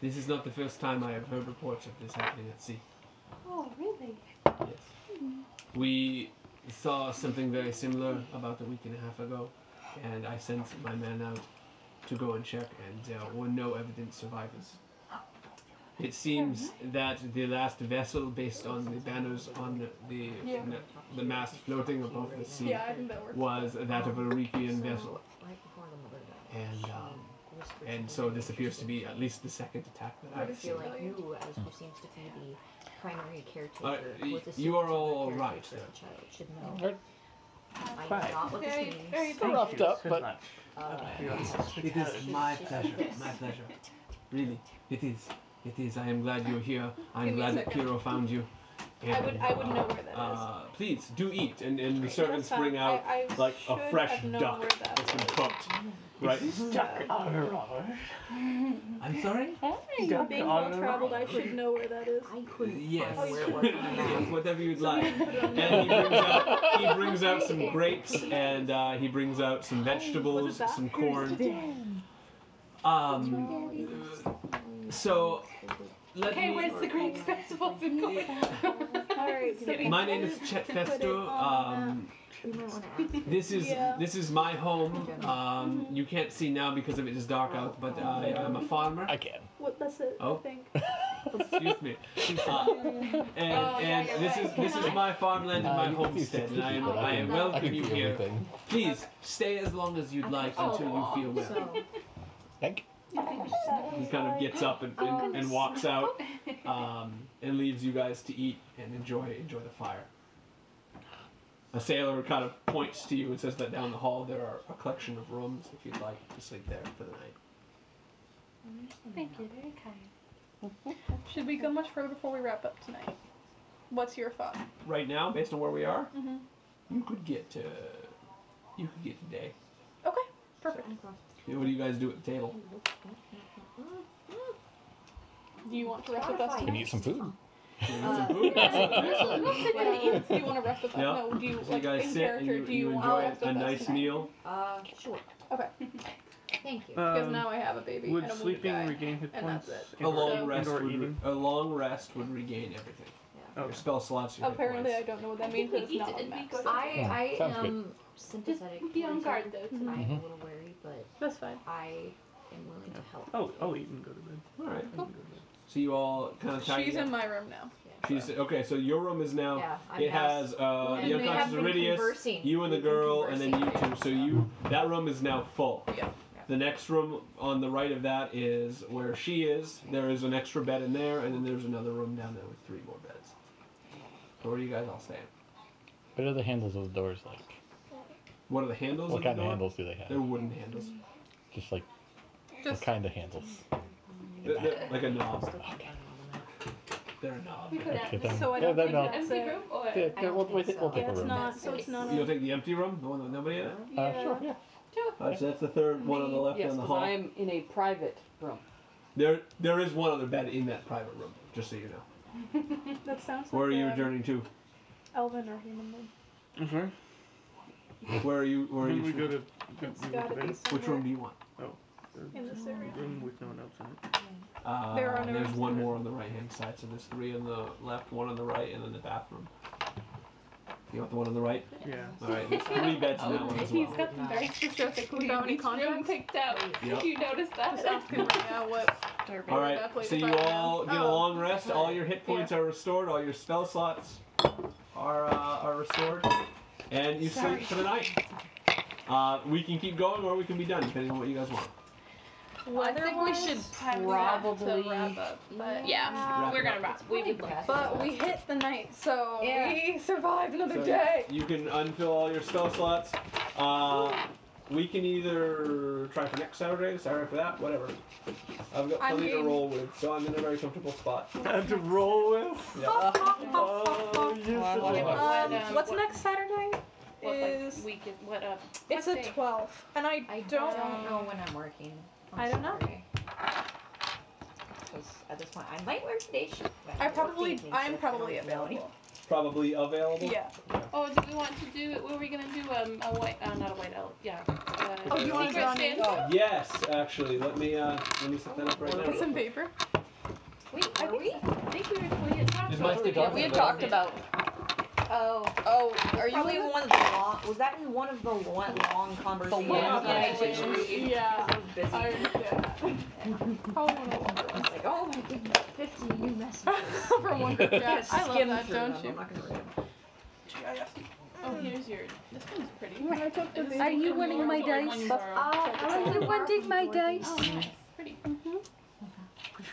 This is not the first time I have heard reports of this happening at sea. Oh, really? Yes. We saw something very similar about a week and a half ago, and I sent my man out to go and check, and there were no evident survivors. It seems that the last vessel, based on the banners on the the, Yeah. the mast floating above the sea, Yeah, I think that works. was that of a Reekian So, vessel, Right before the mother died. and she um, was and so this appears to be at least the second attack that I I've seen. feel like you, as who seems to be the primary caretaker, Uh, y- was the you are supervisor all caretaker right for the there. child should know. We're I am Right. not what this Very- means. very we're roughed up, Good but lunch. Uh, It is my pleasure, my pleasure. Really, it is. It is. I am glad you're here. I'm Give me a glad that second. Kiro found you. I would, And, I would know uh, where that is. Uh, please do eat, and, and the That's servants fine. bring out I- I like should a fresh have known duck where that that's been was. cooked. Right? Duck on a roller. I'm sorry. Duck Being on well a traveled, roller. I should know where that is. I couldn't Yes. find where it was on the map. Yes, whatever you'd like. And he brings out, he brings out some grapes, and uh, he brings out some vegetables, that? some corn. Um, so, let Hey, me- where's the Greek festivals in going? Sorry. My name is Chet Festo. Um, We might want to ask. this is Yeah. this is my home. Um, you can't see now because it is dark out, but I am a farmer. I can. What, that's it, Oh. I think. Excuse me. Uh, and Oh, yeah, and you're this right. is this is my farmland Uh, and my you can see homestead, 60 and I am people. I am can- I welcome can you see here. everything. Please stay as long as you'd like Oh, until you feel well. So, Thank He kind of gets up and, Oh, and, and walks out um, and leaves you guys to eat and enjoy enjoy the fire. A sailor kind of points to you and says that down the hall there are a collection of rooms if you'd like to sleep there for the night. Thank you, very kind. Should we go much further before we wrap up tonight? What's your thought? Right now, based on where we are, Mhm. Mm-hmm. you could get to you could get to day. Okay, perfect. What do you guys do at the table? Do you want to rest with us you. Can tonight? eat some food. Uh, Some food? do you want to rest with us? Yeah. No, do you, So you like, guys in sit and character, you, do you, you want to enjoy rest with a us nice tonight? meal. uh, sure. Okay, Thank you. because Um, now I have a baby Would and a wounded sleeping guy. regain hit and that's points? it. and A or long eat- and rest or would re- eating? Oh, a long rest would regain everything. Your Okay. spell slots. Your hit Apparently, I points. don't know what that means, but it's not on the map. so- I, Hmm, I Sounds good. Mm-hmm. am sympathetic. Just be on towards guard, you. though, Mm-hmm. I tonight. am a little wary, but That's fine. I am willing to help. Oh, I'll, oh, I'll eat and go to bed. All right. I can go to bed. So you all kind of tidy She's up. in my room now. She's okay. So your room is now. Yeah, I'm it now- has uh, And the we have unconscious been Iridius, conversing. you and the We've been girl, and then you conversing, two. So yeah. you that room is now full. Yeah. The next room on the right of that is where she is. There is an extra bed in there, and then there's another room down there with three more beds. So what are you guys all saying? What are the handles of the doors like? What are the handles? What the kind of door? handles do they They're have? wooden handles. Just like what Just kind of handles? They're- they're like a knob. They're a knob. We put out Get the them. so I Yeah, don't they're think not- that's empty it. room, or Yeah, I yeah, don't we'll, think we'll, take- we'll so. take Yeah, a it's room. not. So it's not You'll on. take the empty room, the one with nobody in it. Uh, sure, yeah. All right, so that's the third one on the left yes, on the 'cause hall. I am in a private room. There, there is one other bed in that private room. Just so you know. That sounds. Where are like you um, adjourning to? Elven or human. room. I'm sorry? Where are you? Where are Then we you? go to, go, It's we go gotta to be bed. Which somewhere room do you want? in this area. Room with no one else in it. Uh, There are no there's rooms. one more on the right hand side. So there's three on the left, one on the right, and then the bathroom. You want the one on the right? Yeah. All right, there's three beds in that one as He's well. got them very specifically Without in any each room context? picked out. Yep. You noticed Just that? ask him right now what. All right, so you all get a Oh. long rest. All your hit points are restored. All your spell slots are uh, are restored, and you sleep for the night. Uh, we can keep going, or we can be done, depending on what you guys want. I think we should probably wrap up. But Yeah. Wrap we're it gonna up. wrap. We would But But we hit the night, so Yeah. we survived another So day. You can unfill all your spell slots. Uh, we can either try for next Saturday, Saturday for that, whatever. I've got I'm plenty to game. roll with, so I'm in a very comfortable spot. to roll with. Yeah. Oh, yes, Wow. it was. Um, um, what's what- next Saturday? What Is like week is what uh, up? it's the what day? 12th, and I I don't. don't, know when I'm working. On I don't know. Because at this point, I might work day shift. but I I'm probably. working day I'm shift, I probably don't know. available. Probably available. Yeah. Oh, do we want to do? Were we gonna do um a white? Uh, not a white elf. Yeah. Uh, Oh, you want to secret draw me? Santa? Yes, actually. Let me uh, let me set that up right now. Put some paper. Wait, are we? I think we were. We had talked Is my about stick doing on? it. We had talked about. Oh, Oh, are you in one of the long? Was that in one of the one long conversations? one that I conversation. didn't read? Yeah. I was busy. I I was like, oh my goodness, 50 new messages. From one group chat. I love Skim that, through don't them. you? I'm not gonna read them. Oh, here's your. This one's pretty. I took the Are you winning my dice? Are you wanting my dice? Pretty.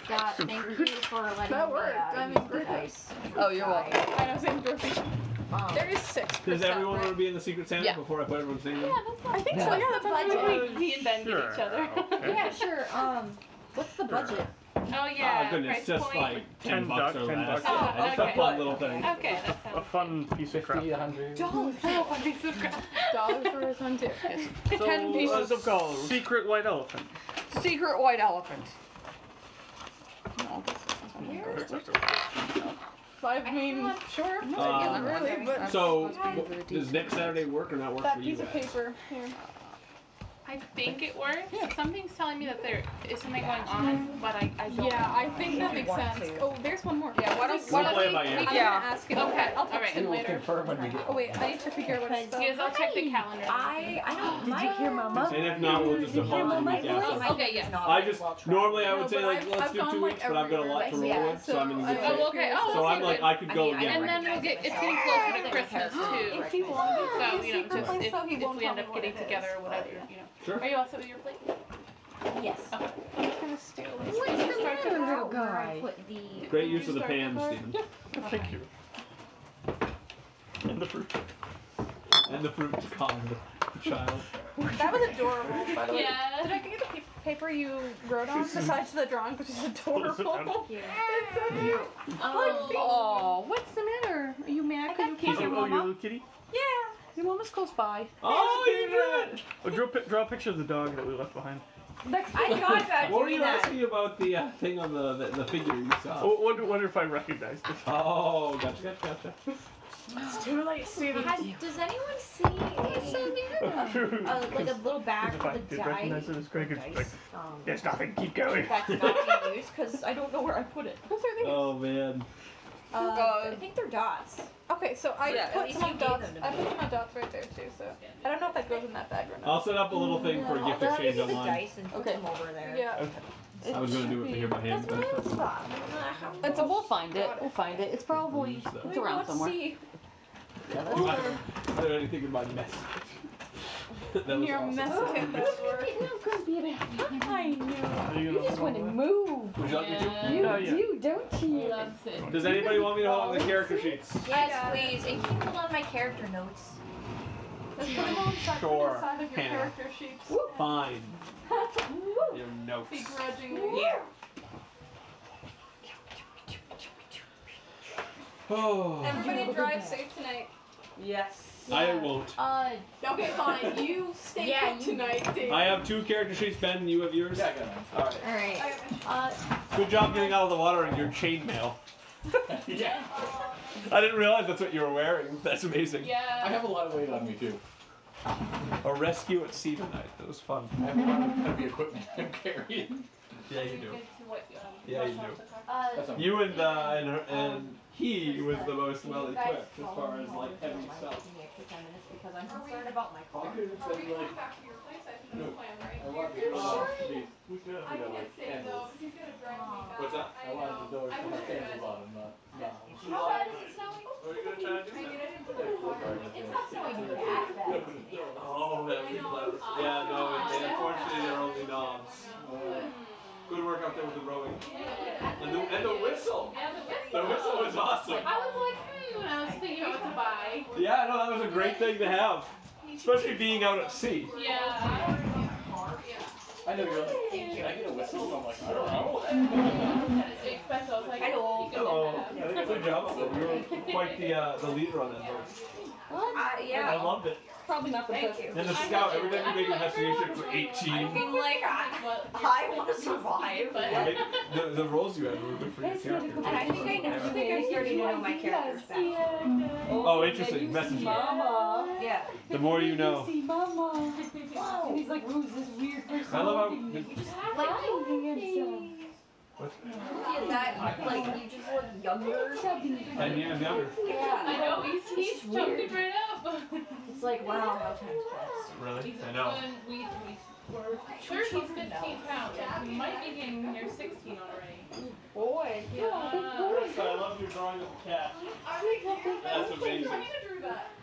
Scott, Oh, thank you for letting That me worked. uh, I use mean, the perfect. dice. Oh, you're welcome. I know, same Dorothy. Um, There is six. per Does set, everyone right? want to be in the Secret Santa Yeah. before I put everyone's name in? I think so. Yeah, that sounds budget? right. We reinvented Sure, each other. okay. yeah, sure. Um, what's the budget? oh yeah. oh goodness, price just point. like ten, Ten bucks bucks, or ten less. bucks. Yeah, Oh, just a okay. fun little thing. Okay, that A sounds. fun piece of crap. 50, 100. Dollars. Oh, piece of crap. Dollars for this one too. So, Ten pieces of gold. Secret white elephant. Secret white elephant. I mean, sure. Um, really, but So, w- does next Saturday work or not work for that you piece of guys? paper here. I I think it works. Something's telling me that there is something going on, but I, I don't. Yeah, know. I think that makes sense. Oh, there's one more. Yeah, why don't- Please, why let don't me- we- Play it by I'm ear. gonna Yeah. ask him. Okay, I'll text alright. him We'll later. confirm when we get Oh wait, I need to figure out what Yes, spell. I'll check the calendar. I I don't. Did you hear Mama? And if not, we'll just Did you hear default to the Mama? week after. My Okay, voice is yeah. not I very just well traveled. normally I No, would say but like I've- let's I've do gone, two like, weeks, but I've got a lot to roll everywhere. with, so I'm in the good So, I- shape. Oh, okay. Oh, So I'm okay, like good. I could I go mean, I again. and then we'll get it's getting closer to Christmas too. If he won't, So you know, secret just place if, stuff, he if won't we tell end me up what getting it is, together or but- whatever, you know. Sure. Are you all set with your plate? Yes. Okay. I'm just gonna stay away. What's the Start to- matter, little guy? guy? Put the Great use You of the start the pan, card? Stephen. Thank you. And the fruit. And the fruit to calm the child. That was adorable, by the way. Did I Yeah. get the pa- paper you wrote on besides the drawing, which is adorable? Yeah. It's so cute. Oh. Oh, what's the matter? Are you mad because you can't He's hear like, oh, you Mama? little kitty. Your mama's close by. Oh, you did it! Oh, draw, pi- draw a picture of the dog that we left behind. I thought about What were doing you that. asking about the uh, thing on the, the the figure you saw? Oh, wonder, wonder if I recognized it. Oh, gotcha, gotcha, gotcha. Has, does anyone see a, a, like a little bag Did I of the did die? recognize it as Greg? It's like, Dice. Um, there's nothing. Keep going. that's not being used because I don't know where I put it. Oh man. Uh, I God. think they're dots. Okay, so I Yeah, at put least some you of dots. gave them to I me. put some of dots right there too. So I don't know if that goes in that bag or I'll not. set up a little thing for a gift I'll have to exchange do the online. dice and put Okay. them over there. Yeah. I was gonna do it here by hand. but That's I what I thought- thought. I'm like, how- It's a, we'll find it. We'll find it. It's probably Lose that. it's around somewhere. See Yeah, that's- Wow. Is there anything in my mess? that was your awesome. mess kit that worked. It's not gonna be that. I know. Are you You gonna just put want it to on move. Would you like me to- Yeah. You Oh, yeah. do, don't you? Um, Loves it. Does anybody want me to hold up the character sheets? Yes, please. And can you hold on my character notes? Let's put them all inside, put Sure, them inside of your Hannah. character sheets. Fine. Your notes. Begrudgingly. Oh. Everybody drive safe tonight. Yes. I won't. Uh, Okay, fine. You stay Yeah, put you- tonight, Dave. I have two character sheets, Ben. You have yours. Alright. all right. Uh, Good job getting out of the water in your chainmail. yeah. I didn't realize that's what you were wearing. That's amazing. I Yeah. have a lot of weight on me too. A rescue at sea tonight. That was fun. I have a lot of heavy equipment I'm carrying. Yeah, you Get do. to what, um, Yeah, you what's do. off the card? uh, That's all. You and uh, and, her, and he was the most well Um, you guys equipped as follow far me as while like I do heavy my stuff. taking the extra 10 minutes because I'm concerned about my I car. could have Are we said going like back to your place? I think that's No. the plan, right? I want the You're sure? door to be- I can't say though, because he's gonna drive me Uh, back. What's that? I I want the know. I door to be apologize. handled on, not- not- How bad is it snowing? What are you gonna try to I mean, do? I didn't put it far. It's not snowing that bad. Oh, that was clever. Yeah, no. It, unfortunately, they're only knobs. Hmm. Good work up there with the rowing and the, and the whistle. Yeah, the The whistle. whistle was awesome. I was like, hmm, when I was thinking about what to buy. Yeah, no, that was a great thing to have, especially being out at sea. Yeah. I know you're like, can I get a whistle? I'm like, I don't know. Expensive. I was like, Hello. you can Hello. have. Good job. up there. You were quite the uh, the leader on that boat. Uh, I yeah. loved it. Probably not the best. you. And the scout, every time you made your investigation, it was 18. mean, like, What- I want to survive. But- Yeah, maybe the, the roles you had were good for your character. And I think I know. I think I'm starting to know my characters better. Oh, interesting. Message me. Mama. Yeah. The more you know. See Mama. And he's like, who's this weird person? I love hugging how. me? Like, Hugging himself. yeah, that, like, you just look younger. Ten years younger. I Yeah. know, he's, he's jumped it right up. It's like, wow, how time's passed. Really? He's I know. When we, we were sure he's 15 pounds. He might be getting near 16 already. Boy. Yeah. I love your drawing of the cat. That's amazing.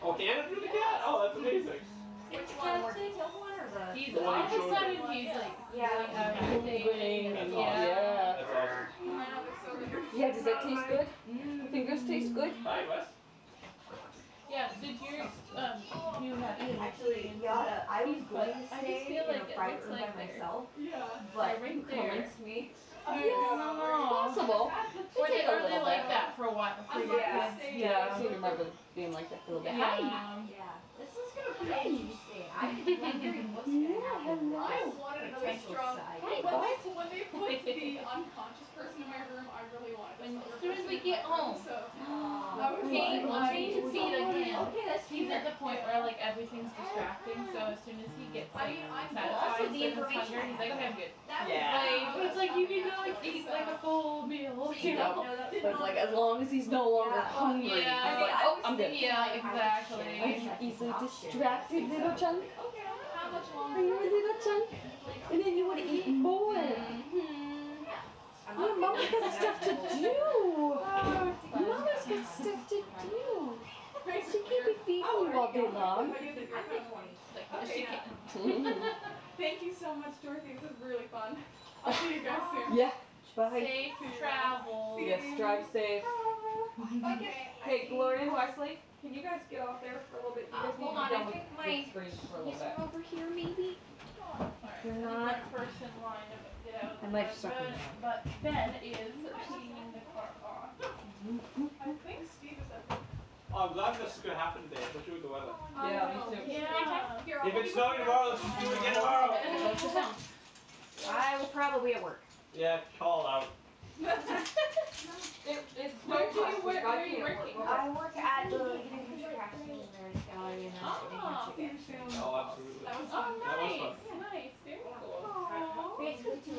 Oh, Hannah drew the cat? Oh, that's amazing. Which one works? The one or the... He's all of a sudden he's like Yeah. Moving and- Yeah. That's awesome. Yeah, does that taste good? The fingers taste good? Hi, Wes. Mm. yeah. Did you um you have Actually, Yada, I was But going to I just stay feel in a like it private looks room like by they're- myself, Yeah. but right you there. convinced me. Oh, Possible. Were they, Take a were they little like bit. that for a while? For your Yeah. kids? Yeah, I seem to remember being like that a little bit. Hi. Yeah. Yeah, this is gonna be interesting. I've been wondering what's gonna happen. with I this just wanted another potential strong. side. When they, when they put the unconscious person in my room, I really wanted. When- another as soon as person we in get my room, home. So. Oh, I was Change, like, change the seat again. Okay, that's He's cute. at the point where like everything's distracting, so as soon as he gets like also satisfied with the his information hunger, he's like, okay, I'm good. Yeah. Like, but it's like you can like eat like a full meal. You know? But it's like as long as he's no longer Yeah. hungry, he's Yeah. like, oh, I'm good. Yeah, exactly. He's- He's he's a a distracted little chunk. How much Are longer? you a little chunk? And then you want to eat more. Mm-hmm. Oh, Mama's got stuff to do. Oh, Mama's got stuff to do. She can't be feeding you all day long. Like, she can't- Thank you so much, Dorothy. This is really fun. I'll see you guys soon. Yeah. Bye. Safe travel. Yes, drive safe. Okay. Hey, Gloria and Wesley, can you guys get off there for a little bit? You Uh, guys need hold to on, be done I think with my these screens for a little keys bit. are over here, maybe. They're not. Different First in line to get out of I the might road, have stuck them but, but Ben is cleaning the car off. I think Steve is up. Oh, I'm glad this is gonna happen today, especially with the weather. Yeah, me too. Yeah. Oh, Here, I'll If it's be- snowing tomorrow, let's just do it again tomorrow. I will probably be at work. Yeah, call out. It, it's snowing. Where are you working? I work at the Crafting and Learning Gallery and that's Ah, doing Oh, absolutely. That was fun. Oh, was nice, nice, very cool.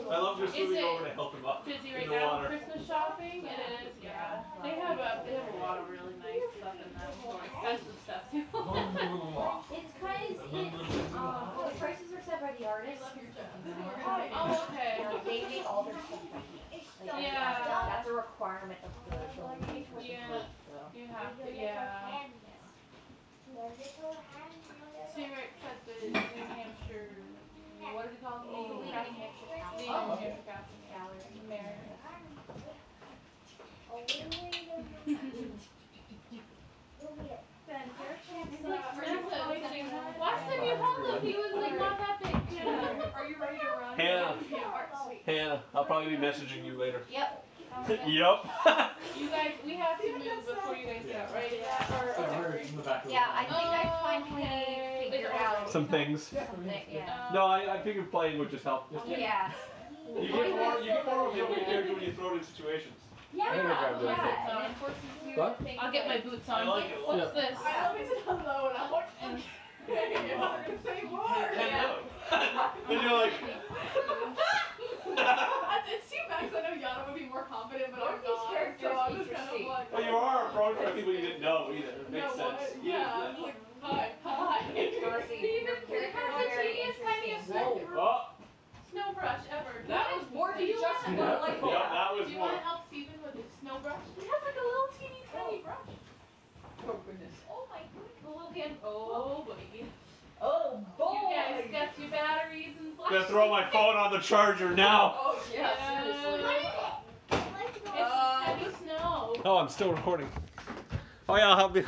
I love just Is moving it- over to help him up. busy In right the now with water. Christmas shopping. It is, yeah. They have a they have a lot of really nice stuff in that store. Expensive stuff too. It's because it's, um, well, the prices are set by the artist. oh, okay. You know, they make all their stuff by hand. Like, Yeah. That's a requirement of the, the Yeah. You have to, yeah. So you're at the New Hampshire. What are they called? New Hampshire. The New Oh, Hampshire Crafting gallery. Mary. Watch the new Hollow. He was like not that big. Yeah. Are you ready to run? Hannah, Yeah, all right, sweet. Hannah, I'll probably be messaging you later. Yep. yup. You guys, we have to move before you guys get right? Yeah. Or, or Yeah, I think I Okay. finally figured out Some things. something, yeah. No, I, I figured playing would just help. Just- Yeah. You get more, you get more of your character when you throw it in situations. Yeah, gonna grab those. yeah, and it forces you to What? think. I'll get my boots on. I like it. What's this? I love it to unload. I want to say more. Hello. then you're like, It's too bad 'cause I know Yana would be more confident, but I'm Dorothy's not. So character I'm is just kind interesting. of like. well, Oh, you are a pro for people you didn't know either. It you know makes what? sense. Yeah, I'm like, hi, hi. Dorothy, your They character have the is very teeniest, tiniest snow, interesting. Oh, snow brush ever. That was more Do than you just one want- yeah, light bulb. yeah, that was Do you more. want to help Steven with his snow brush? He has like a little teeny tiny brush. Oh goodness. Oh my goodness. The little hand. Oh boy. Oh, boy. You guys got your batteries and I'm flashlights. gonna throw my phone on the charger now. Oh, yeah, Yeah. seriously. It's just heavy snow. Oh, I'm still recording. Oh yeah, I'll be.